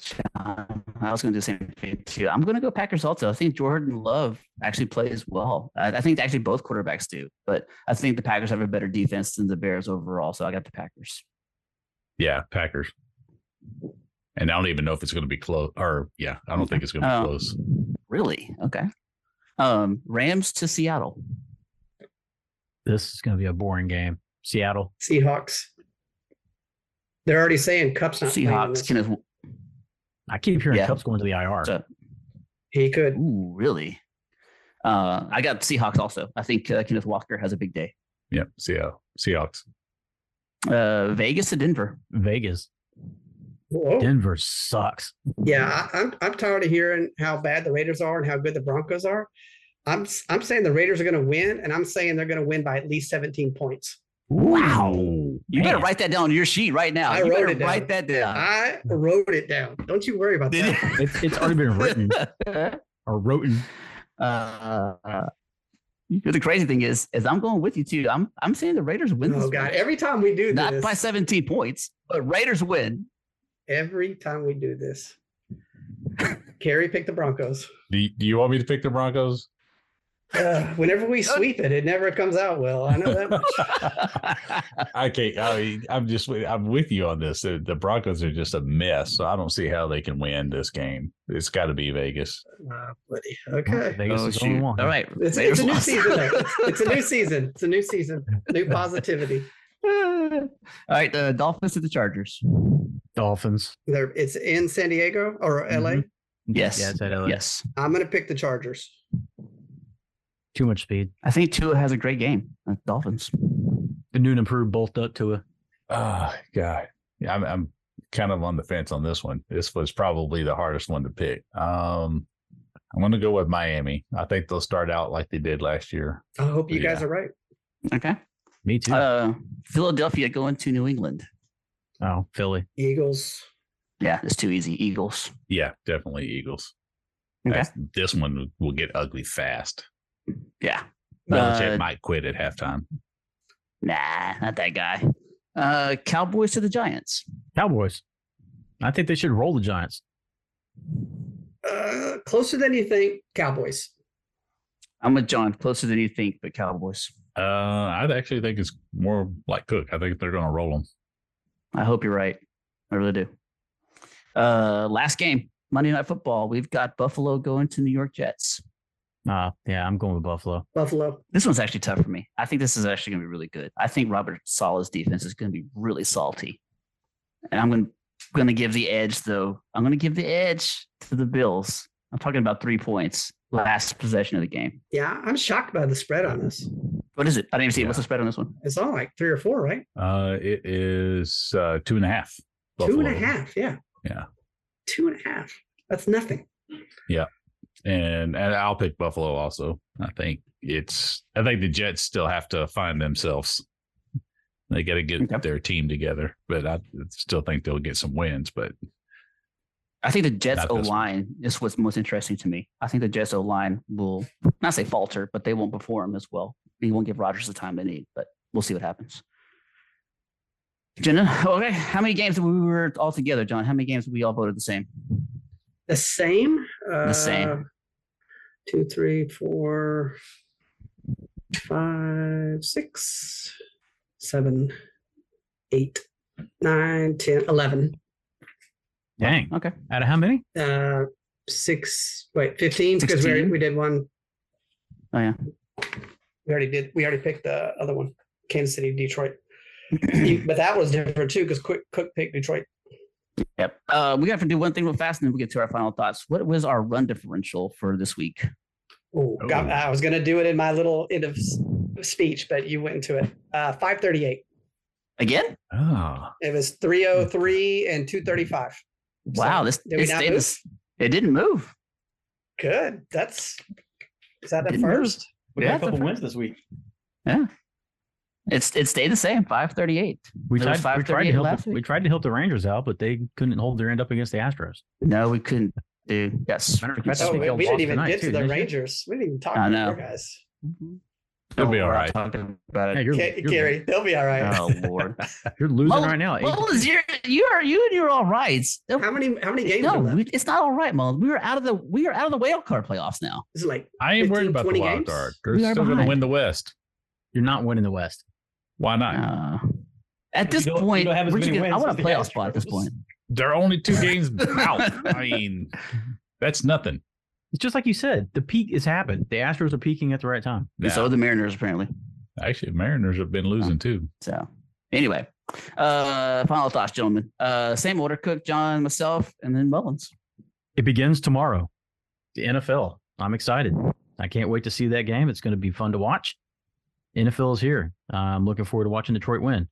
S2: John, I was going to do the same thing too. I'm going to go Packers also. I think Jordan Love actually plays well. I, I think actually both quarterbacks do, but I think the Packers have a better defense than the Bears overall. So I got the Packers.
S4: Yeah, Packers. And I don't even know if it's going to be close. Or yeah, I don't think it's going to be
S2: Oh.
S4: close.
S2: Really? Okay. Um, Rams to Seattle.
S1: This is gonna be a boring game. Seattle.
S3: Seahawks. They're already saying Cup's not playing in
S2: Seahawks.
S3: this.
S2: Kenneth.
S1: I keep hearing
S2: Yeah.
S1: Cup's going to the IR.
S2: So-
S3: He could.
S2: Ooh, really? Uh, I got Seahawks also. I think uh, Kenneth Walker has a big day.
S4: Yeah, Seattle Seahawks.
S2: Uh, Vegas to Denver.
S1: Vegas.
S3: Whoa.
S1: Denver sucks.
S3: Yeah, I, I'm I'm tired of hearing how bad the Raiders are and how good the Broncos are. I'm s- I'm saying the Raiders are going to win, and I'm saying they're going to win by at least 17 points.
S2: Wow. You better
S1: Man.
S2: write that down on your sheet right now.
S3: I
S2: you
S3: wrote
S2: better
S3: it down.
S2: write that down.
S3: I wrote it down. Don't you worry about
S2: Did
S3: that.
S2: you?
S1: It's, it's already been written or written.
S2: Uh, the crazy thing is, is I'm going with you too. I'm I'm saying the Raiders win this
S3: Oh God!
S2: one.
S3: Every time we do
S2: not
S3: this,
S2: by 17 points, but Raiders win.
S3: every time we do this, Kerry picked the Broncos.
S4: Do you, do you want me to pick the Broncos?
S3: Uh, whenever we sweep it, it never comes out well. I know that much.
S4: I can't. I mean, I'm just. with- I'm with you on this. The, the Broncos are just a mess. So I don't see how they can win this game. It's got to be Vegas.
S3: Uh, buddy. Okay.
S1: Vegas
S2: Oh,
S1: is on
S2: shoot.
S1: one.
S2: All right.
S3: It's, it's
S2: Raiders
S3: a new
S2: lost.
S3: season. though. It's a new season. It's a new season. New positivity.
S2: All right, the Dolphins to the Chargers.
S1: Dolphins.
S3: There, it's in San Diego or LA.
S1: Mhm.
S2: Yes.
S1: Yeah, it's at LA.
S2: Yes,
S3: I'm gonna pick the Chargers.
S1: Too much speed.
S2: I think Tua has a great game. Uh, Dolphins.
S1: The noon improved bolt up to a
S4: Oh God, Yeah, I'm I'm kind of on the fence on this one. This was probably the hardest one to pick. Um, I'm going to go with Miami. I think they'll start out like they did last year.
S3: I hope you guys
S4: Yeah.
S3: are right.
S2: Okay.
S1: me too.
S2: Uh, Philadelphia going to New England.
S1: oh, Philly.
S3: Eagles.
S2: Yeah, it's too easy. Eagles.
S4: Yeah, definitely Eagles.
S2: Okay.
S4: That's- This one will get ugly fast.
S2: Yeah.
S4: Belichick
S2: Uh,
S4: might quit at halftime.
S2: Nah, not that guy. Uh, Cowboys to the Giants.
S1: Cowboys. I think they should roll the Giants.
S3: Uh, closer than you think. Cowboys.
S2: I'm with John. Closer than you think, but Cowboys.
S4: Uh, I actually think it's more like Cook. I think they're going to roll them.
S2: I hope you're right. I really do. Uh, last game, Monday Night Football. We've got Buffalo going to New York Jets.
S1: Uh, yeah, I'm going with Buffalo.
S3: Buffalo.
S2: This one's actually tough for me. I think this is actually going to be really good. I think Robert Sala's defense is going to be really salty, and I'm going going to give the edge though. I'm going to give the edge to the Bills. I'm talking about three points last possession of the game.
S3: Yeah, I'm shocked by the spread on this.
S2: What is it? I didn't even see it. What's
S4: Yeah.
S2: the spread on this one?
S3: It's on like three or four, right?
S4: Uh, it is uh, two and a half.
S3: Two and a
S4: Buffalo.
S3: half. Yeah.
S4: Yeah.
S3: Two and a half. That's nothing.
S4: and and I'll pick Buffalo also. I think it's I think the Jets still have to find themselves. They got to get
S2: Okay.
S4: their team together, but I still think they'll get some wins. But
S2: I think the Jets
S4: Not
S2: O
S4: this one.
S2: line is what's most interesting to me. I think the Jets O line will not say falter, but they won't perform as well. He won't give Rodgers the time they need, but we'll see what happens. Jenna, okay. How many games we were all together, John? How many games we all voted the same?
S3: The same. Uh,
S2: same.
S3: Two, three, four, five, six, seven, eight, nine, ten, eleven.
S1: Dang.
S2: Okay.
S1: Out of how many?
S3: Uh, six. Wait, fifteen. Because we already,
S2: 16?
S3: we did one.
S2: Oh yeah.
S3: We already did. We already picked the other one. Kansas City, Detroit. but that was different too, because Quick Cook picked Detroit.
S2: Yep. Uh, we have to do one thing real fast, and then we get to our final thoughts. What was our run differential for this week?
S3: Oh, God,
S4: Ooh.
S3: I was gonna do it in my little end of s- speech, but you went into it. Uh, five thirty-eight.
S2: Again?
S4: oh,
S3: It was three oh three and two thirty-five.
S2: Wow. This
S3: did we
S2: it
S3: not
S2: stayed
S3: move?
S2: this- It didn't move.
S3: Good. That's is that the
S2: Didn't move.
S3: first?
S5: We got
S2: Yeah,
S5: a couple
S2: the-
S5: wins this week.
S2: It's it stayed the same. Five thirty eight.
S1: We
S2: There
S1: tried, we
S2: was
S1: tried
S2: 538
S1: to help.
S2: last
S1: The,
S2: week.
S1: we tried to help the Rangers out, but they couldn't hold their end up against the Astros.
S2: No, we couldn't, dude. Yes.
S1: Matter of fact,
S3: Oh,
S1: think
S3: we,
S1: y'all
S3: we
S1: lost
S3: didn't even
S1: tonight,
S3: get
S1: too,
S3: to the
S1: didn't you?
S3: Rangers. We didn't even talk
S2: I
S3: about
S2: know.
S3: you guys.
S2: Mm-hmm.
S4: It'll be all
S2: Oh, we're
S4: right.
S2: Talking about
S1: Yeah,
S2: it.
S1: you're,
S3: Ca-
S1: you're-
S3: Gary, they'll be all right.
S2: Oh Lord.
S1: you're losing
S2: Well,
S1: right now.
S2: Well, is your you are you and you're all right.
S3: how many how many games?
S2: No,
S3: are left?
S2: we- it's not all right, Mullins. We are out of the we are out of the wild card playoffs now.
S3: Is it like
S4: I ain't
S3: 15,
S4: worried about
S3: 20
S4: the wild
S3: games?
S4: card. They're
S2: We are
S4: still going to
S2: behind.
S4: win the West.
S1: You're not winning the West.
S4: Why not?
S2: Uh, at
S5: You
S2: this
S5: don't- you
S2: point,
S5: don't have as
S2: we're just
S5: many
S2: gonna- I
S5: wins
S2: want
S5: as
S2: a
S5: the
S2: playoff spot at this
S5: Astros.
S2: point.
S4: They're only two games out. I mean, that's nothing.
S1: It's just like you said. The peak has happened. The Astros are peaking at the right time.
S2: And so are the Mariners apparently.
S4: Actually, Mariners have been losing too.
S2: So anyway, uh, final thoughts, gentlemen. Uh, same order: Cook, John, myself, and then Mullins.
S1: It begins tomorrow. The NFL. I'm excited. I can't wait to see that game. It's going to be fun to watch. NFL is here. I'm looking forward to watching Detroit win.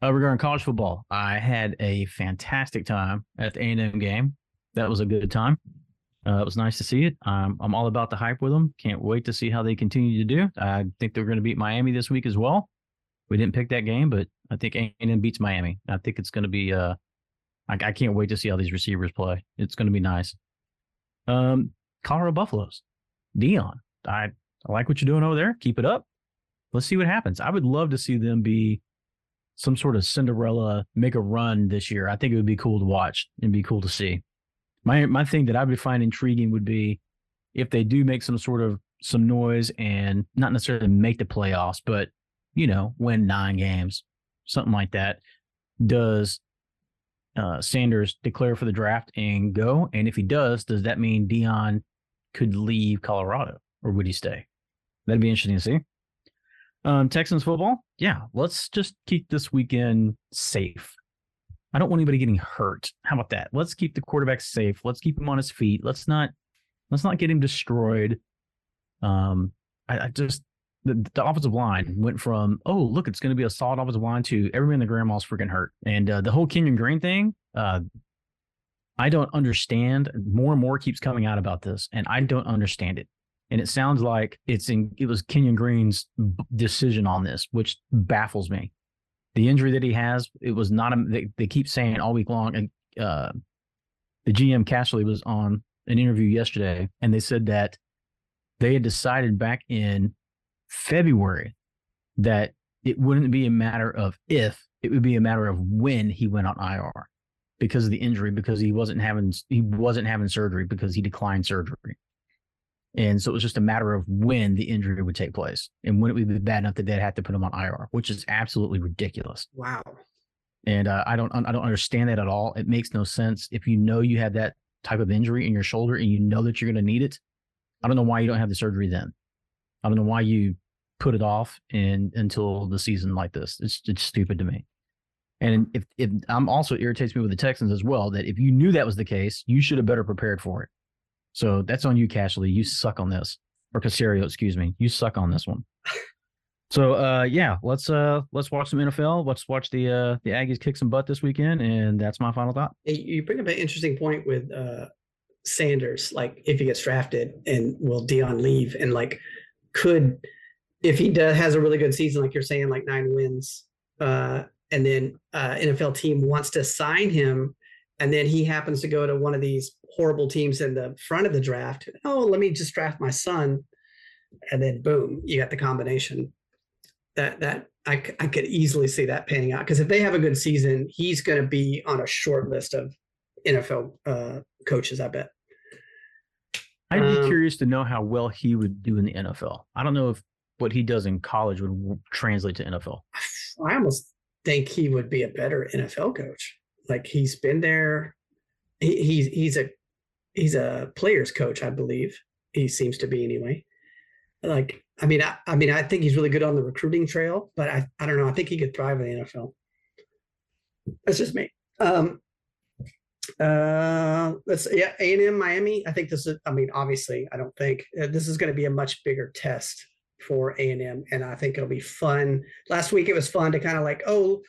S1: Uh, regarding college football, I had a fantastic time at the A&M game. That was a good time. Uh, it was nice to see it. Um, I'm all about the hype with them. Can't wait to see how they continue to do. I think they're going to beat Miami this week as well. We didn't pick that game, but I think A&M beats Miami. I think it's going to be. Uh, I, I can't wait to see how these receivers play. It's going to be nice. Um, Colorado Buffaloes, Dion. I, I like what you're doing over there. Keep it up. Let's see what happens. I would love to see them be some sort of Cinderella, make a run this year. I think it would be cool to watch and be cool to see. My my thing that I would find intriguing would be if they do make some sort of some noise and not necessarily make the playoffs, but you know, win nine games, something like that. Does uh, Sanders declare for the draft and go? And if he does, does that mean Dion could leave Colorado or would he stay? That'd be interesting to see. Um, Texans football. Yeah, let's just keep this weekend safe. I don't want anybody getting hurt. How about that? Let's keep the quarterback safe. Let's keep him on his feet. Let's not let's not get him destroyed. Um, I, I just the, the offensive line went from oh look it's going to be a solid offensive line to every man in the grandma's freaking hurt and uh, the whole Kenyon Green thing uh, I don't understand more and more keeps coming out about this and I don't understand it and it sounds like it's in it was Kenyon Green's b- decision on this which baffles me the injury that he has it was not a, they, they keep saying all week long and uh, the GM Cashley was on an interview yesterday and they said that they had decided back in February that it wouldn't be a matter of if, it would be a matter of when he went on IR because of the injury, because he wasn't having he wasn't having surgery because he declined surgery. And so it was just a matter of when the injury would take place and when it would be bad enough that they'd have to put him on IR, which is absolutely ridiculous.
S3: Wow.
S1: And uh, I don't I don't understand that at all. It makes no sense if you know you have that type of injury in your shoulder and you know that you're going to need it. I don't know why you don't have the surgery then. I don't know why you put it off and until the season like this. It's it's stupid to me. And if if I'm also irritates me with the Texans as well that if you knew that was the case, you should have better prepared for it. So that's on you, Cashley. You suck on this, or Casario, excuse me. You suck on this one. So uh, yeah, let's uh, let's watch some NFL. Let's watch the uh, the Aggies kick some butt this weekend, and that's my final thought.
S3: Hey, You bring up an interesting point with uh, Sanders, like if he gets drafted and will Dion leave and like could if he does has a really good season, like you're saying, like nine wins, uh, and then uh, NFL team wants to sign him, and then he happens to go to one of these horrible teams in the front of the draft. Oh, let me just draft my son, and then boom, you got the combination. That that I c- I could easily see that panning out because if they have a good season, he's going to be on a short list of NFL uh, coaches. I bet.
S1: I'd be
S3: Um,
S1: curious to know how well he would do in the NFL. I don't know if what he does in college would w- translate to NFL.
S3: I almost think he would be a better NFL coach. Like he's been there. He, he's he's a he's a players coach, I believe. He seems to be anyway. Like I mean, I, I mean, I think he's really good on the recruiting trail, but I I don't know. I think he could thrive in the NFL. That's just me. Um, uh, let's yeah, A and M Miami. I think this is. I mean, obviously, I don't think uh, this is going to be a much bigger test for A and M, and I think it'll be fun last week it was fun to kind of like oh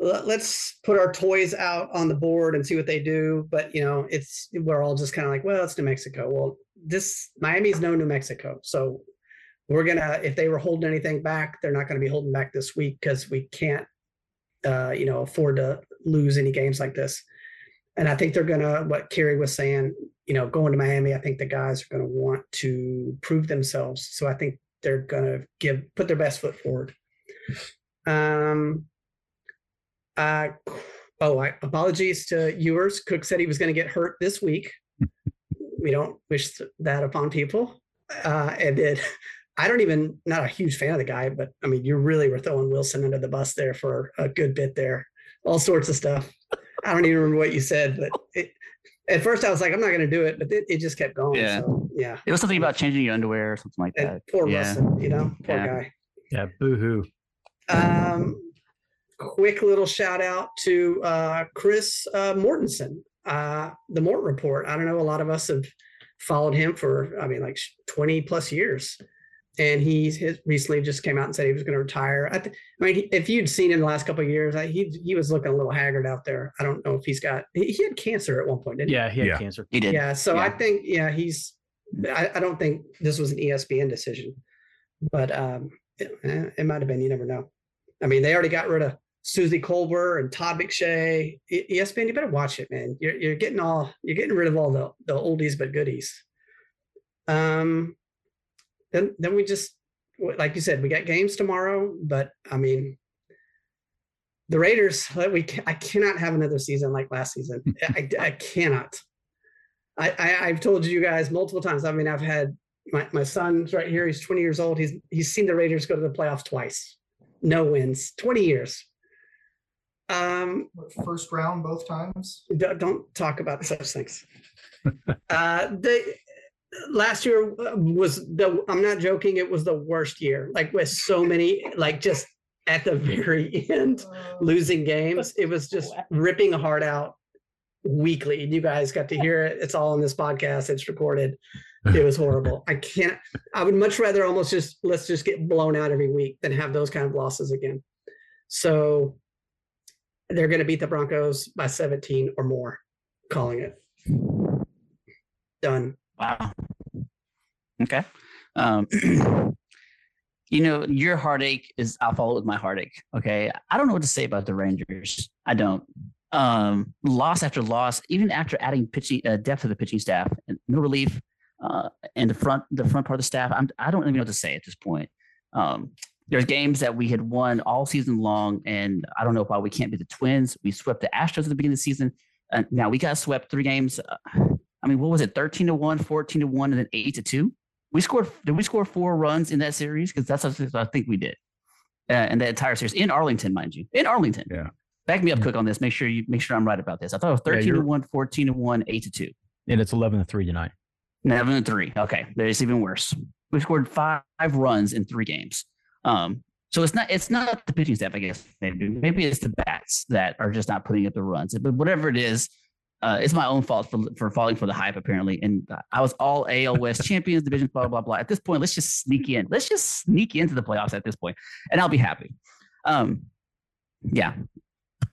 S3: l- let's put our toys out on the board and see what they do but you know it's we're all just kind of like well it's new mexico well this miami's no new mexico so we're gonna if they were holding anything back they're not gonna be holding back this week because we can't uh you know afford to lose any games like this and i think they're gonna what kerry was saying you know going to miami i think the guys are gonna want to prove themselves so i think they're gonna give put their best foot forward um, uh, oh, I, apologies to yours. Cook said he was going to get hurt this week. we don't wish that upon people. Uh, and then I don't even, not a huge fan of the guy, but I mean, you really were throwing Wilson under the bus there for a good bit there. All sorts of stuff. I don't even remember what you said, but it, at first I was like, I'm not going to do it, but it, it just kept going.
S2: Yeah.
S3: So, yeah.
S2: It was something about changing your underwear or something like
S3: And
S2: that.
S3: poor
S2: yeah.
S3: Wilson, you know, poor
S2: Yeah.
S3: guy.
S1: Yeah, boo hoo.
S3: Um, quick little shout out to uh, Chris uh, Mortensen, uh, the Mort Report. I don't know, a lot of us have followed him for, I mean, like 20 plus years. And he's his, recently just came out and said he was going to retire. I, th- I mean, if you'd seen him the last couple of years, I, he he was looking a little haggard out there. I don't know if he's got he, he had cancer at one point, didn't he?
S1: Yeah, he had
S4: Yeah.
S1: cancer.
S2: He did.
S3: Yeah, so I
S2: Yeah.
S3: think yeah, he's. I, I don't think this was an E ESPN decision, but um, it, eh, it might have been. You never know. I mean, they already got rid of Susie Colbert and Todd McShay. E- ESPN, you better watch it, man. You're you're getting all you're getting rid of all the the oldies but goodies. Um, then then we just like you said, we got games tomorrow, but I mean, the Raiders, uh, we ca- I cannot have another season like last season. I, I cannot. I, I I've told you guys multiple times. I mean, I've had my, my son's right here. He's 20 years old. He's he's seen the Raiders go to the playoffs twice, no wins, 20 years. Um,
S5: What, first round both times.
S3: don't, don't talk about such things. uh, they last year uh, was the i'm not joking it was the worst year like with so many like just at the very end losing games it was just ripping heart out weekly and you guys got to hear it it's all in this podcast it's recorded it was horrible i can't i would much rather almost just let's just get blown out every week than have those kind of losses again so they're going to beat the broncos by 17 or more calling it done
S2: Wow. Okay. Um, you know, your heartache is I'll follow it with my heartache. Okay. I don't know what to say about the Rangers. I don't. Um, loss after loss, even after adding pitching uh, depth to the pitching staff and no relief, uh, and the front the front part of the staff. I'm I don't even know what to say at this point. Um, there's games that we had won all season long, and I don't know why we can't be the Twins. We swept the Astros at the beginning of the season, and now we got swept three games. uh, I mean, what was it? 13 to 1, 14 to 1, and then 8 to 2. We scored, did we score four runs in that series? Because that's what I think we did. Uh, and that entire series in Arlington, mind you, in Arlington.
S4: Yeah.
S2: Back me up quick on this. Make sure you make sure I'm right about this. I thought it was
S1: Yeah,
S2: 13 to
S1: you're-
S2: 1, 14 to 1, 8 to 2.
S1: and it's eleven to three tonight.
S2: Seven and three. Okay, that's even worse. We scored five runs in three games. Um, so it's not it's not the pitching staff, I guess. Maybe maybe it's the bats that are just not putting up the runs. But whatever it is, uh, it's my own fault for for falling for the hype apparently. And I was all AL West champions, division, blah blah blah. At this point, let's just sneak in. Let's just sneak into the playoffs at this point, and I'll be happy. Um, yeah,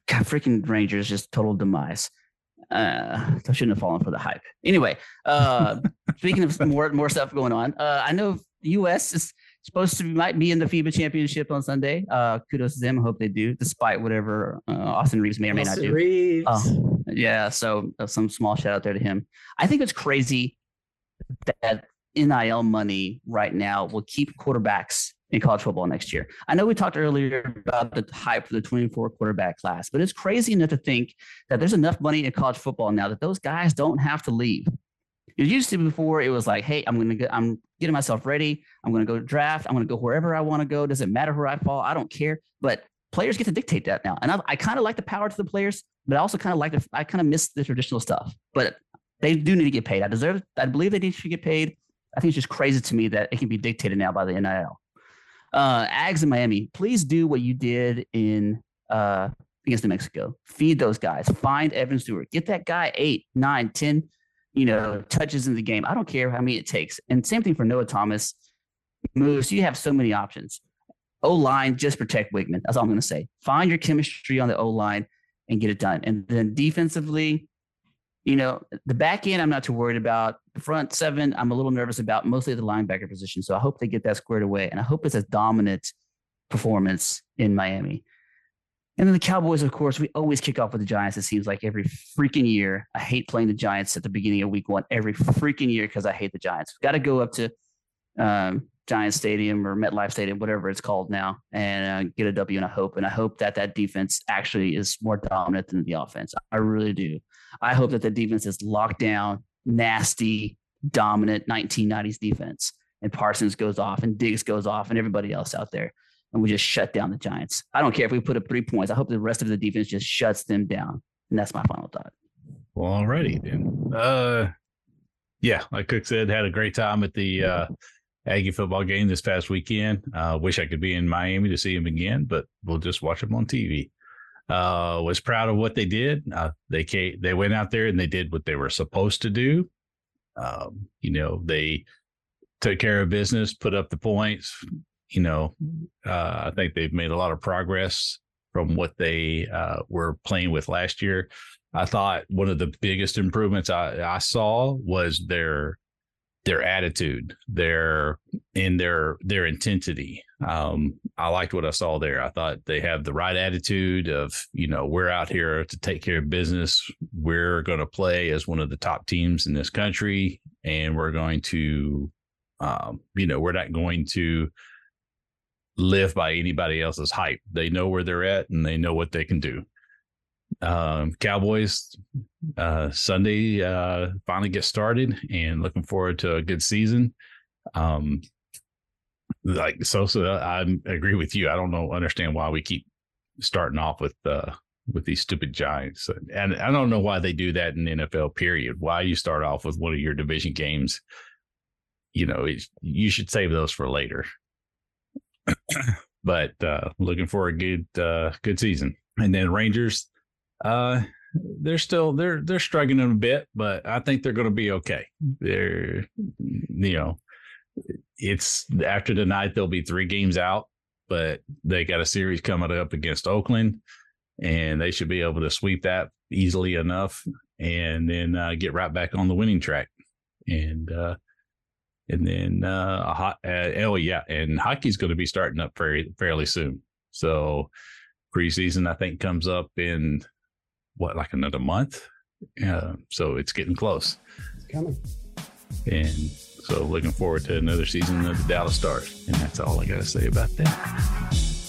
S2: God, freaking Rangers just total demise. Uh, I shouldn't have fallen for the hype. Anyway, uh, speaking of some more more stuff going on, uh, I know U.S. is supposed to be, might be in the FIBA championship on Sunday. Uh, kudos to them. I hope they do, despite whatever uh, Austin Reeves may or may
S3: Austin
S2: not do.
S3: Reeves.
S2: Oh, yeah. So uh, some small shout out there to him. I think it's crazy that NIL money right now will keep quarterbacks in college football next year. I know we talked earlier about the hype for the 24 quarterback class, but it's crazy enough to think that there's enough money in college football now that those guys don't have to leave. It used to be before it was like, hey, I'm gonna go, I'm getting myself ready. I'm gonna go draft. I'm gonna go wherever I want to go. Doesn't matter where I fall. I don't care. But players get to dictate that now, and I, I kind of like the power to the players, but I also kind of like the I kind of miss the traditional stuff. But they do need to get paid. I deserve. I believe they need to get paid. I think it's just crazy to me that it can be dictated now by the NIL. Uh, Ags in Miami, please do what you did in uh, against New Mexico. Feed those guys. Find Evan Stewart. Get that guy eight, nine, ten, you know, touches in the game. I don't care how many it takes. And same thing for Noah Thomas. Moves. You have so many options. O line, just protect Wigman. That's all I'm going to say. Find your chemistry on the O line and get it done. And then defensively, you know, the back end, I'm not too worried about. The front seven, I'm a little nervous about, mostly the linebacker position. So I hope they get that squared away. And I hope it's a dominant performance in Miami. And then the Cowboys, of course, we always kick off with the Giants. It seems like every freaking year. I hate playing the Giants at the beginning of week one every freaking year because I hate the Giants. We've got to go up to um, Giants Stadium or MetLife Stadium, whatever it's called now, and uh, get a W. And I hope, and I hope that that defense actually is more dominant than the offense. I really do. I hope that the defense is locked down, nasty, dominant 1990s defense. And Parsons goes off, and Diggs goes off, and everybody else out there, and we just shut down the Giants. I don't care if we put up three points. I hope the rest of the defense just shuts them down. And that's my final thought.
S4: Well, alrighty then. Uh, yeah, like Cook said, had a great time at the uh, Aggie football game this past weekend. Uh, wish I could be in Miami to see him again, but we'll just watch him on TV. Uh, was proud of what they did. Uh, they came, they went out there and they did what they were supposed to do. Um, you know, they took care of business, put up the points. You know, uh, I think they've made a lot of progress from what they uh, were playing with last year. I thought one of the biggest improvements I, I saw was their their attitude, their in their their intensity. Um, I liked what I saw there. I thought they have the right attitude of you know we're out here to take care of business. We're going to play as one of the top teams in this country, and we're going to um, you know we're not going to live by anybody else's hype. They know where they're at and they know what they can do um, Cowboys uh, Sunday uh, finally get started and looking forward to a good season. Um, like Sosa, I agree with you. I don't know, understand why we keep starting off with uh, with these stupid Giants, and I don't know why they do that in the NFL. Period. Why you start off with one of your division games you know, it's, you should save those for later. but uh, looking for a good uh, good season. And then Rangers, uh, they're still they're they're struggling a bit, but I think they're going to be okay. They're you know, it's after tonight they'll be three games out, but they got a series coming up against Oakland, and they should be able to sweep that easily enough, and then uh, get right back on the winning track. And uh, and then uh, a hot, uh, oh yeah, and hockey's going to be starting up very fairly soon. So preseason I think comes up in what like another month. Uh, so it's getting close,
S3: It's coming.
S4: and so looking forward to another season of the Dallas Stars. And that's all I got to say about that.